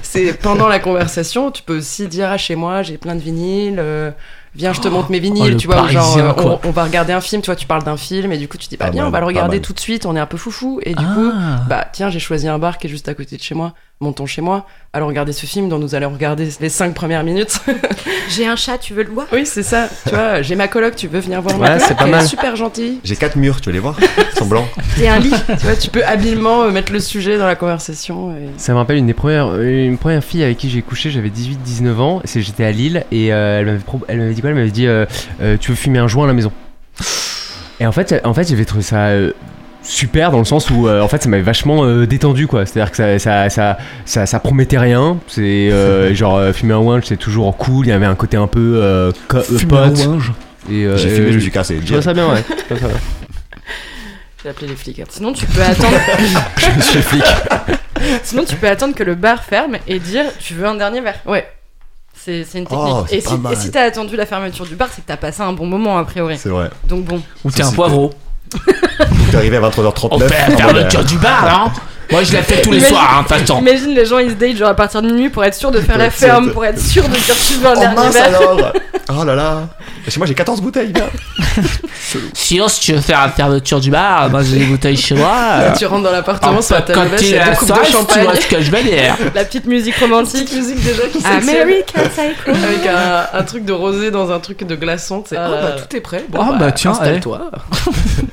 C'est pendant la conversation, tu peux aussi dire ah chez moi j'ai plein de vinyles. euh, Viens, je te montre mes oh, vinyles, le tu vois, ou genre, Parisien, euh, quoi. on, on va regarder un film, tu vois, tu parles d'un film, et du coup, tu dis, bah, Pas bien, on mal, va le pas regarder mal. tout de suite, on est un peu foufou, et du coup, Ah. bah, tiens, j'ai choisi un bar qui est juste à côté de chez moi, montons chez moi, allons regarder ce film dont nous allons regarder les cinq premières minutes. J'ai un chat, tu veux le voir oui, c'est ça. Tu vois, j'ai ma coloc, tu veux venir voir Ouais, ma coloc c'est pas elle est mal. super gentille. J'ai quatre murs, tu veux les voir Ils sont blancs. Et un lit. Tu vois, tu peux habilement euh, mettre le sujet dans la conversation. et- Ça me rappelle une des premières, euh, une première fille avec qui j'ai couché, j'avais 18-19 ans, c'est- j'étais à Lille et euh, elle m'avait pro- elle m'avait dit quoi Elle m'avait dit euh, euh, Tu veux fumer un joint à la maison Et en fait, en fait j'avais trouvé ça euh, super dans le sens où euh, en fait, ça m'avait vachement euh, détendu quoi. C'est à dire que ça, ça, ça, ça, ça promettait rien, c'est euh, genre euh, fumer un joint c'est toujours cool, il y avait un côté un peu euh, co- euh, pote. Et, euh, J'ai euh, fumé, je me je suis cassé. je trouvais direct. ça bien, ouais. Je trouvais ça bien. J'ai appelé les flics. après. Sinon, tu peux attendre. Je suis flic. Sinon, tu peux attendre que le bar ferme et dire tu veux un dernier verre. Ouais. C'est c'est une technique. Oh, c'est et, pas si, mal. et si t'as attendu la fermeture du bar, c'est que t'as passé un bon moment a priori. C'est vrai. Donc bon, Ou t'es Ça, un Oh, c'est- poivreau. T'es arrivé à 23h39. On fait la euh, fermeture du bar, hein Moi, je la fais tous les Imagine- soirs, hein, de toute façon. imagine les gens ils se datent genre à partir de minuit pour être sûr de faire la Ouais, c'est- ferme, pour être sûr de dire tu veux un Oh dernier mince verre. alors Oh là là Chez moi j'ai 14 bouteilles là. Sinon, si tu veux faire la fermeture du bar, moi j'ai des bouteilles chez moi. euh, Tu rentres dans un l'appartement, peu ça ta quand mèche, t'es il y a à deux coupes de Saint, tu champagne. vois ce que je vais dire. La petite musique romantique. Petite musique Ah, déjà qui s'accélère. American Psycho. Avec un, un truc de rosé dans un truc de glaçon, tu sais. Ah Ah, là bah là. tout est prêt. Bon, Ah, bah, tiens, installe-toi.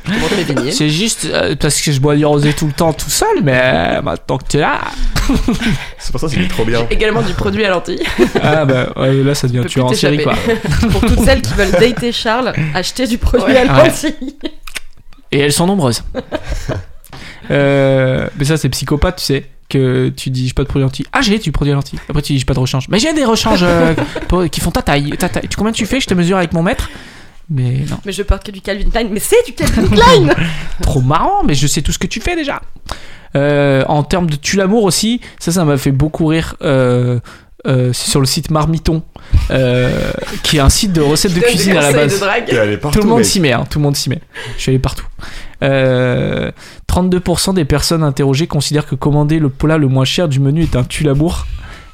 Je te montre les vignettes. C'est juste euh, parce que je bois du rosé tout le temps tout seul, mais euh, maintenant que t'es là. C'est pour ça que c'était trop bien. Également du produit à lentilles. Ah bah ouais, là ça devient Peut tueur en plus série quoi. t'échapper. Pour toutes celles qui veulent dater Charles, acheter du produit Ouais. à Ouais. lentilles. Et elles sont nombreuses. Euh, mais ça c'est psychopathe, tu sais. Que tu dis j'ai pas de produit anti. Ah j'ai du produit anti. Après tu dis j'ai pas de rechange. Mais j'ai des rechanges euh, pour- qui font ta taille, ta taille. Tu combien tu fais Je te mesure avec mon mètre. Mais non. Mais je porte que du Calvin Klein. Mais c'est du Calvin Klein trop marrant, mais je sais tout ce que tu fais déjà. Euh, en termes de tu l'amour aussi, ça, ça m'a fait beaucoup rire. euh, euh, c'est sur le site Marmiton, euh, qui est un site de recettes de Donne des cuisine à la conseils De base. drague. T'es allé partout. Tout le monde mec. s'y met, hein, tout le monde s'y met. Je suis allé partout. Euh, 32% des personnes interrogées considèrent que commander le plat le moins cher du menu est un tue l'amour.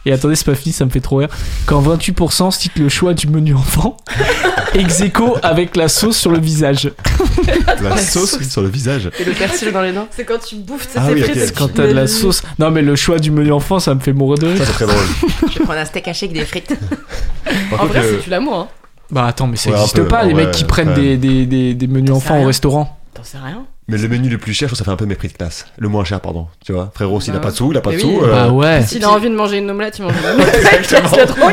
Et attendez, c'est pas fini, ça me fait trop rire. Quand 28% citent le choix du menu enfant, ex aequo avec la sauce sur le visage. La sauce sur le visage. Et le persil dans les dents. C'est quand tu bouffes, tu sais, Ah c'est oui, frit, ok. c'est- C'est Quand t'as de la sauce. Non, mais le choix du menu enfant, ça me fait mourir de rire. Ça c'est très drôle. Je prends un steak haché avec des frites. Par En contre, vrai, euh, c'est du l'amour. Hein. Bah attends, mais ça Ouais, un existe peu, pas, les ouais, mecs qui prennent des, ouais. des, des, des menus Ça enfants sert à au rien. restaurant. T'en sais rien. mais le menu le plus cher, je trouve que ça fait un peu mépris de classe. Le moins cher, pardon. Tu vois, frérot, s'il Bah n'a pas ouais. de sous, il n'a pas de Mais sous. oui. euh, Bah ouais. S'il a envie de manger une omelette, il mange une omelette. Exactement.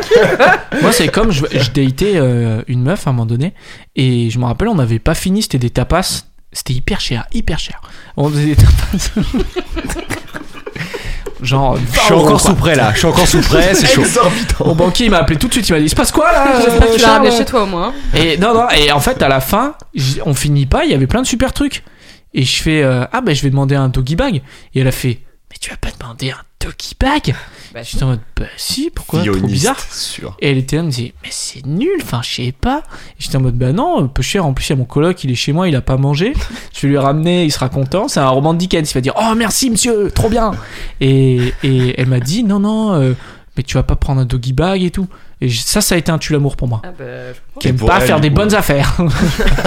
Moi, c'est comme je, je datais euh, une meuf à un moment donné, et je me rappelle, on n'avait pas fini, c'était des tapas. C'était hyper cher, hyper cher. On faisait des tapas. Genre, Je suis encore sous près là, je suis encore sous près, c'est chaud. Mon Exorbitant. banquier, il m'a appelé tout de suite, il m'a dit Il se passe quoi là euh, J'espère que tu l'as Charles ramené chez toi au moins. Et non, non, et en fait, à la fin, j- on finit pas, il y avait plein de super trucs. Et je fais, euh, ah ben je vais demander un doggy bag. Et elle a fait, mais tu vas pas demander un doggy bag Bah, J'étais en mode, bah si, pourquoi Trop Ioniste, bizarre. Sûr. Et elle était là, elle me disait, mais c'est nul, enfin je sais pas. Et J'étais en mode, bah non, peu cher, en plus il y a mon coloc, il est chez moi, il a pas mangé. Je vais lui ramener, il sera content. C'est un roman de Dickens, il va dire, oh merci monsieur, trop bien. Et, et elle m'a dit, non, non, euh, mais tu vas pas prendre un doggy bag et tout. Et j- ça, ça a été un tue l'amour pour moi. Ah bah, je Qui Et aime pour pas elle, faire du des coup, bonnes affaires. comprends.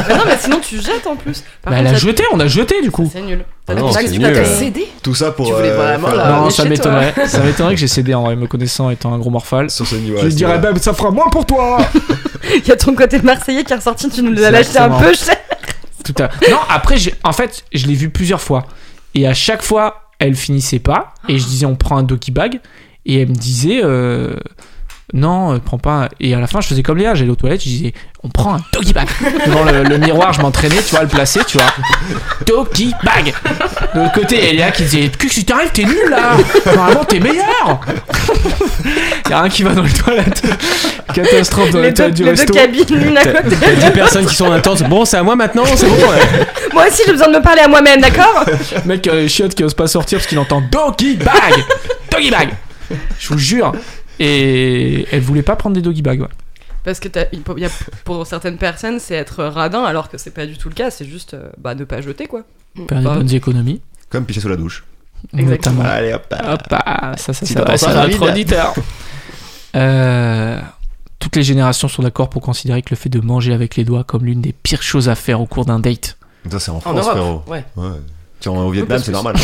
Mais non, mais sinon tu jettes en plus. Par Bah, elle contre, a ça- jeté, on a jeté du coup. C'est nul. Ah C'est non, pour ça c'est que tu nul, t'as euh. cédé. Tout ça pour. Tu voulais euh, vraiment faire la- la- non, mais ça chez m'étonnerait. ça m'étonnerait que j'ai cédé en vrai, me connaissant étant un gros morphal. Sur ce Je niveau. lui dirais, bah, ça fera moins pour toi. Il y a ton côté marseillais qui est ressorti, tu nous l'as lâché un Exactement. peu cher. Tout à... Non, après, j'ai- en fait, je l'ai vu plusieurs fois. Et à chaque fois, elle finissait pas. Et je disais, on prend un doggy bag. Et elle me disait, euh, non, euh, prends pas. un- Et à la fin, je faisais comme Léa, j'allais aux toilettes, je disais, on prend un doggy bag. Devant le, le miroir, je m'entraînais, tu vois, à le placer, tu vois. Doggy bag. De l'autre côté, Elia qui disait, qu'est-ce qui t'arrive, t'es nul là. Normalement, t'es meilleur. y a un qui va dans les toilettes. Catastrophe dans les, Les deux, toilettes du les deux resto. cabines l'une à T'as côté. t'as 10 personnes qui sont en attente, bon, c'est à moi maintenant, c'est bon. ouais. Moi aussi j'ai besoin de me parler à moi-même, d'accord Mec, euh, chiottes qui ose pas sortir parce qu'il entend Doggy Bag Doggy Bag Je vous jure. Et elle voulait pas prendre des Doggy Bag. Ouais. Parce que t'as- il peut- il y a- pour certaines personnes, c'est être radin, alors que c'est pas du tout le cas, c'est juste euh, bah, ne pas jeter quoi. Faire des Bah, bonnes économies. Comme picher sous la douche. Exactement. Allez hop. bah. Hop, ah, ça, ça, Petit ça, attentat c'est à la notre ville. auditeur. Euh, toutes les générations sont d'accord pour considérer que le fait de manger avec les doigts comme l'une des pires choses à faire au cours d'un date. Ça c'est en En France, Europe. frérot. Ouais. Ouais. Tiens, Au Vietnam, c'est normal.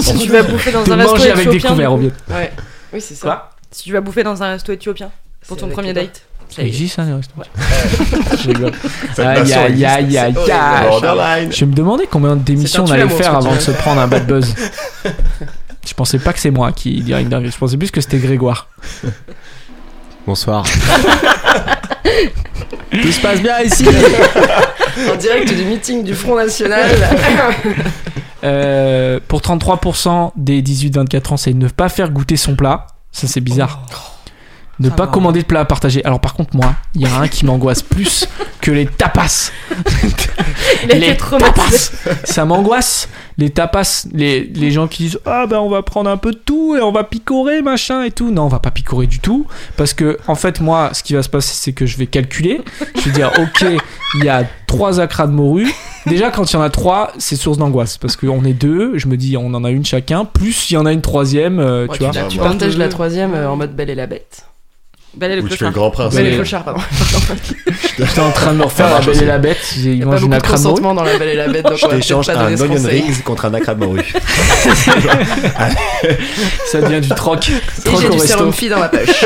Si tu vas bouffer dans Tout un resto manger avec des éthiopien. couverts au mieux. Ouais. Oui, c'est ça. Quoi Si tu vas bouffer dans un resto éthiopien pour C'est ton avec premier les date. Ça existe, hein, les restaurants. Je rigole. Cette Aïe, nation aïe, existe. aïe, aïe, C'est aïe. borderline. Je me demandais combien d'émissions on C'est un allait tue-l'amour, faire ce que avant tu de se prendre un bad buzz. Je pensais pas que c'est moi qui dirais une dinguerie. Je pensais plus que c'était Grégoire. Bonsoir. Tout se passe bien ici En direct du meeting du Front National. Euh, Pour 33% des 18-24 ans, c'est ne pas faire goûter son plat. Ça, c'est bizarre. Oh. Ne Ça pas va. hein. commander de plat à partager. Alors, par contre, moi, il y a un qui m'angoisse plus que les tapas. Il a les été traumatisé. tapas Ah, Ça m'angoisse. Les tapas, les, les gens qui disent Ah ben on va prendre un peu de tout et on va picorer, machin et tout. Non, on va pas picorer du tout. Parce que, en fait, moi, ce qui va se passer, c'est que je vais calculer. Je vais dire Ok, il y a trois acras de morue. Déjà, quand il y en a trois, c'est source d'angoisse. Parce qu'on est deux, je me dis On en a une chacun, plus il y en a une troisième, euh, tu vois. tu- Tu Bah, partages la troisième euh, en mode Belle et la Bête. Belle et Ou le tu fais le clochard. grand prince. Belle et Ouais. le Clochard, pardon. J'étais en train de me refaire Ça la marche belle et aussi. la bête. J'ai Il y a pas mangé une beaucoup de acra de morue. consentement dans la Belle et la Bête, donc on va peut-être T'échanges pas donner un ce onion conseil. rings contre un acra de morue. Ça devient du troc. Et Troc j'ai au du resto. sérum fille dans ma poche.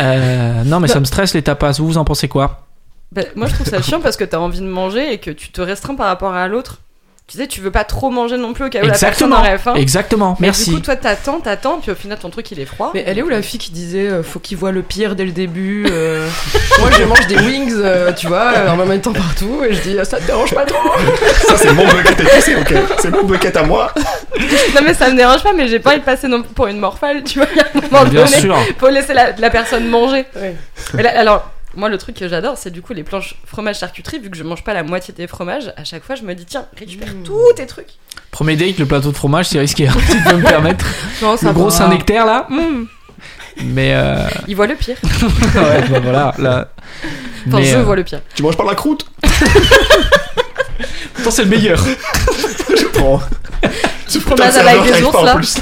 Euh, non, mais ça me stresse les tapas. Vous, vous en pensez quoi Bah, moi, je trouve ça chiant parce que t'as envie de manger et que tu te restreins par rapport à l'autre. Tu sais, tu veux pas trop manger non plus au cas où la Exactement. personne aurait Ah. faim. Exactement. Mais Merci. Du coup, toi, t'attends, t'attends, puis au final, ton truc, il est froid. Mais elle est où la fille qui disait euh, faut qu'il voit le pire dès le début euh, Moi je mange des wings, euh, tu vois, euh, en même temps partout, et je dis ah, ça te dérange pas trop Ça, c'est mon bucket. à- C'est ok. C'est mon bucket à moi. Non, mais ça me dérange pas, mais j'ai pas envie de passer non plus pour une morphale, tu vois. Il y a un moment Bien donné, sûr. faut laisser la, la personne manger. Ouais. Et là, alors, moi, le truc que j'adore, c'est du coup les planches fromage-charcuterie. Vu que je mange pas la moitié des fromages, à chaque fois, je me dis, tiens, récupère Mmh. tous tes trucs. Premier date, le plateau de fromage, c'est risqué. hein, si tu peux me permettre. Non, ça Le gros va. saint nectaire là. Mmh. Mais euh, Il voit le pire. ouais, bah voilà. Là. Enfin, Mais, je euh, vois le pire. Tu manges par la croûte pourtant, c'est le meilleur. Je prends. Tu Putain, promènes c'est un avec orteil des pas ours en là. plus.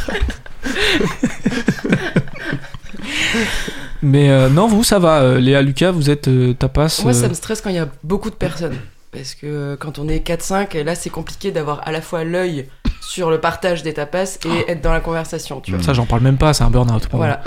Mais euh, non, vous, ça va. euh, Léa, Lucas, vous êtes euh, tapas. Moi ça euh, me stresse quand il y a beaucoup de personnes. Parce que euh, quand on est 4-5, là c'est compliqué d'avoir à la fois l'œil sur le partage des tapas Ah. et être dans la conversation, tu vois. ça, j'en parle même pas. C'est un burn-out. pour moi.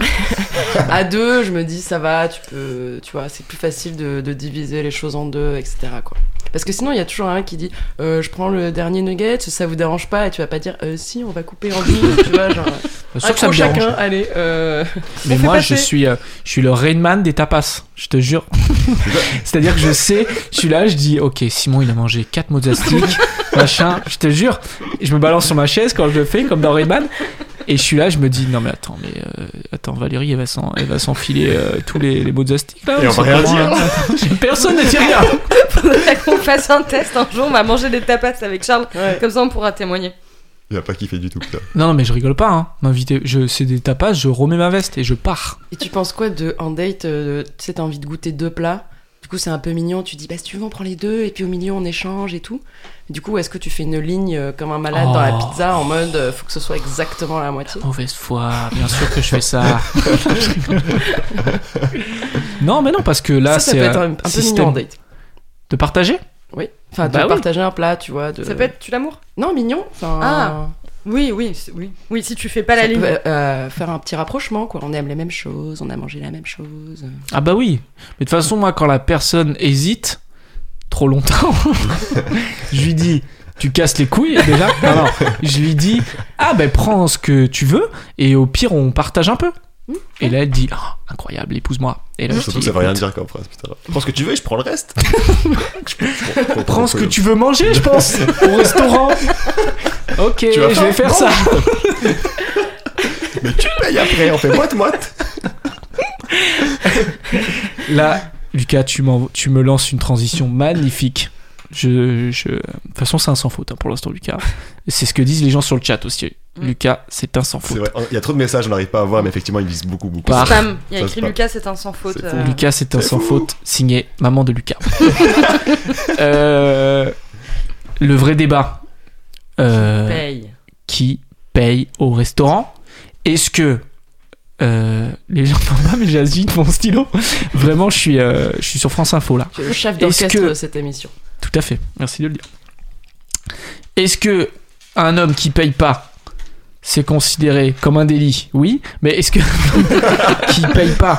Voilà. à deux, je me dis ça va, tu peux, tu vois, c'est plus facile de, de diviser les choses en deux, etc. Quoi. Parce que sinon, il y a toujours un qui dit euh, je prends le dernier nugget, ça vous dérange pas, et tu vas pas dire euh, si, on va couper en deux, tu vois, genre. Euh, un Sauf que ça coup me dérange. chacun, allez. euh, Mais On fait moi, je passer. suis, euh, je suis le Rainman des tapas, je te jure. C'est-à-dire que je sais, je suis là, je dis, ok, Simon, il a mangé 4 mozzarella sticks, machin, je te jure. Je me balance sur ma chaise quand je le fais, comme dans Rainman. Et je suis là, je me dis, non mais attends, mais euh, attends, Valérie, elle va s'en- elle va s'enfiler euh, tous les, les mozzarella sticks là. Et on c'est va rien comment, dire. hein J'ai- Personne ne dit rien. Faudrait qu'on fasse un test un jour. On va manger des tapas avec Charles. Comme ça, on pourra témoigner. Il a pas kiffé du tout, putain. Non, non, mais je rigole pas, hein. M'inviter, je, c'est des tapas, je remets ma veste et je pars. Et tu penses quoi de en date euh, Tu sais, t'as envie de goûter deux plats. Du coup, c'est un peu mignon. Tu dis, bah, si tu veux, on prend les deux, et puis au milieu, on échange et tout. Du coup, est-ce que tu fais une ligne euh, comme un malade dans la Oh. pizza en mode, euh, faut que ce soit exactement la moitié Mauvaise foi, bien sûr que je fais ça. non, mais non, parce que là, Ça, ça c'est peut être euh, un, un peu système mignon en date. de partager. Oui. Enfin, de Bah oui. partager un plat, tu vois. De... Ça peut être tu l'amour Non, mignon. Enfin, Ah, Euh. Oui, oui, c'est- oui. Oui, si tu fais pas ça la peut, ligne. euh, faire un petit rapprochement, quoi. On aime les mêmes choses, on a mangé la même chose. Ah bah oui. Mais de toute façon, moi, quand la personne hésite trop longtemps, je lui dis, tu casses les couilles déjà. Non, non. Je lui dis, ah ben prends ce que tu veux et au pire, on partage un peu. Et là, elle dit, Ah, incroyable, épouse-moi. Et là, je dis, Surtout que ça veut rien écoute, dire comme phrase, putain. Prends ce que tu veux et je prends le reste. prends ce que tu veux manger, je pense, au restaurant. Ok, je Tu vas vais faire- faire ça. Mais tu payes après, on fait moite moite. Là, Lucas, tu, m'en- tu me lances une transition magnifique. Je, je- De toute façon, c'est un sans faute hein, pour l'instant, Lucas. C'est ce que disent les gens sur le chat aussi. Mm. Lucas, c'est un sans C'est faute. vrai, il y a trop de messages, on n'arrive pas à voir, mais effectivement, ils disent beaucoup, beaucoup. Par- Spam. Il y a Ça, écrit spam. Lucas, c'est un sans faute. C'est euh. Lucas, c'est un C'est sans fou. faute, signé maman de Lucas. Euh, le vrai débat. Euh, Paye. qui paye au restaurant Est-ce que euh, les gens n'ont pas, mais j'agite mon stylo. Vraiment, je suis, euh, je suis sur France Info là. Tu es le chef Est-ce d'orchestre que- de cette émission. Tout à fait, merci de le dire. Est-ce que un homme qui paye pas, c'est considéré comme un délit Oui, mais est-ce que qui paye pas,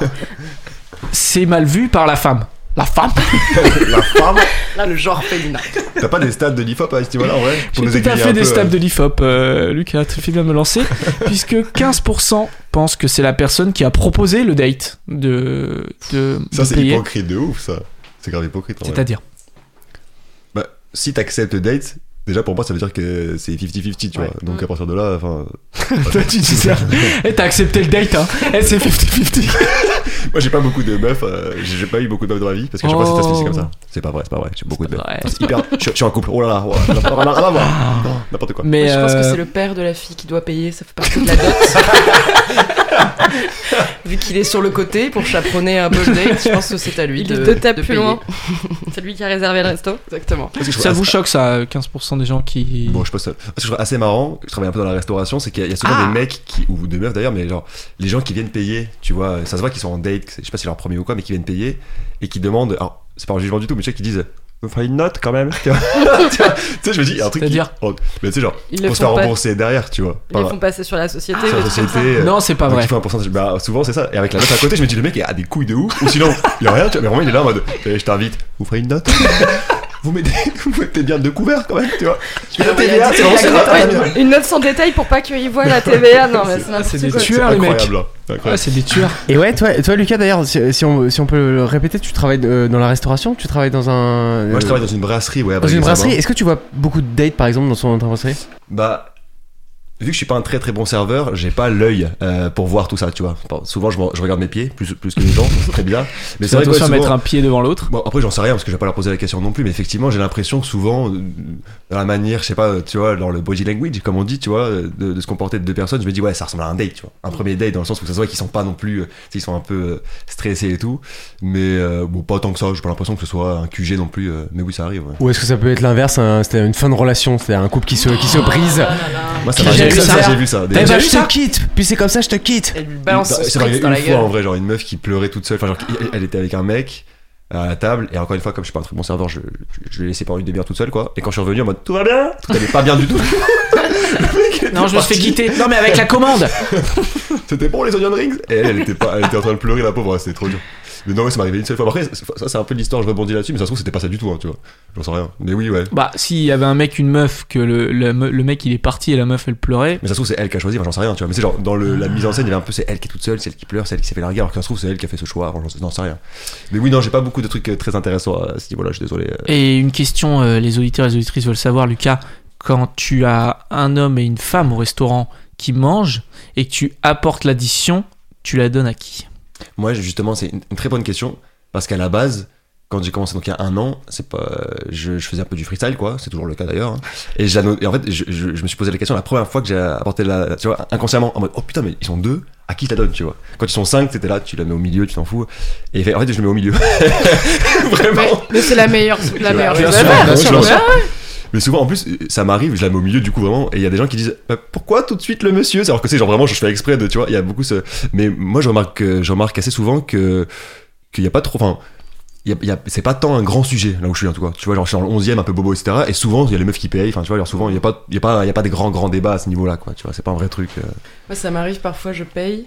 c'est mal vu par la femme La femme La femme Là, le genre féminin. T'as pas des stats de l'IFOP à ce niveau-là, en vrai pour nous J'ai tout à aiguiller fait un des peu, stats euh, de l'IFOP, euh, Lucas, tu fais bien de me lancer, puisque 15% pensent que c'est la personne qui a proposé le date de, de, Ça, de c'est payer. hypocrite de ouf, ça. C'est grave hypocrite. En vrai. C'est-à-dire Bah, si t'acceptes le date, déjà pour moi, ça veut dire que c'est 50-50, tu Ouais. vois. Donc à partir de là, enfin. Toi, tu dis ça. Eh, t'as accepté le date, hein Eh, c'est 50-50 Moi, j'ai pas beaucoup de meufs, euh, j'ai j'ai pas eu beaucoup de meufs dans la vie parce que je sais pas si Oh. t'as c'est comme ça. C'est pas vrai, c'est pas vrai, j'ai beaucoup de meufs. Ouais. C'est hyper. Je je suis en couple, oh là là, oh là là, oh là là, oh là là, oh, n'importe quoi. Mais Moi, je pense que euh, c'est le père de la fille qui doit payer, ça fait partie de la dot. Vu qu'il est sur le côté pour chaperonner un peu le date, je pense que c'est à lui Il de, est deux tapes de plus payer. loin. C'est lui qui a réservé le resto. Exactement. Parce que je trouve ça vous choque, ça, euh, 15% des gens qui... Bon, je pense que ce que je trouve assez marrant, je travaille un peu dans la restauration, c'est qu'il y a- il y a souvent Ah. des mecs qui, ou des meufs d'ailleurs, mais genre, les gens qui viennent payer, tu vois, ça se voit qu'ils sont en date, que c'est- je sais pas si c'est leur premier ou quoi, mais qui viennent payer et qui demandent, alors, c'est pas en jugement du tout, mais tu sais, qui disent, enfin, une note quand même, tu vois, Tu vois, tu sais, je me dis, il y a un truc. qui- C'est-à-dire oh, Mais tu sais, genre, Ils le pour se faire font, pas- rembourser derrière, tu vois. ils les font passer sur la société. sur mais la c'est comme société. ça. euh, Non, c'est pas donc vrai. il fait un pourcentage. Bah, souvent, c'est ça. Et avec la note à côté, je me dis, le mec, il a des couilles de ouf. Ou sinon, il a rien, tu vois. Mais vraiment, il est là en mode, eh, je t'invite, vous ferez une note. Vous mettez, vous mettez bien deux couverts quand même, tu vois. Je l'envoyer à hein, c'est vraiment, c'est Ouais, incroyable. une note sans détail pour pas qu'ils voient la TVA. Non, mais c'est n'importe C'est des quoi. tueurs, les mecs. Incroyable, hein. Ouais, incroyable. c'est des tueurs. Et ouais, toi, toi Lucas, d'ailleurs, si, si on, si on peut le répéter, tu travailles euh, dans la restauration Tu travailles dans un. euh, Moi, je travaille dans une hein. brasserie, ouais. bah, à dans une Brest-Saint-Martin. brasserie. Est-ce que tu vois beaucoup de dates, par exemple, dans son dans ta brasserie Bah. Vu que je suis pas un très très bon serveur, j'ai pas l'œil euh, pour voir tout ça, tu vois. Bon, souvent, je, m'en- je regarde mes pieds plus, plus que les gens, c'est très bizarre. Mais c'est vrai que attention ouais, à souvent- mettre un pied devant l'autre. Bon, après, j'en sais rien parce que je vais pas leur poser la question non plus, mais effectivement, j'ai l'impression que souvent, euh, dans la manière, je sais pas, euh, tu vois, dans le body language, comme on dit, tu vois, euh, de, de se comporter de deux personnes, je me dis, ouais, ça ressemble à un date, tu vois. Un premier date dans le sens où ça se voit qu'ils sont pas non plus, euh, tu sais, ils sont un peu euh, stressés et tout, mais euh, bon, pas tant que ça, j'ai pas l'impression que ce soit un QG non plus, euh, mais oui, ça arrive, ouais. Ou est-ce que ça peut être l'inverse, un- c'est une fin de relation, c'est un couple qui se, qui se brise Moi, ça J'ai m'arrive, vu ça, ça. j'ai vu ça. des- T'as Eh ben, vu je ça te quitte Puis c'est comme ça, je te quitte Elle lui balance Bah, ce c'est arrivé spritz dans une la fois en gueule. vrai, genre une meuf qui pleurait toute seule. Enfin, genre, elle- elle était avec un mec euh, à la table et encore une fois comme je suis pas un très bon serveur je, je, je l'ai laissé pendant une demi-heure toute seule quoi et quand je suis revenu en mode tout va bien tout allait pas bien du tout Le mec était Non, je me suis fait hein. parti. quitter. Non, mais avec la commande. c'était bon les onion rings et elle elle était pas elle était en train de pleurer la pauvre ouais, c'était trop dur mais non ouais, ça m'est arrivé une seule fois après c'est- ça c'est un peu l'histoire je rebondis là-dessus mais ça se trouve c'était pas ça du tout hein, tu vois j'en sais rien mais oui ouais Bah, s'il y avait un mec, une meuf, que le, le, me- le mec il est parti et la meuf elle pleurait. mais ça se trouve c'est elle qui a choisi enfin, j'en sais rien tu vois mais c'est genre dans le- la mise en scène il y avait un peu c'est elle qui est toute seule c'est elle qui pleure c'est elle qui s'est fait larguer alors que ça se trouve c'est elle qui a fait ce choix avant, j'en sais- j'en sais rien mais oui non j'ai pas beaucoup de trucs euh, très intéressants à ce niveau là je suis désolé euh. Et une question, euh, les auditeurs et les auditrices veulent savoir, Lucas, quand tu as un homme et une femme au restaurant qui mangent et que tu apportes l'addition, tu la donnes à qui Moi, justement, c'est une, une très bonne question parce qu'à la base, quand j'ai commencé, donc il y a un an, c'est pas, je, je faisais un peu du freestyle, quoi. C'est toujours le cas d'ailleurs. hein. Et, j'anno- et en fait, je, je- je me suis posé la question la première fois que j'ai apporté la, tu vois, inconsciemment, en mode, oh putain, mais ils sont deux, à qui je la donne, tu vois. Quand ils sont cinq, t'étais là, tu la mets au milieu, tu t'en fous. Et fait- en fait, je le mets au milieu. Vraiment. Mais c'est la meilleure. La Tu meilleure. vois, bien chose. sûr, Ouais, bien sûr, bien Ah, ouais. sûr. Mais souvent, en plus, ça m'arrive, je la mets au milieu du coup vraiment, et il y a des gens qui disent Bah, pourquoi tout de suite le monsieur Alors que c'est genre vraiment, je fais exprès de, tu vois, il y a beaucoup ce. Mais moi, je remarque, euh, je remarque assez souvent que qu'il n'y a pas trop. Enfin, il y a- il y a- c'est pas tant un grand sujet là où je suis en tout cas. Tu vois, genre je suis dans le 11 e un peu bobo, etc. Et souvent, il y a les meufs qui payent. Enfin, tu vois, genre souvent, il n'y a, pas- il y a, pas- il y a pas des grands, grands débats à ce niveau-là, quoi. Tu vois, c'est pas un vrai truc. euh. Moi, ça m'arrive parfois, je paye.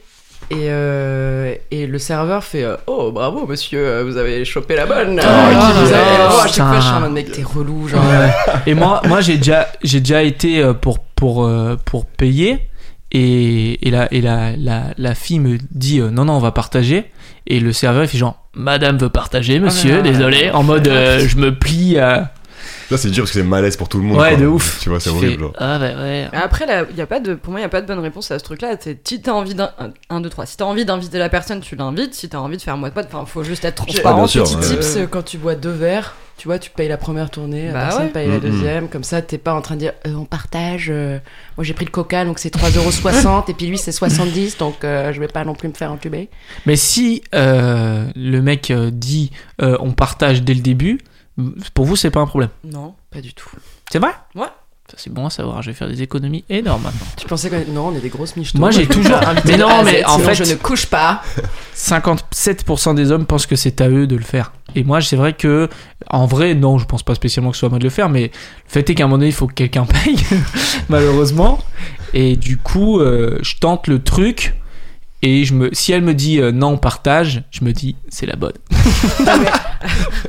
Et, euh, et le serveur fait euh, Oh bravo monsieur, euh, vous avez chopé la bonne. Ah, Euh, qui vous vous avez- a- Oh, à chaque fois, je suis en Putain. mode mec, t'es relou. Genre, Et moi, moi j'ai déjà, j'ai déjà été euh, pour, pour, euh, pour payer. Et, et, la, et la, la, la fille me dit euh, non, non, on va partager. Et le serveur, il fait genre Madame veut partager, monsieur, là là désolé. En mode euh, je me plie à. Là, c'est dur parce que c'est malaise pour tout le monde. Ouais, quoi. de ouf. Tu vois, c'est Tu horrible. fais, genre. Ah, bah ouais. Mais Après, là, y a pas de, pour moi, il n'y a pas de bonne réponse à ce truc-là. C'est si t'as envie d'un. un, un, deux, trois. Si t'as envie d'inviter la personne, tu l'invites. Si t'as envie de faire moi de pote, enfin, faut juste être Ah, bien transparent. sûr, tu Petit dis ouais. tips, tips. euh, quand tu bois deux verres, tu vois, tu payes la première tournée, la Bah personne ouais. paye Mm, la Mhm. deuxième. Comme ça, t'es pas en train de dire Euh, on partage. euh, moi, j'ai pris le coca, donc c'est 3,60€, et puis lui, c'est 70, donc euh, je vais pas non plus me faire entuber. Mais si euh, le mec euh, dit euh, on partage dès le début, pour vous, c'est pas un problème. Non, Pas du tout. C'est vrai Ça, c'est bon à savoir, je vais faire des économies énormes maintenant. Tu pensais que non, on est des grosses miches. Moi, j'ai toujours- Mais non, mais en fait- je ne couche pas. 57% des hommes pensent que c'est à eux de le faire. Et moi, c'est vrai que, en vrai, non, je pense pas spécialement que ce soit à moi de le faire, mais le fait est qu'à un moment donné, il faut que quelqu'un paye, malheureusement. Et du coup, euh, je tente le truc. Et je me, si elle me dit euh, non, partage, je me dis c'est la bonne.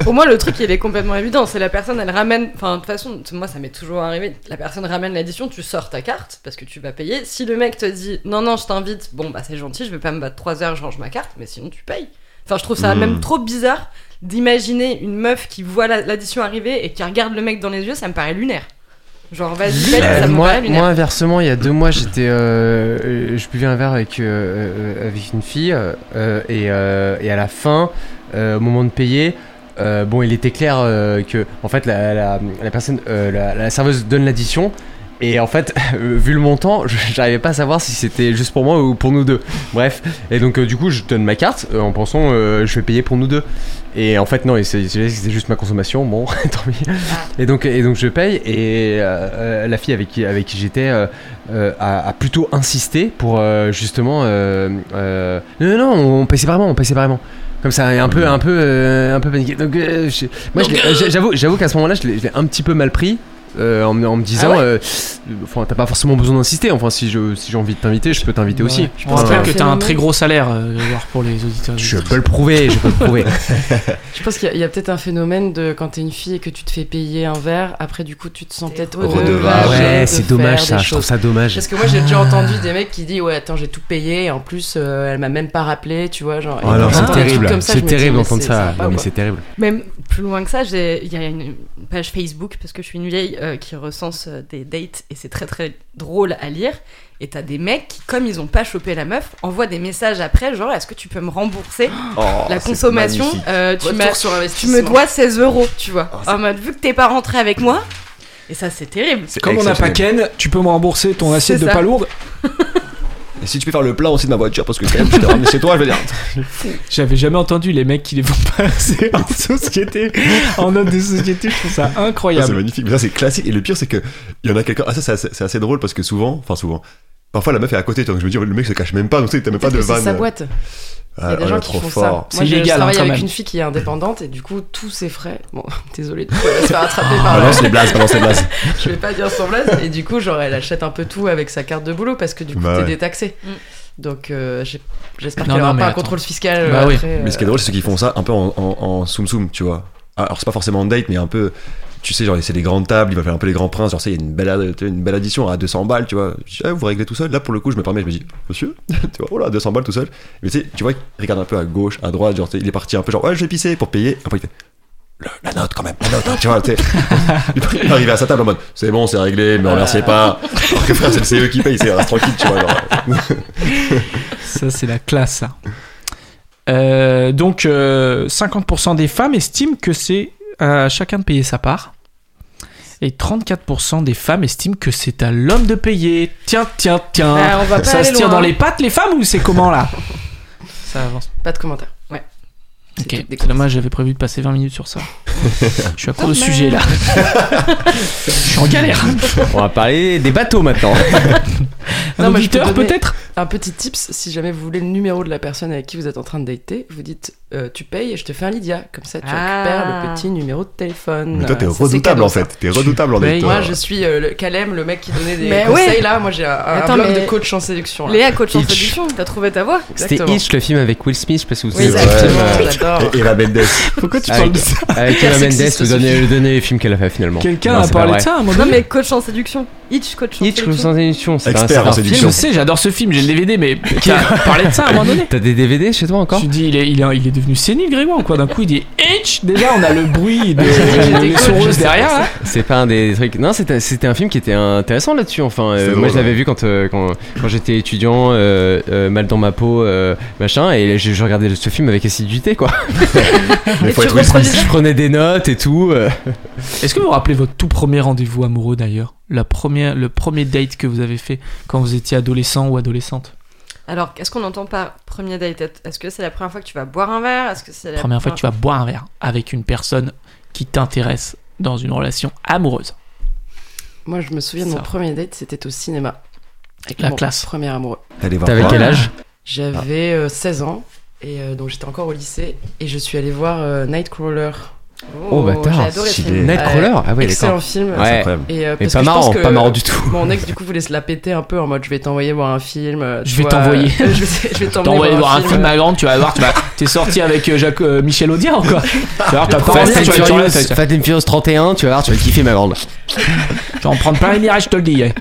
Au moins, le truc, il est complètement évident. C'est la personne, elle ramène. Enfin, de toute façon, moi, ça m'est toujours arrivé. La personne ramène l'addition, tu sors ta carte parce que tu vas payer. Si le mec te dit non, non, je t'invite, bon, bah, c'est gentil, je vais pas me battre 3 heures, je range ma carte, mais sinon, tu payes. Enfin, je trouve ça Mm. même trop bizarre d'imaginer une meuf qui voit la- l'addition arriver et qui regarde le mec dans les yeux, ça me paraît lunaire. Genre, vas-y, paye, Euh, ça me moi, paraît lunaire. moi, inversement, il y a deux mois, j'étais, euh, euh, je buvais un verre avec euh, euh, avec une fille euh, et, euh, et à la fin, euh, au moment de payer, euh, bon, il était clair euh, que en fait la, la, la personne, euh, la, la serveuse donne l'addition. Et en fait, euh, vu le montant, je- j'arrivais pas à savoir si c'était juste pour moi ou pour nous deux. Bref, et donc euh, du coup, je donne ma carte euh, en pensant euh, je vais payer pour nous deux. Et en fait, non, et c'est c'est- c'est juste ma consommation. Bon, tant pis. Et donc, et donc je paye et euh, euh, la fille avec qui, avec qui j'étais euh, euh, a, a plutôt insisté pour euh, justement euh, euh, non non non, on paye séparément on paye séparément comme ça un peu un peu euh, un peu paniqué donc euh, je- moi je l'ai- euh, j'avoue j'avoue qu'à ce moment-là je l'ai je l'ai un petit peu mal pris euh, en, me- en me disant euh, enfin, t'as pas forcément besoin d'insister enfin si je si j'ai envie de t'inviter je peux t'inviter aussi Je pense Ouais. que t'as un très gros salaire, euh, Grégoire, pour les auditeurs. je peux le prouver je peux le prouver Je pense qu'il y a- il y a, peut-être un phénomène de quand t'es une fille et que tu te fais payer un verre, après du coup tu te sens peut-être redevable. redevable ouais de c'est faire dommage des ça je trouve choses. ça dommage Parce que moi j'ai déjà entendu des mecs qui disent ouais attends j'ai tout payé et en plus euh, elle m'a même pas rappelé tu vois genre. Oh non, Et c'est des trucs terrible, comme ça, je me c'est dis, terrible mais d'entendre c'est- ça. c'est pas, Non mais quoi. c'est terrible. Même plus loin que ça, j'ai- il y a une page Facebook, parce que je suis une vieille, euh, qui recense euh, des dates, et c'est très très drôle à lire. Et t'as des mecs qui, comme ils ont pas chopé la meuf, envoient des messages après, genre, est-ce que tu peux me rembourser oh, Oh, la consommation Euh, tu, m'as- Retour sur tu me investissement. dois 16 euros, tu vois. Oh, c'est- en mode, vu que t'es pas rentré avec moi, et ça c'est terrible. Comme on n'a pas Ken, tu peux me rembourser ton C'est assiette de ça. palourde. Et si tu peux faire le plat aussi de ma voiture, parce que quand même, je t'ai ramené chez toi, je veux dire. J'avais jamais entendu les mecs qui les font passer en société, en note de société. Je trouve ça Ah, c'est incroyable. magnifique. Mais ça, c'est classique. Et le pire, c'est que il y en a quelqu'un. Ah, ça, c'est assez, c'est assez drôle parce que souvent, enfin, souvent. Parfois, la meuf est à côté, tu vois, donc je me dis, le mec se cache même pas, donc tu sais, t'as même pas Peut-être que de c'est vanne. sa boîte. Il y a Ah, des on gens est qui trop font fort. ça. C'est Moi, je- je illégal, hein, travaille quand avec même. une fille qui est indépendante et du coup, tous ses frais. Bon, désolé, elle va se faire attraper par. Balance les blases, balance les blases. Je vais pas dire son blaze. Et du coup, genre, elle achète un peu tout avec sa carte de boulot parce que du coup, Bah t'es ouais. détaxé. Mm. Donc, euh, j'ai- j'espère Non, qu'elle non, aura mais pas un attends. contrôle fiscal. euh, Bah oui. après, Mais ce qui est euh, drôle, c'est ceux qui font ça un peu en, en, en soum soum, tu vois. Ah, Alors, c'est pas forcément en date, mais un peu. Tu sais, genre, c'est les grandes tables, il va faire un peu les grands princes. Genre, ça, il y a une belle, ad- une belle addition à 200 balles, tu vois. Je dis, ah, vous réglez tout seul. Là, pour le coup, je me permets, je me dis, monsieur, tu vois, oh là, 200 balles tout seul. Mais tu sais, tu vois, il regarde un peu à gauche, à droite, genre, tu sais, il est parti un peu, genre, ouais, je vais pisser pour payer. Après, il fait, Le- la note quand même, la note, hein, tu vois, tu sais. Il est arrivé à sa table en mode, c'est bon, c'est réglé, mais remerciez pas. Alors que frère, c'est le CE qui paye, c'est reste tranquille, tu vois. genre. Ça, c'est la classe. ça. Euh, donc, euh, 50% des femmes estiment que c'est à chacun de payer sa part. Et 34% des femmes estiment que c'est à l'homme de payer. Tiens, tiens, tiens. Bah, on va pas Ah, ça aller se tire loin. dans les pattes, les femmes, ou c'est comment là Ça avance. Pas de commentaire. Ok, toutes des c'est dommage, j'avais prévu de passer 20 minutes sur ça. Je suis à court de sujet là. Je suis en galère. On va parler des bateaux maintenant. Un Non, mais je peux auditeur donner- peut-être Un petit tips si jamais vous voulez le numéro de la personne avec qui vous êtes en train de dater, vous dites euh, tu payes et je te fais un Lydia. Comme ça, tu Ah. récupères le petit numéro de téléphone. Euh, Mais toi, t'es Ça, c'est redoutable cadeau, en ça. fait. T'es redoutable en payes. date. toi. Moi, je suis euh, le Calem, le mec qui donnait des Mais conseils ouais. là. Moi, j'ai un, un Attends, blog mais- de coach en séduction. là. Léa, coach en Itch. séduction, t'as trouvé ta voix C'était Exactement. Hitch, le film avec Will Smith, je sais pas si vous Oui, savez. C'est exactement, vrai. j'adore. Et Eva Mendes. Pourquoi tu parles de ça euh, Avec Eva Hyper Mendes, sexiste, le ce dernier, le dernier film qu'elle a fait finalement. Quelqu'un Non, a c'est pas parlé vrai. de ça à un moment Non donné mais coach en séduction, Itch, coach en Hitch, je vous séduction. sens émission, c'est un, Expert c'est en un séduction. Je sais, j'adore ce film, j'ai le DVD, mais t'as parlé de ça à un moment donné T'as des DVD chez toi Je encore me dis, il est, il est, il est devenu sénile, Grégoire, ou quoi D'un coup, il dit Hitch Déjà, on a le bruit de J'étais le son cool, je rose sais derrière, pas là. C'est pas un des trucs. Non, c'était c'était un film qui était intéressant là-dessus. Enfin, euh, C'est drôle, moi je l'avais ouais. vu quand, euh, quand, quand j'étais étudiant, euh, euh, mal dans ma peau, euh, machin, et je, je regardais ce film avec assiduité quoi. Mais faut tu être Will Smith. je prenais des notes et tout. euh. Est-ce que vous vous rappelez votre tout premier rendez-vous amoureux, d'ailleurs La première, Le premier date que vous avez fait quand vous étiez adolescent ou adolescente Alors, qu'est-ce qu'on entend par premier date Est-ce que c'est la première fois que tu vas boire un verre Est-ce que c'est la Première fois que tu vas boire un verre avec une personne qui t'intéresse dans une relation amoureuse. Moi, je me souviens de mon Ça. premier date, c'était au cinéma. Avec La mon classe. Premier amoureux. Allez voir. T'avais quoi quel âge J'avais euh, 16 ans, et euh, donc j'étais encore au lycée, et je suis allée voir euh, Nightcrawler. Oh, bâtard, J'ai adoré ce stylé. film. Nightcrawler Ah ouais, Excellent d'accord. film. Ouais. C'est incroyable. Et, euh, Mais parce pas que je pense marrant, que pas marrant du tout. Mon ex, du coup, voulait se la péter un peu en mode je vais t'envoyer voir un film. euh, tu Je vais vois, t'envoyer. euh, je vais, je vais T'envoies voir un film euh. à grande, tu vas voir, tu vas. T'es sorti avec euh, Jacques euh, Michel Audiard ou quoi Tu vas voir, t'as pas envie, Fast and tu vas- tu vas- Furious, tu vas- Fast and Furious 31, tu vas voir, tu vas kiffer ma grande. tu vas en prendre plein les mirages, je te le dis. hein. ouais.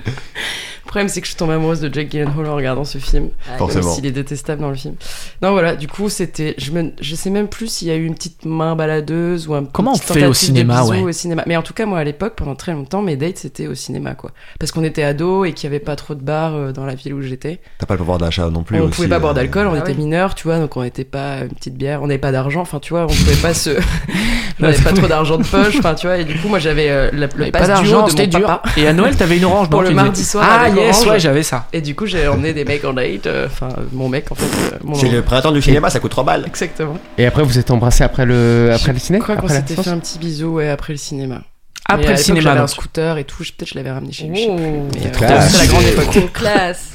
Le problème, c'est que je suis tombée amoureuse de Jack Gyllenhaal en regardant ce film. Forcément. Même s'il est détestable dans le film. Non, voilà, du coup, c'était. Je, me, je sais même plus s'il y a eu une petite main baladeuse ou un. Comment on petit fait au tentative de cinéma, bisous ouais. au cinéma. Mais en tout cas, moi, à l'époque, pendant très longtemps, mes dates, c'était au cinéma, quoi. Parce qu'on était ados et qu'il n'y avait pas trop de bars euh, dans la ville où j'étais. T'as pas le pouvoir d'achat non plus. on aussi, pouvait pas euh, boire d'alcool, on Ah était oui. mineurs, tu vois, donc on n'était pas euh, une petite bière, on n'avait pas d'argent, enfin, tu vois, on pouvait pas se. on n'avait pas trop d'argent de poche, enfin, tu vois, et du coup, moi, j'avais euh, la- le J'avais passe duo de mon c'était dur. papa. Et à Noël, t'avais une orange Pour dans le tes- mardi soir, Ah avec yes, orange. ouais, j'avais ça. Et du coup, j'avais emmené des mecs en date, euh, enfin, euh, mon mec, en fait, euh, mon C'est enfant. le printemps du cinéma, ça coûte 3 balles. Exactement. Et après, vous êtes embrassés après le, après le ciné Je crois qu'on Après la s'était séance fait un petit bisou ouais, après le cinéma. Mais à Après le l'époque, cinéma. J'avais un donc. scooter et tout, je- peut-être je l'avais ramené chez lui. je sais plus. Oh, Mais, euh, classe. c'est la grande époque. classe.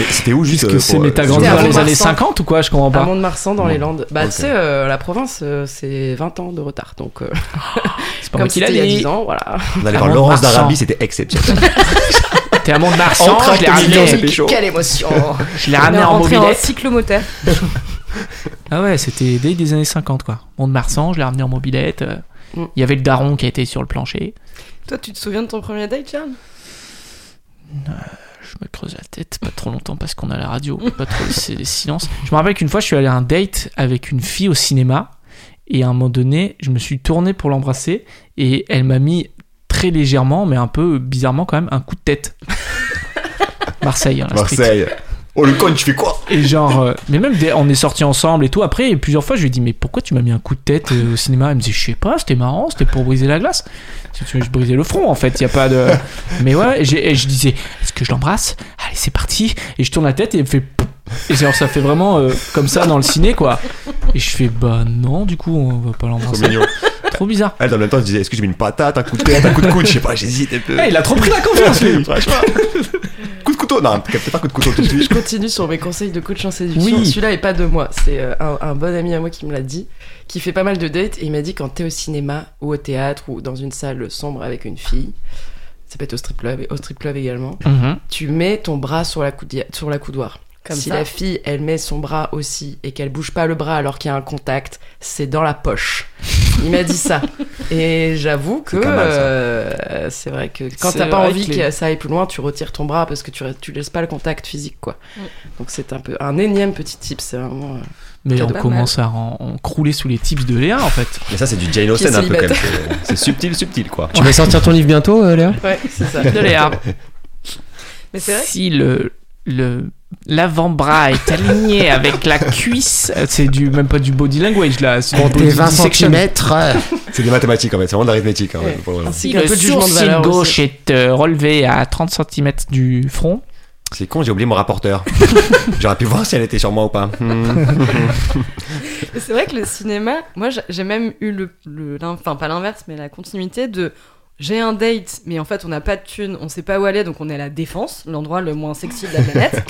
Et C'était où juste Qu'est-ce euh, que c'est, pour, mais euh, t'as grandi c'était dans à les Montmartre. années 50 ou quoi Je comprends À pas. Bah, Mont-de-Marsan, dans les Landes. Bah, Ok. tu sais, euh, la province, euh, c'est 20 ans de retard. Donc, euh, C'est pas moi comme qui c'était il y a l'ai 10 dit. ans, voilà. On allait À voir Laurence Mont-de-Marsan. d'Arabie, c'était exceptionnel. T'es à En Mont-de-Marsan, train je l'ai de millions, ramené. c'était chaud. Quelle émotion Je l'ai ramené en rentré en mobilette. cyclomoteur. Ah ouais, c'était dès les années 50 quoi. Mont-de-Marsan, je l'ai ramené en mobilette. euh, Il Mm. y avait le daron qui était sur le plancher. Toi, tu te souviens de ton premier date, Charles Je me creuse la tête pas trop longtemps parce qu'on a la radio, pas trop laisser les silences. Je me rappelle qu'une fois, je suis allé à un date avec une fille au cinéma et à un moment donné, je me suis tourné pour l'embrasser et elle m'a mis très légèrement, mais un peu bizarrement quand même, un coup de tête. Marseille, hein, la street. Marseille. Oh le con, tu fais quoi Et genre, euh, mais même dès- on est sortis ensemble et tout. Après, et plusieurs fois, je lui ai dit, mais pourquoi tu m'as mis un coup de tête euh, au cinéma Elle me disait, je sais pas, c'était marrant, c'était pour briser la glace. Si tu veux, je brisais le front en fait, il y a pas de. Mais ouais, et j'ai- et je disais, est-ce que je l'embrasse Allez, c'est parti. Et je tourne la tête et elle me fait. pouf. Et genre, ça fait vraiment euh, comme ça dans le ciné quoi. Et je fais, bah non, du coup, on va pas Trop l'embrasser. mignon. Trop bizarre. Elle, dans le même temps, je disais Est-ce que j'ai mis une patate, un coup de tête, un coup de coude Je sais pas, j'hésite un peu. Eh, il a trop pris la confiance lui Franchement. Coup de couteau Non, peut-être pas coup de couteau tout de Je suite. continue sur mes conseils de coach en séduction. Oui. Celui-là est pas de moi, c'est euh, un, un bon ami à moi qui me l'a dit, qui fait pas mal de dates et il m'a dit quand t'es au cinéma ou au théâtre ou dans une salle sombre avec une fille, ça peut être au strip club, au strip club également, Mhm. tu mets ton bras sur la, coudia- sur la coudoir. Comme si ça. la fille, elle met son bras aussi et qu'elle bouge pas le bras alors qu'il y a un contact, c'est dans la poche. Il m'a dit ça. Et j'avoue que C'est pas mal, ça. euh, c'est vrai que quand C'est t'as pas vrai envie que que les- ça aille plus loin, tu retires ton bras parce que tu, tu laisses pas le contact physique, quoi. Mm. Donc c'est un peu un énième petit tip, c'est vraiment. euh, Mais Pas on mal. commence à en, en crouler sous les tips de Léa en fait. Mais ça, c'est du Jane Austen Qui est un peu quand même. célibataire. C'est c'est subtil, subtil quoi. Tu vas sortir ton livre bientôt, euh, Léa Ouais, c'est ça. De Léa. Mais c'est vrai si le le l'avant-bras est aligné avec la cuisse, euh, c'est du même pas du body language là, c'est du body dissection. euh. C'est des mathématiques en fait, c'est vraiment de l'arithmétique. en fait, pour le- Si Un le peu de jugement de sourcil valeur gauche aussi. est euh, relevé à 30 cm du front, C'est con, j'ai oublié mon rapporteur. J'aurais pu voir si elle était sur moi ou pas. Hmm. que, c'est vrai que le cinéma, moi j'ai- j'ai même eu le, le- l'in- enfin pas l'inverse, mais la continuité de j'ai un date, mais en fait on n'a pas de thune, on sait pas où aller, donc on est à la défense, l'endroit le moins sexy de la planète.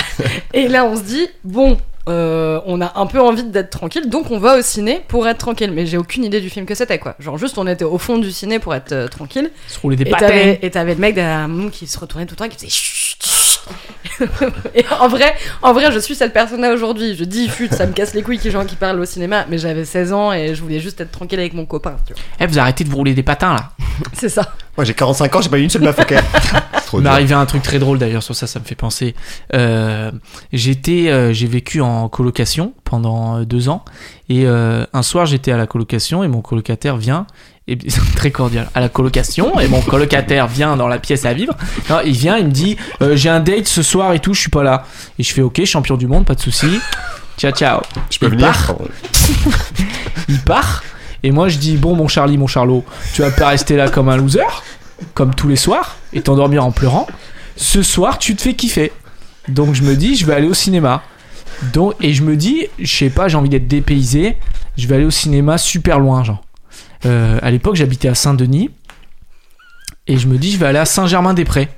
Et là on se dit bon. euh, on a un peu envie d'être tranquille, donc on va au ciné pour être tranquille. Mais j'ai aucune idée du film que c'était quoi. Genre juste on était au fond du ciné pour être euh, tranquille. se rouler des Et patins. t'avais, et t'avais le mec derrière nous qui se retournait tout le temps et qui faisait chut, chut. Et en vrai, en vrai, je suis cette personne-là aujourd'hui. Je dis fut, ça me casse les couilles, les gens qui parlent au cinéma. Mais j'avais 16 ans et je voulais juste être tranquille avec mon copain. tu vois. Eh, vous arrêtez de vous rouler des patins là. C'est ça. Moi, j'ai 45 ans, j'ai pas eu une seule meuf, ok C'est trop Il m'est dur. arrivé un truc très drôle d'ailleurs sur ça, ça me fait penser. Euh, j'étais, euh, j'ai vécu en colocation pendant euh, deux ans et euh, un soir j'étais à la colocation et mon colocataire vient. Et, très cordial à la colocation et mon colocataire vient dans la pièce à vivre Non, il vient il me dit euh, j'ai un date ce soir et tout je suis pas là et je fais ok champion du monde pas de souci ciao ciao Je peux Il venir part. il part. Et moi, je dis Bon, mon Charlie, mon Charlot, tu vas pas rester là comme un loser, comme tous les soirs, et t'endormir en pleurant. Ce soir, tu te fais kiffer. Donc, je me dis Je vais aller au cinéma. Donc, et je me dis Je sais pas, j'ai envie d'être dépaysé. Je vais aller au cinéma super loin, genre. Euh, à l'époque, j'habitais à Saint-Denis. et je me dis je vais aller à Saint-Germain-des-Prés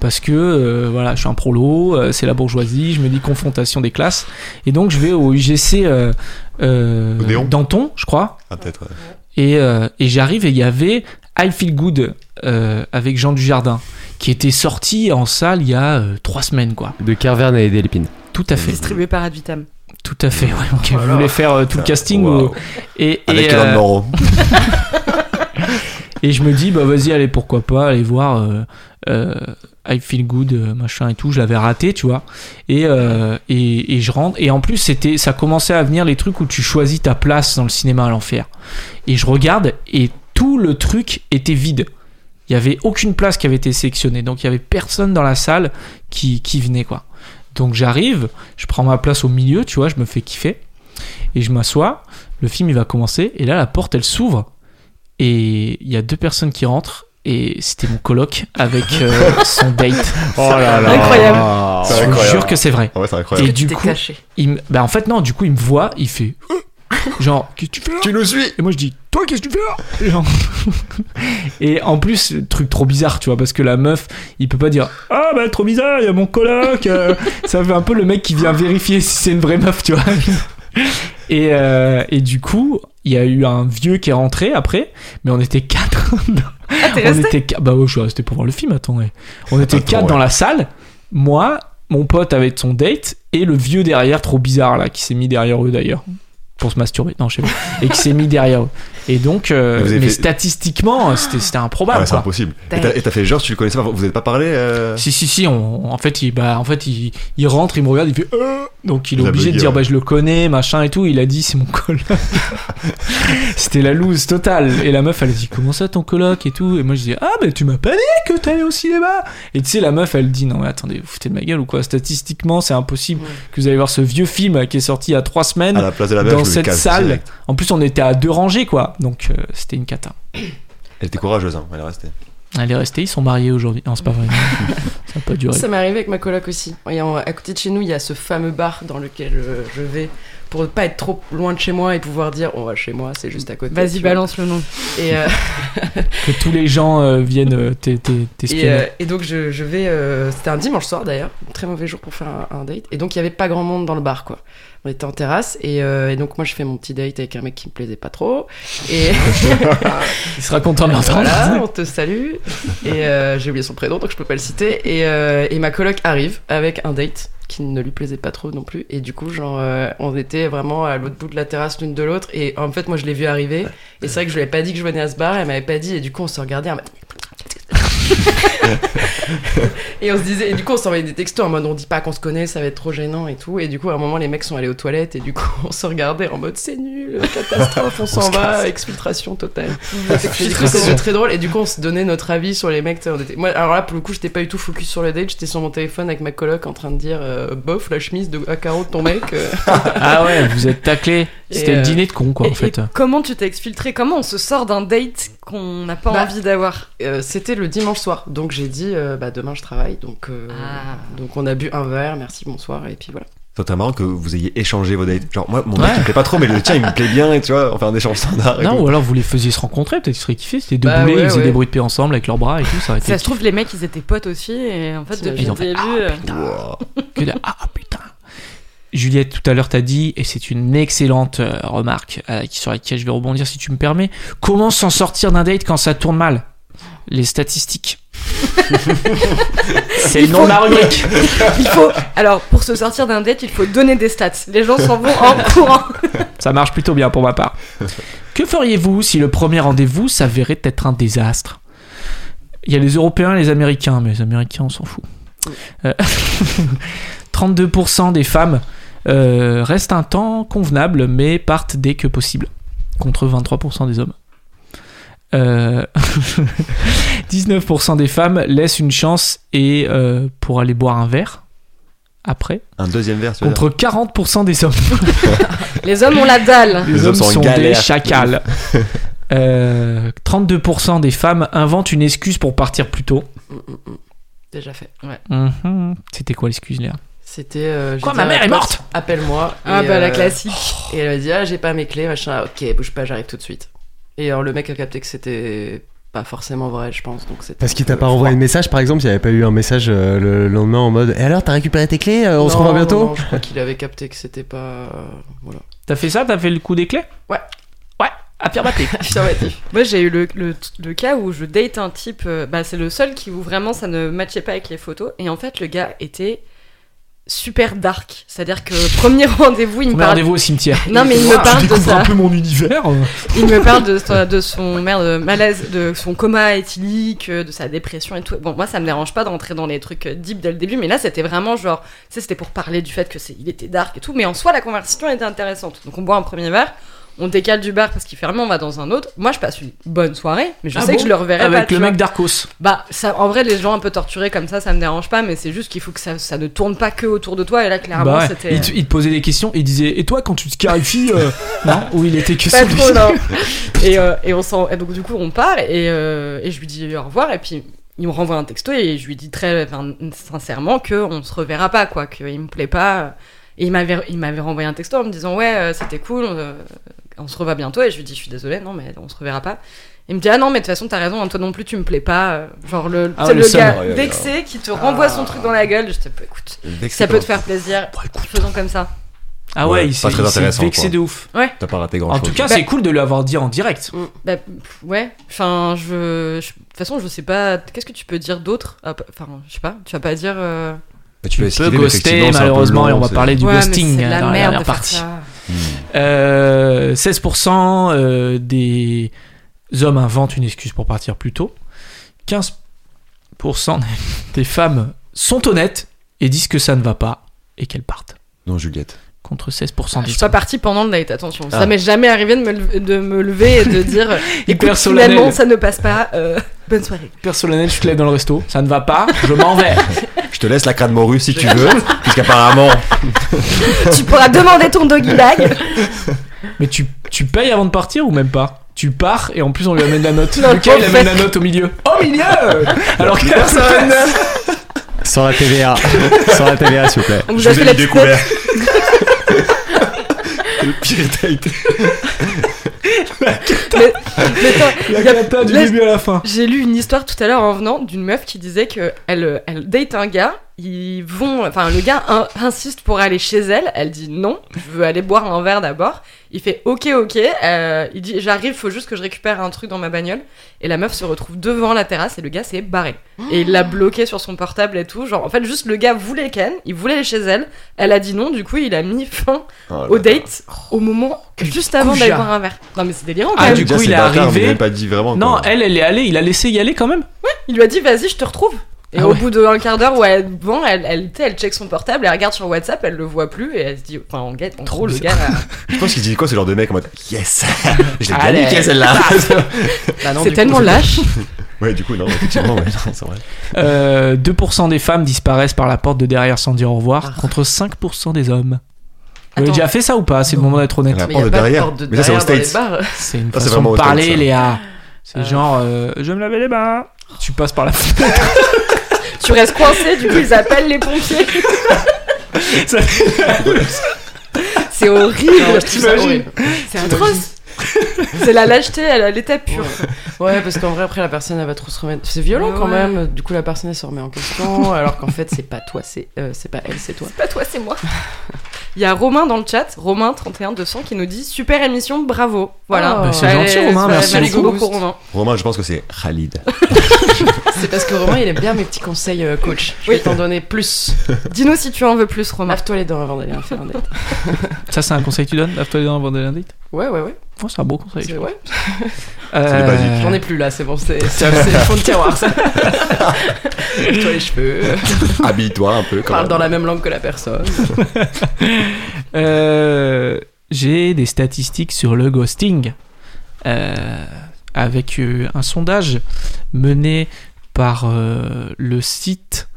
parce que euh, voilà je suis un prolo euh, c'est la bourgeoisie je me dis confrontation des classes et donc je vais au UGC euh, euh, Odéon. Danton je crois Ah, peut-être. ouais. et, euh, et j'arrive et il y avait I Feel Good euh, avec Jean Dujardin qui était sorti en salle il y a euh, trois semaines quoi De Carverne et Delépine. tout à fait Distribué par Advitam. tout à fait ouais donc elle voulait faire euh, tout le casting Wow. ou- et, et, Avec euh, Evan Moreau. Et je me dis, bah vas-y, allez, pourquoi pas, aller voir euh, euh, I Feel Good, euh, machin et tout. Je l'avais raté, tu vois. Et, euh, et, et je rentre. Et en plus, c'était, ça commençait à venir les trucs où tu choisis ta place dans le cinéma à l'enfer. Et je regarde, et tout le truc était vide. Il n'y avait aucune place qui avait été sélectionnée. Donc il n'y avait personne dans la salle qui, qui venait, quoi. Donc j'arrive, je prends ma place au milieu, tu vois, je me fais kiffer. Et je m'assois, le film il va commencer, et là la porte elle s'ouvre et il y a deux personnes qui rentrent et c'était mon coloc avec euh, son date. Oh là là. Incroyable. C'est Je vous incroyable. jure que c'est vrai. Ah ouais, c'est Et incroyable. du T'es coup, caché. il me- bah en fait non, du coup il me voit, il fait genre qu'est-ce que tu fais là Tu nous suis Et moi je dis toi qu'est-ce que tu fais là Genre. Et en plus truc trop bizarre, tu vois, parce que la meuf, il peut pas dire ah bah trop bizarre, il y a mon coloc. euh. Ça fait un peu le mec qui vient vérifier si c'est une vraie meuf, tu vois. Et, euh, et du coup, il y a eu un vieux qui est rentré après, mais on était quatre dans- Ah, t'es on resté était qu- bah ouais, je suis resté pour voir le film attends ouais. on était Attends, quatre ouais. dans la salle moi mon pote avec son date et le vieux derrière trop bizarre là qui s'est mis derrière eux d'ailleurs pour se masturber non je sais pas et qui s'est mis derrière eux et donc euh, Et vous avez mais fait- statistiquement euh, c'était c'était Ah improbable ouais, c'est quoi. impossible. Et t'as- et t'as fait genre, tu le connaissais pas, vous n'êtes pas parlé euh, si si si on, en fait il bah en fait il, il rentre il me regarde il fait Euh donc il est Il a obligé de bugué, dire ouais. bah je le connais machin et tout il a dit c'est mon coloc c'était la loose totale et la meuf elle dit comment ça ton coloc et tout et moi je dis ah mais tu m'as pas dit que t'allais au cinéma et tu sais la meuf elle dit non mais attendez vous foutez de ma gueule ou quoi statistiquement c'est impossible que vous allez voir ce vieux film qui est sorti il y a trois semaines à la place de la mère dans je me cette casse salle. direct. en plus on était à deux rangées quoi donc euh, c'était une cata Elle était courageuse, hein, elle est restée. elle est restée ils sont mariés aujourd'hui non c'est pas vrai ça a pas duré Ça m'est arrivé avec ma coloc aussi. Et en- à côté de chez nous, il y a ce fameux bar dans lequel euh, je vais pour ne pas être trop loin de chez moi et pouvoir dire on va chez moi, c'est juste à côté. Vas-y, tu vois. balance le nom. Et, euh, que tous les gens euh, viennent euh, t'es- t'es- et, t'espionner. euh, et donc je, je vais. euh, C'était un dimanche soir d'ailleurs, très mauvais jour pour faire un, un date. Et donc il y avait pas grand monde dans le bar quoi. On était en terrasse et, euh, et donc moi je fais mon petit date avec un mec qui me plaisait pas trop. Et Il sera content de l'entendre. Voilà, on te salue. Et euh, j'ai oublié son prénom, donc je peux pas le citer. Et, euh, et ma coloc arrive avec un date qui ne lui plaisait pas trop non plus. Et du coup, genre, euh, on était vraiment à l'autre bout de la terrasse l'une de l'autre. Et en fait, moi, je l'ai vu arriver. Et c'est vrai que je lui avais pas dit que je venais à ce bar. Elle m'avait pas dit. Et du coup, on se regardait. en mode- et on se disait, et du coup, on s'envoyait des textos en mode on dit pas qu'on se connaît, ça va être trop gênant et tout. Et du coup, à un moment, les mecs sont allés aux toilettes. Et du coup, on se regardait en mode c'est nul, catastrophe, on s'en va, exfiltration totale. J'ai cru que c'était très drôle et du coup on se donnait notre avis sur les mecs. tu sais, on était- Moi, alors là pour le coup j'étais pas du tout focus sur le date, j'étais sur mon téléphone avec ma coloc en train de dire euh, bof la chemise de à carreaux de ton mec. euh. Ah ouais, vous êtes taclé. C'était Et, le euh, dîner de con quoi Et- en fait. et comment tu t'es exfiltré Comment on se sort d'un date qu'on n'a pas Bah, envie d'avoir Euh, C'était le dimanche soir donc j'ai dit euh, bah demain je travaille donc euh, Ah. donc on a bu un verre merci bonsoir et puis voilà. C'est très marrant que vous ayez échangé vos dates. Genre, moi, mon mec, Ouais. il me plaît pas trop, mais le tien, il me plaît bien, et tu vois, on fait un échange standard. et Non, tout. ou alors vous les faisiez se rencontrer, peut-être qu'ils seraient kiffés. C'était deux Bah boulets, ouais, ils faisaient ouais. des bruits de paix ensemble avec leurs bras et tout. Ça aurait été Ça se trouve, les mecs, ils étaient potes aussi, et en fait, depuis Ils le ont fait, Ah, début... euh, Wow. que de- Ah putain. Juliette, tout à l'heure, t'as dit, et c'est une excellente euh, remarque euh, qui- sur laquelle je vais rebondir si tu me permets. Comment s'en sortir d'un date quand ça tourne mal Les statistiques. c'est le nom de la rubrique. Il faut... Alors, pour se sortir d'un date, il faut donner des stats. Les gens s'en vont en courant. Ça marche plutôt bien pour ma part. Que feriez-vous si le premier rendez-vous s'avérait être un désastre Il y a les Européens et les Américains, mais les Américains, on s'en fout. Euh, 32% des femmes euh, restent un temps convenable, mais partent dès que possible, contre 23% des hommes. Euh, 19% des femmes laissent une chance et euh, pour aller boire un verre après, Un deuxième verre, tu veux dire contre 40% des hommes. Les hommes ont la dalle. Les, Les hommes hommes sont, sont en des galère. chacals. Euh, 32% des femmes inventent une excuse pour partir plus tôt. Mm, mm, mm. Déjà fait. Ouais. Mhm. C'était quoi l'excuse, Léa C'était euh, j'ai Quoi, dit ma à mère est pote, morte Appelle-moi. Ah et, bah, la euh, classique. Et elle a dit ah j'ai pas mes clés machin ok bouge pas j'arrive tout de suite. Et alors le mec a capté que c'était pas forcément vrai, je pense. Donc c'était Parce un qu'il peu t'a pas envoyé froid. de message, par exemple, il n'y avait pas eu un message euh, le lendemain en mode Et alors, t'as récupéré tes clés euh, On se Non, revoit non, bientôt non, Je crois qu'il avait capté que c'était pas. euh, Voilà. T'as fait ça T'as fait le coup des clés Ouais. Ouais, affirmatif. Affirmatif. Moi, j'ai eu le, le- le cas où je date un type, euh, bah, c'est le seul qui où vraiment ça ne matchait pas avec les photos. Et en fait, le gars était super dark. C'est-à-dire que premier rendez-vous, il me Premier parle. rendez-vous au cimetière. Non, mais il me Ah, Tu parle de ça. mon univers. Il me parle de, son- de son merde, euh, malaise, de son coma éthylique, euh, de sa dépression et tout. Bon, moi, ça me dérange pas d'entrer dans les trucs euh, deep dès le début, mais là, c'était vraiment genre, tu sais, c'était pour parler du fait que c'est, il était dark et tout. Mais en soi, la conversation était intéressante. Donc, on boit un premier verre, on décale du bar parce qu'il ferme, on va dans un autre. Moi, je passe une bonne soirée, mais je Ah sais que bon je le Eh reverrai pas. Avec tu le vois. mec d'Arcos. Bah, ça, en vrai, les gens un peu torturés comme ça, ça me dérange pas, mais c'est juste qu'il faut que ça, ça ne tourne pas que autour de toi. Et là, clairement, Bah ouais. Ah c'était. il, te, il te posait des questions, il disait Et toi, quand tu te scarifies euh, Non, ou il était que pas sur lui. trop, non. et, euh, et on s'en- et donc du coup on part et, euh, et je lui dis au revoir et puis il me renvoie un texto et je lui dis très enfin, sincèrement que on se reverra pas quoi, qu'il me plaît pas. Et il m'avait il m'avait renvoyé un texto en me disant ouais euh, c'était cool, euh, on se revoit bientôt et je lui dis je suis désolée non mais on se reverra pas. Il me dit ah non mais de toute façon t'as raison hein, toi non plus tu me plais pas euh, genre le Ah, c'est le le seum. gars Ouais, ouais, vexé qui te renvoie son truc dans la gueule je te écoute si ça peut te faire plaisir Bah, écoute. faisons comme ça Ah ouais, Ouais, il pas s'est très il s'est intéressant, vexé quoi. de ouf. T'as pas raté grand En chose. tout cas, Bah- c'est cool de lui avoir dit en direct. Bah pff, ouais, enfin je, je- de toute façon je sais pas, qu'est-ce que tu peux dire d'autre Ah, p- Enfin je sais pas, tu vas pas dire... euh, Mais Bah, tu peux Peu ghosté, malheureusement, et on va parler du ouais, mais ghosting c'est de euh, la dans la merde de dernière faire partie. ça. Hmm. Euh, 16% euh, des hommes inventent une excuse pour partir plus tôt. 15% des femmes sont honnêtes et disent que ça ne va pas et qu'elles partent. Non, Juliette. Contre 16% Ah, Je des suis pas hommes. partie pendant le date, attention. Ah. Ça m'est jamais arrivé de me, lever- de me lever et de dire euh, Hyper écoute solennel. finalement ça ne passe pas, euh, bonne soirée. Personnellement, je te lève dans le resto, ça ne va pas, je m'en vais. Je te laisse la crâne morue si tu veux, puisqu'apparemment. tu pourras demander ton doggy bag. Mais tu, tu payes avant de partir ou même pas Tu pars et en plus on lui amène la note. Non, Lucas, il en amène fait- la note au milieu. Au milieu Alors que personne Sans la TVA. Sans la TVA, s'il vous plaît. On vous Je a vous fait ai la mis petite découvert. Le pire date. note. Mais attends, La y a- cata du laisse- début à la fin. J'ai lu une histoire tout à l'heure en venant d'une meuf qui disait que elle, euh, elle date un gars, ils vont, enfin le gars in- insiste pour aller chez elle, elle dit non, je veux aller boire un verre d'abord. Il fait ok ok, euh, il dit j'arrive, faut juste que je récupère un truc dans ma bagnole. Et la meuf se retrouve devant la terrasse et le gars s'est barré. Et il l'a bloqué sur son portable et tout, genre en fait juste le gars voulait Ken, il voulait aller chez elle, elle a dit non, du coup il a mis fin Oh au date au moment juste avant d'aller couillard. boire un verre. Non mais c'est délirant quand Ah, même. du coup, il est arrivé. même pas dit vraiment. Non, quoi. elle, elle est allée, il a laissé y aller quand même Il lui a dit vas-y je te retrouve. Et Ah au ouais. bout d'un quart d'heure où elle, bon, elle, elle, tu sais, elle check son portable, elle regarde sur WhatsApp, elle le voit plus et elle se dit, enfin en, guette- en Trop gros le gars, bizarre. Je pense qu'il dit quoi, c'est genre de mec en mode Yes Je l'ai bien Allez. niqué celle-là Bah non, c'est du coup, tellement c'est- lâche. Ouais, du coup, non, effectivement, ouais, non, c'est vrai. Euh, 2% des femmes disparaissent par la porte de derrière sans dire au revoir, Ah. contre 5% des hommes. Vous avez Attends. déjà fait ça ou pas C'est le Non. moment d'être Ah, honnête. Mais y a porte de pas de derrière. porte de Mais ça, c'est derrière aux dans les States. bars. C'est une Ah, c'est façon vraiment de au stade, parler, ça. Léa. C'est Euh. genre, euh, je vais me laver les mains. Tu passes par la Tu restes coincé, du coup ils appellent les pompiers. Ça c'est horrible. je trouve ça horrible. C'est atroce. c'est la lâcheté à la- l'état pur. Ouais, parce qu'en vrai, après, la personne, elle va trop se remettre. C'est violent Ouais, quand ouais. même. Du coup, la personne, elle se remet en question. alors qu'en fait, c'est pas toi, c'est euh, c'est pas elle, c'est toi. C'est pas toi, c'est moi. Il y a Romain dans le chat, Romain 31 200 qui nous dit super émission, bravo. Voilà. Oh. Bah, c'est gentil, Romain, merci beaucoup. beaucoup Romain. Romain, je pense que c'est Khalid. C'est parce que Romain, il aime bien mes petits conseils euh, coach. Je vais Oui. t'en donner plus. Dis-nous si tu en veux plus Romain. Lave-toi les dents avant d'aller en faire un date. Ça, c'est un conseil que tu donnes Lave-toi les dents avant de l'invite Ouais, ouais, ouais. Oh, c'est un beau conseil. C'est- je Euh, ouais. trouve. C'est basique. J'en ai plus là, c'est bon. C'est c'est- c'est le fond de tiroir, ça. Lave-toi les cheveux. Habille-toi un peu. Quand Parle même. dans la même langue que la personne. Euh, j'ai des statistiques sur le ghosting euh, avec euh, un sondage mené par euh, le site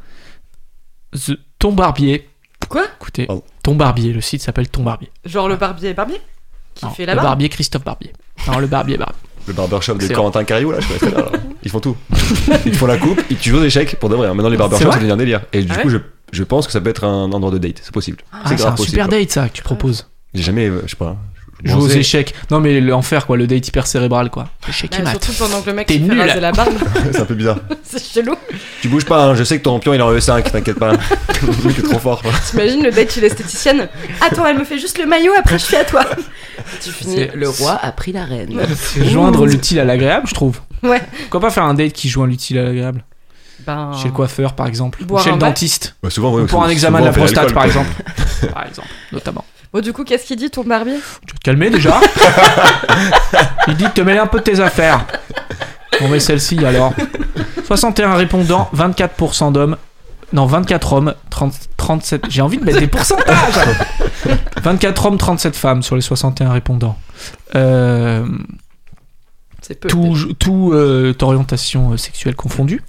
The Ton Barbier. Quoi Écoutez, Pardon. Ton Barbier, le site s'appelle Ton Barbier. Genre le barbier barbier qui Non, fait le la barbe. barbier Christophe Barbier. Non, le barbier Barbier. Le barbershop de Excellent. Corentin Cariou, là, je connais celle-là, là. Ils font tout. Ils te font la coupe, ils te jouent aux échecs pour de vrai. hein. Maintenant, les C'est barbershops, vrai c'est un délire. Et du Ah coup, je, je pense que ça peut être un endroit de date. C'est possible. Ah, c'est grave un possible, super quoi. date ça que tu proposes. J'ai jamais, euh, je sais pas, je- Jouer Bon, aux c'est- échecs. Non, mais l'enfer, quoi, le date hyper cérébral, quoi. Échec et Ah, maths. surtout pendant que le mec T'es se fait nul. raser la barbe, c'est un peu bizarre. c'est chelou. Tu bouges pas, hein, je sais que ton pion il est en E5, t'inquiète pas. Le mec est trop fort. T'imagines le date chez l'esthéticienne Attends, elle me fait juste le maillot, après je fais à toi. Tu finis, C'est- le roi a pris la reine. C'est joindre l'utile à l'agréable, je trouve. Ouais. Pourquoi pas faire un date qui joint l'utile à l'agréable Ben. Chez le coiffeur, par exemple. Boire ou chez un le verre. dentiste. Bah, souvent, Ou ouais, pour sou- un examen de souvent, la on fait prostate, l'alcool, par quoi. exemple. par exemple, notamment. Bon, du coup, qu'est-ce qu'il dit ton barbier Tu vas te calmer déjà Il dit de te mêler un peu de tes affaires. Bon, mais celle-ci alors. 61 répondants, 24% d'hommes. Non, 24 hommes, 30 37. J'ai envie de mettre des pourcentages 24 hommes, 37 femmes sur les 61 répondants. Euh, C'est peu. tout tout, euh, orientation euh, sexuelle confondue.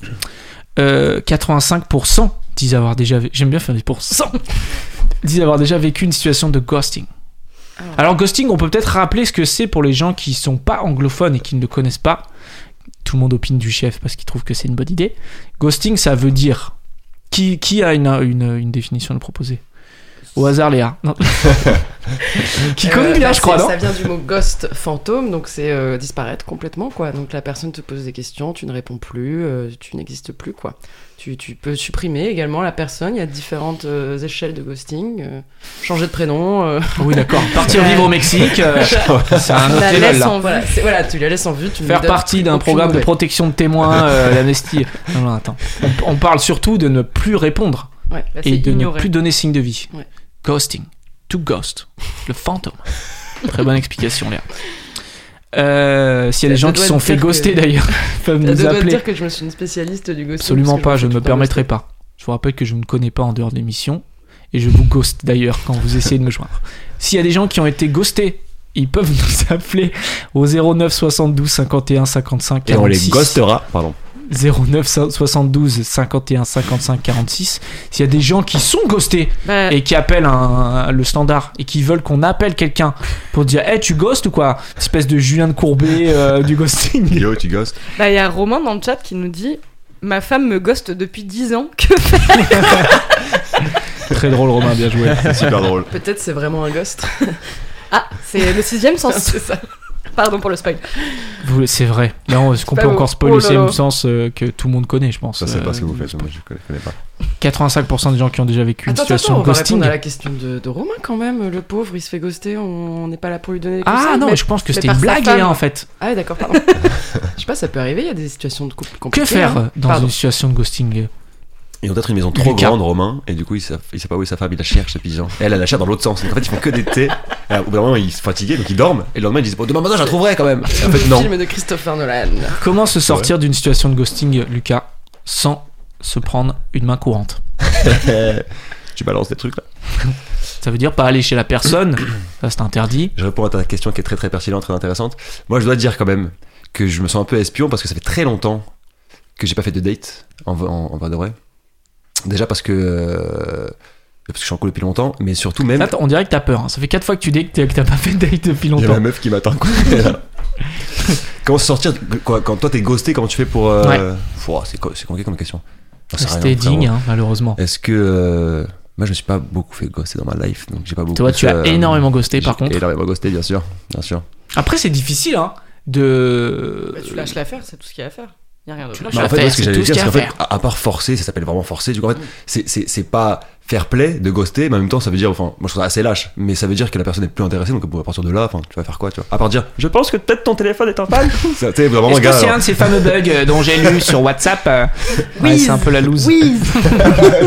Euh, 85% disent avoir déjà vécu. J'aime bien faire des pourcents. disent avoir déjà vécu une situation de ghosting. Ah. Alors, ghosting, on peut peut-être rappeler ce que c'est pour les gens qui sont pas anglophones et qui ne le connaissent pas. Tout le monde opine du chef parce qu'il trouve que c'est une bonne idée. Ghosting, ça veut dire. Qui, qui a une, une, une définition à nous proposer Au hasard, Léa. Non. qui connaît Euh, bien, bah, je crois, c'est- non Ça vient du mot ghost, fantôme, donc c'est euh, disparaître complètement, quoi. Donc la personne te pose des questions, tu ne réponds plus, euh, tu n'existes plus, quoi. Tu, tu peux supprimer également la personne, il y a différentes euh, échelles de ghosting. euh, changer de prénom, euh, Oui, d'accord. Partir Ouais. vivre au Mexique, euh, c'est un tu autre la level, laisses là. en- voilà, c'est- voilà, tu la laisses en vue, tu ne Faire donnes partie d'un aucune programme de nouvelle. protection de témoins, euh, l'amnistie. Non, non, attends. On, on parle surtout de ne plus répondre Ouais. Bah, c'est et de ignoré. ne plus donner signe de vie. Ouais. Ghosting. To ghost. Le fantôme. Très bonne explication, Léa. Euh, S'il y a Ça des gens te qui doit sont te fait dire ghoster que- d'ailleurs, peuvent Ça nous doit appeler. dire que je me suis une spécialiste du ghosting. Absolument parce que pas, me je fais ne tout me le temps permettrai pas. Je vous rappelle que je ne connais pas en dehors de l'émission et je vous ghost d'ailleurs quand vous essayez de me joindre. S'il y a des gens qui ont été ghostés, ils peuvent nous appeler au 09 72 51 55 Et on les 46. ghostera, pardon. 09 72 51 55 46. S'il y a des gens qui sont ghostés Bah, et qui appellent un- le standard et qui veulent qu'on appelle quelqu'un pour dire Hey, tu ghostes ou quoi Espèce de Julien de Courbet euh, du ghosting. Yo, tu ghostes. Bah, il y a Romain dans le chat qui nous dit Ma femme me ghost depuis 10 ans. Que Très drôle, Romain, bien joué. C'est super drôle. Peut-être c'est vraiment un ghost. Ah, c'est le sixième Oh, sens. c'est ça. Pardon pour le spoil. Vous- C'est vrai. Non, est-ce qu'on pas peut beau. encore spoiler Oh le là sixième là. sens euh, que tout le monde connaît, je pense Ça, c'est Euh, pas ce que vous faites, moi je connais, connais pas. 85% des gens qui ont déjà vécu Attends, une situation attends, on de va ghosting. répondre à la question de, de Romain quand même. Le pauvre, il se fait ghoster, on n'est pas là pour lui donner des conseils. Ah non, mais- mais je pense que mais c'était par une sa blague, femme. Léa, en fait. Ah ouais, d'accord, pardon. Je sais pas, ça peut arriver, il y a des situations de couple compliquées. Que faire hein. euh, dans Pardon. une situation de ghosting euh Ils ont peut-être une maison trop Lucas. grande, Romain, et du coup, ils savent, ils savent pas où est sa femme, ils la cherchent, les pigeons. Et elle, elle la cherche dans l'autre sens. Donc, en fait, ils font que des thés. Et au bout d'un moment, ils sont fatigués, donc ils dorment. Et le lendemain, ils disent, bon, demain matin, je la trouverai quand même. Et en fait, Le non. film de Christopher Nolan. Comment se sortir d'une situation de ghosting, Lucas, sans se prendre une main courante Euh, tu balances des trucs là. Ça veut dire pas aller chez la personne, ça c'est interdit. Je réponds à ta question qui est très très pertinente, très intéressante. Moi, je dois dire quand même que je me sens un peu espion parce que ça fait très longtemps que j'ai pas fait de date en, en, en vrai de vrai. Déjà parce que. euh, parce que je suis en couple depuis longtemps, mais surtout même. Attends, on dirait que t'as peur. hein. Ça fait 4 fois que tu dis que t'as- que t'as pas fait de date depuis Il y a longtemps. la meuf qui m'attend. quoi. Elle est là. comment se sortir quoi, Quand toi t'es ghosté, comment tu fais pour. euh, Ouais. Pouah, c'est quoi- c'est compliqué comme question. J'en sais rien, C'était digne, frérot. hein, malheureusement. Est-ce que. euh, moi, je me suis pas beaucoup fait ghoster dans ma life, donc j'ai pas beaucoup. Toi, tu as euh, énormément ghosté par j'ai contre. Énormément ghosté, bien sûr. Bien sûr. Après, c'est difficile hein, de. Bah, tu lâches l'affaire, c'est tout ce qu'il y a à faire. Y a rien d'autre. Tu lâches Bah, en l'affaire, fait, moi, ce que c'est j'allais tout ce dire, qu'il y c'est a à qu'en fait, faire. à, à part forcer, ça s'appelle vraiment forcer. Du coup, en fait, c'est- c'est c'est pas fair play de ghoster, mais en même temps, ça veut dire, enfin, moi je trouve ça assez lâche, mais ça veut dire que la personne est plus intéressée, donc à partir de là, enfin, tu vas faire quoi, tu vois À part dire, je pense que peut-être ton téléphone est en panne. Ça, tu sais, vraiment, Est-ce que gars, c'est un alors, de ces fameux bugs euh, dont j'ai lu sur WhatsApp euh, ouais, Whiz. C'est un peu la loose. Oui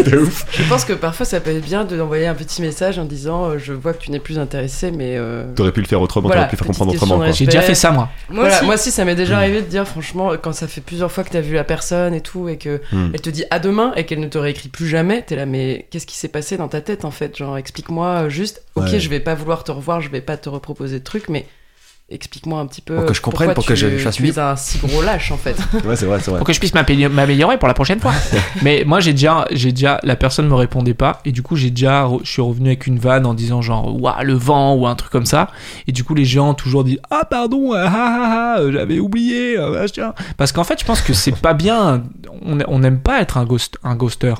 de ouf. Je pense que parfois ça peut être bien de d'envoyer un petit message en disant euh, Je vois que tu n'es plus intéressé, mais. euh, T'aurais pu le faire autrement, Voilà, t'aurais pu le faire petite comprendre question autrement, de quoi. J'ai déjà fait ça moi. Moi voilà, aussi. moi aussi, ça m'est Mm. déjà arrivé de dire, franchement, quand ça fait plusieurs fois que t'as vu la personne et tout, et que Mm. elle te dit à demain et qu'elle ne te réécrit plus jamais, t'es là, mais qu'est-ce qui s'est passé dans ta tête en fait Genre, explique-moi euh, juste, ok, Ouais. je vais pas vouloir te revoir, je vais pas te reproposer de trucs, mais explique-moi un petit peu. Pour que je comprenne, pourquoi pour que tu- je- je fasse Tu mieux. es un si gros lâche en fait. Ouais, c'est vrai, c'est vrai. pour que je puisse m'appé- m'améliorer pour la prochaine fois. Mais moi j'ai déjà, j'ai déjà, la personne me répondait pas et du coup j'ai déjà, re- je suis revenu avec une vanne en disant genre ouah le vent ou un truc comme ça et du coup les gens ont toujours dit ah pardon euh, ah, ah, ah, euh, j'avais oublié euh, ah, tiens. parce qu'en fait je pense que c'est pas bien, on on n'aime pas être un ghost, un ghoster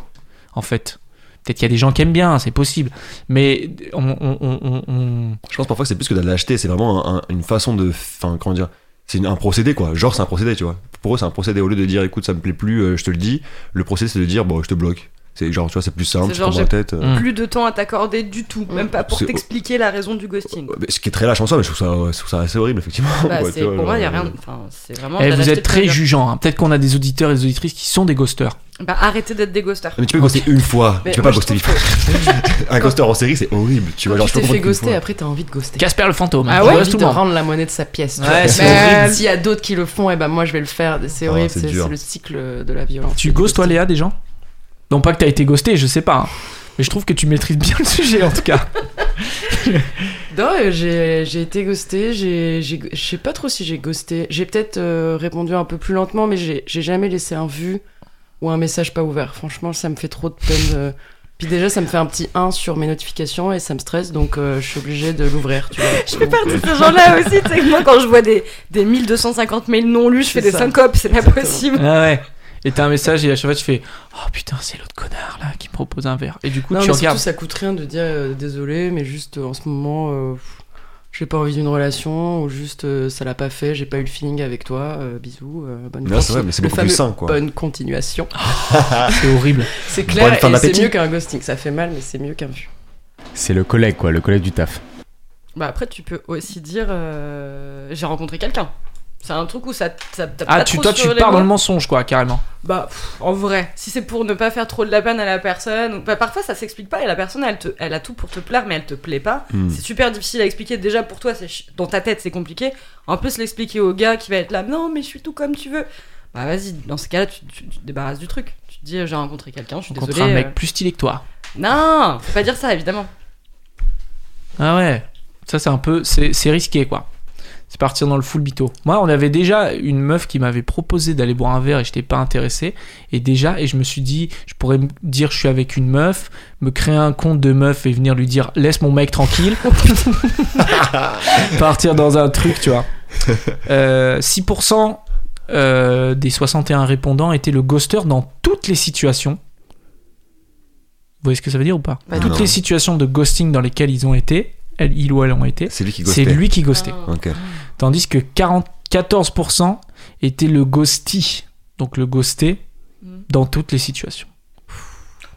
en fait. Peut-être qu'il y a des gens qui aiment bien, c'est possible. Mais on, on- on- on- on- Je pense parfois que c'est plus que d'aller l'acheter, c'est vraiment un- un- une façon de. Enfin, comment dire C'est une- un procédé quoi. Genre, c'est un procédé, tu vois. Pour eux, c'est un procédé. Au lieu de dire écoute, ça me plaît plus, euh, je te le dis, le procédé c'est de dire bon, je te bloque. C'est genre, tu vois, c'est plus simple, C'est tu genre, prends la j'ai- tête. euh. Mm. Plus de temps à t'accorder du tout, Hmm. même pas pour C'est- t'expliquer la raison du ghosting. Oh, Mais Ce qui est très lâche en soi, mais je trouve ça, je trouve ça assez horrible, effectivement. Bah, quoi, c'est- tu vois, pour moi, il n'y a genre, rien. Enfin, c'est euh, vraiment. Eh, t'as vous l'acheté êtes très très bien. jugeants. hein. Peut-être qu'on a des auditeurs et des auditrices qui sont des ghosters. Bah, arrêtez d'être des ghosters. euh, Mais tu peux ghoster une fois, Mais tu peux moi, pas je ghoster trouve une fois. un ghoster en série, c'est horrible, tu vois. Quand Genre, tu je t'es fait peux comprendre qu'une ghoster, fois. après t'as envie de ghoster. Casper le fantôme. hein, Ah qui ouais, gosse envie tout le de monde. rendre la monnaie de sa pièce. tu Ouais, vois. c'est Mais horrible. S'il y a d'autres qui le font, et ben moi je vais le faire. C'est Ah, horrible, c'est c'est dur. c'est le cycle de la violence. Tu ghostes toi Léa des gens Non pas que t'as été ghosté, je sais pas. hein. Mais je trouve que tu maîtrises bien le sujet en tout cas. Non, euh, j'ai j'ai été ghostée, j'ai- j'ai- je sais pas trop si j'ai ghosté. J'ai peut-être euh, répondu un peu plus lentement, mais j'ai j'ai jamais laissé un vu ou un message pas ouvert. Franchement, ça me fait trop de peine. de- Puis déjà, ça me fait un petit 1 sur mes notifications et ça me stresse, donc euh, je suis obligée de l'ouvrir, tu vois. Je fais partie de ces gens-là aussi. Tu sais, que moi, quand je vois des, des 1250 mails non lus, je fais C'est des ça. syncopes, c'est pas Exactement. possible. Ah ouais. Et t'as un message et à chaque fois tu fais Oh putain, c'est l'autre connard là qui me propose un verre. Et du coup euh, Non, tu mais regardes. surtout, ça coûte rien de dire euh, désolé, mais juste euh, en ce moment, euh, pff, j'ai pas envie d'une relation, ou juste euh, ça l'a pas fait, j'ai pas eu le feeling avec toi, euh, bisous, euh, bonne Non, c'est vrai, mais c'est Le beaucoup plus fameux sain, quoi. Bonne continuation. Ah, C'est horrible. C'est Bonne clair, fin et c'est d'appétit. mieux qu'un ghosting. Ça fait mal, mais c'est mieux qu'un vu. C'est le collègue, quoi, le collègue du taf. Bah, après, tu peux aussi dire euh, j'ai rencontré quelqu'un. C'est un truc où ça, ça tape Ah pas tu, trop toi tu sur les pars dans mots. le mensonge quoi carrément. Bah, pff, en vrai, si c'est pour ne pas faire trop de la peine à la personne, ou- bah, parfois ça s'explique pas et la personne elle, te, elle a tout pour te plaire, mais elle te plaît pas. Mm. Hmm. C'est super difficile à expliquer. Déjà pour toi, c'est chi- dans ta tête, c'est compliqué. En plus, l'expliquer au gars qui va être là, non, mais je suis tout comme tu veux. Bah, vas-y, dans ce cas-là, tu, tu- tu te débarrasses du truc. Tu te dis, euh, j'ai rencontré quelqu'un, je suis On rencontre désolée. un mec euh. plus stylé que toi. Non, faut pas dire ça, évidemment. Ah ouais. Ça c'est un peu. C'est c'est risqué quoi. C'est partir dans le full bito. Moi, on avait déjà une meuf qui m'avait proposé d'aller boire un verre et je n'étais pas intéressé. Et déjà, et je me suis dit, je pourrais me dire je suis avec une meuf, me créer un compte de meuf et venir lui dire laisse mon mec tranquille. Partir dans un truc, tu vois. Euh, 6% euh, des 61 répondants étaient le ghoster dans toutes les situations. Vous voyez ce que ça veut dire ou pas Pas du Toutes tout. les situations de ghosting dans lesquelles ils ont été, elle, il ou elle ont été, C'est lui qui c'est ghostait. lui qui ghostait Ah. Ok. tandis que 40 14% était le ghosty, donc le ghosté Mm. dans toutes les situations.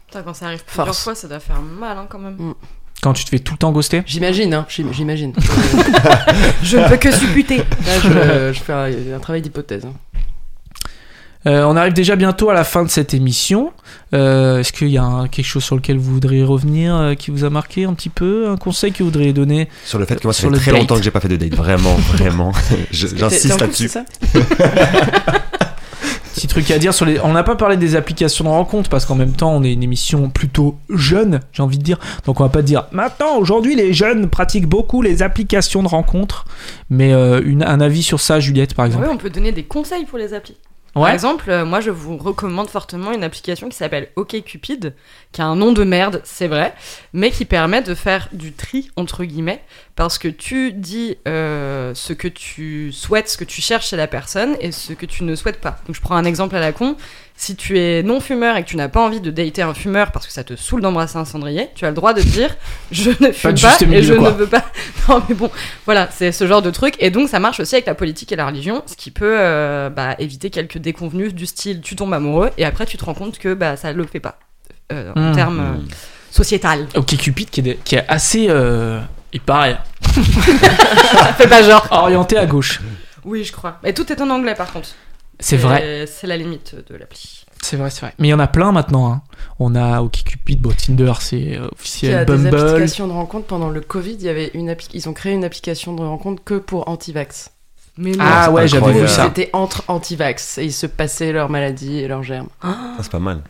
Putain, quand ça arrive plusieurs Force. fois, ça doit faire mal hein, quand même. Quand tu te fais tout le temps ghoster J'imagine, hein, j'im- j'imagine. Je ne peux que supputer. Là, je, je fais un, un travail d'hypothèse. hein. Euh, on arrive déjà bientôt à la fin de cette émission. Euh, Est-ce qu'il y a un- quelque chose sur lequel vous voudriez revenir euh, qui vous a marqué un petit peu Un conseil que vous voudriez donner Sur le fait que moi, ça Sur fait le très date. longtemps que j'ai pas fait de date. Vraiment, vraiment. Je- T'es- t'es en J'insiste couple, là-dessus. c'est ça Petit truc à dire sur les. On n'a pas parlé des applications de rencontre parce qu'en même temps, on est une émission plutôt jeune, j'ai envie de dire. Donc on va pas dire maintenant, aujourd'hui, les jeunes pratiquent beaucoup les applications de rencontre. Mais euh, une- un avis sur ça, Juliette, par exemple Oui, on peut donner des conseils pour les applis. Par Ouais. exemple, euh, moi je vous recommande fortement une application qui s'appelle OkCupid, qui a un nom de merde, c'est vrai, mais qui permet de faire du tri entre guillemets, parce que tu dis euh, ce que tu souhaites, ce que tu cherches chez la personne et ce que tu ne souhaites pas. Donc je prends un exemple à la con. Si tu es non fumeur et que tu n'as pas envie de dater un fumeur parce que ça te saoule d'embrasser un cendrier, tu as le droit de dire je ne fume de pas, juste et milieu, je quoi. ne veux pas. Non mais bon, voilà, c'est ce genre de truc. Et donc, ça marche aussi avec la politique et la religion, ce qui peut euh, bah, éviter quelques déconvenues du style tu tombes amoureux et après tu te rends compte que bah, ça le fait pas euh, en Mmh. termes euh, sociétal. Ok Cupid qui est, des- qui est assez euh, il paraît hein. Ça fait pas genre. orienté à gauche. Oui, je crois. Mais tout est en anglais par contre. C'est vrai, C'est la limite de l'appli. c'est vrai, c'est vrai. Mais il y en a plein maintenant. hein. On a OK Cupid, bon, Tinder, c'est euh, Il y officiel, a des Bumble. applications de rencontre pendant le Covid. Il y avait une appli- ils ont créé une application de rencontre que pour anti-vax. Mais non. Ah ouais, Incroyable. j'avais vu Oui, ça. C'était entre anti-vax et ils se passaient leurs maladies et leurs germes. Ah, c'est pas mal.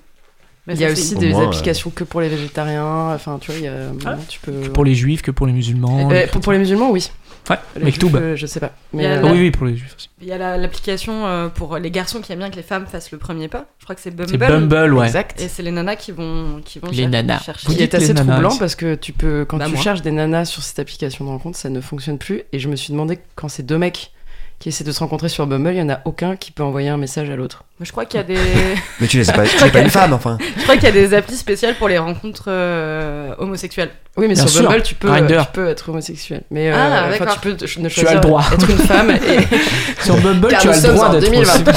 Mais Il y a ça, c'est- aussi Au des moins, applications que pour les végétariens. Enfin, tu vois, il y a, bon, tu peux. euh, Pour les juifs que pour les musulmans. Euh, les- pour, pour les musulmans, oui. Ouais, Les Mektoub. juifs, euh, Je sais pas. Mais Il y a euh, Oh oui, oui, pour les juifs aussi. Il y a la- l'application euh, pour les garçons qui aiment bien que les femmes fassent le premier pas. Je crois que c'est Bumble. C'est Bumble, ouais. exact. Et c'est les nanas qui vont, qui vont Les cher- nanas. chercher. Vous qui dites est assez les nanas troublant aussi. parce que tu peux quand Bah, tu moi. cherches des nanas sur cette application de rencontre ça ne fonctionne plus et je me suis demandé quand c'est deux mecs qui essaient de se rencontrer sur Bumble, il y en a aucun qui peut envoyer un message à l'autre. Moi, je crois qu'il y a des. Mais tu n'es pas, tu n'es pas une femme, enfin. Je crois qu'il y a des applis spéciales pour les rencontres euh, homosexuelles. Oui, mais Bien sur sûr. Bumble, tu peux, Grindr. tu peux être homosexuel. Mais euh, Ah, enfin, d'accord. tu peux te- ne Tu as le choisir droit. être une femme et Sur Bumble, Car tu nous as le sommes droit en d'être aussi. 2023.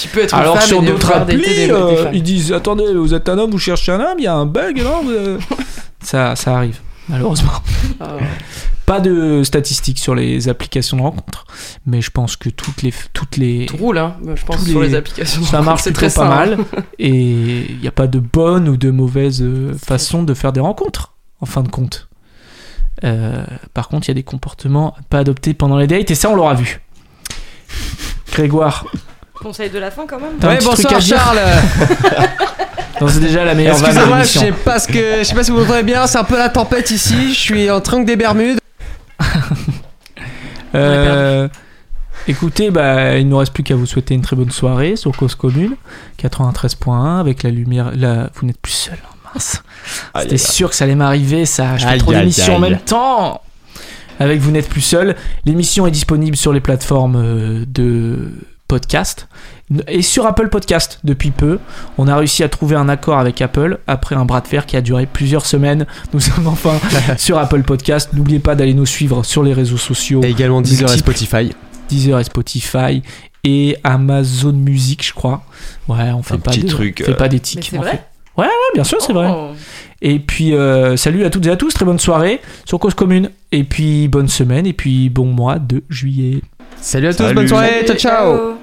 tu peux être une Alors femme sur et de d'autres pouvoir dater applis, des, des euh, femmes. ils disent attendez, vous êtes un homme, vous cherchez un homme, il y a un bug, non vous- euh. Ça, ça arrive, malheureusement. Ah. Pas de statistiques sur les applications de rencontres, mais je pense que toutes les, toutes les, Tout roule, hein, je pense, Tous sur les- les applications. ça marche c'est plutôt très pas sain, hein. mal, et il n'y a pas de bonne ou de mauvaise euh, façon de faire des rencontres, en fin de compte. Euh, par contre, il y a des comportements à pas adoptés pendant les dates, et ça, on l'aura vu. Grégoire, Conseil de la fin, quand même. t'as un petit truc à dire Non, C'est déjà la meilleure vanne de Excusez-moi, je l'émission. sais pas ce que, je sais pas si vous m'entendez bien, c'est un peu la tempête ici. Je suis en train des Bermudes. Euh, écoutez, bah, il ne nous reste plus qu'à vous souhaiter une très bonne soirée sur Cause Commune 93.1 avec la lumière. La... Vous n'êtes plus seul, hein, mince. C'était sûr que ça allait m'arriver, ça. Je fais Aïe, trop aïe, d'émissions en aïe. même temps. Avec Vous n'êtes plus seul. L'émission est disponible sur les plateformes euh, de podcast et sur Apple Podcast depuis peu. On a réussi à trouver un accord avec Apple après un bras de fer qui a duré plusieurs semaines. Nous sommes enfin sur Apple Podcast. N'oubliez pas d'aller nous suivre sur les réseaux sociaux. Et également Deezer et Deezer et Spotify. Deezer et Spotify et Amazon Music, je crois. Ouais, on fait Un pas petit de- truc, on fait euh, pas Mais d'éthique. c'est on fait- vrai. Ouais, bien sûr, c'est vrai. Oh. Et puis euh, salut à toutes et à tous, très bonne soirée sur Cause Commune. Et puis bonne semaine et puis bon mois de juillet. Salut à tous, Salut. bonne soirée, ciao ciao. Ciao.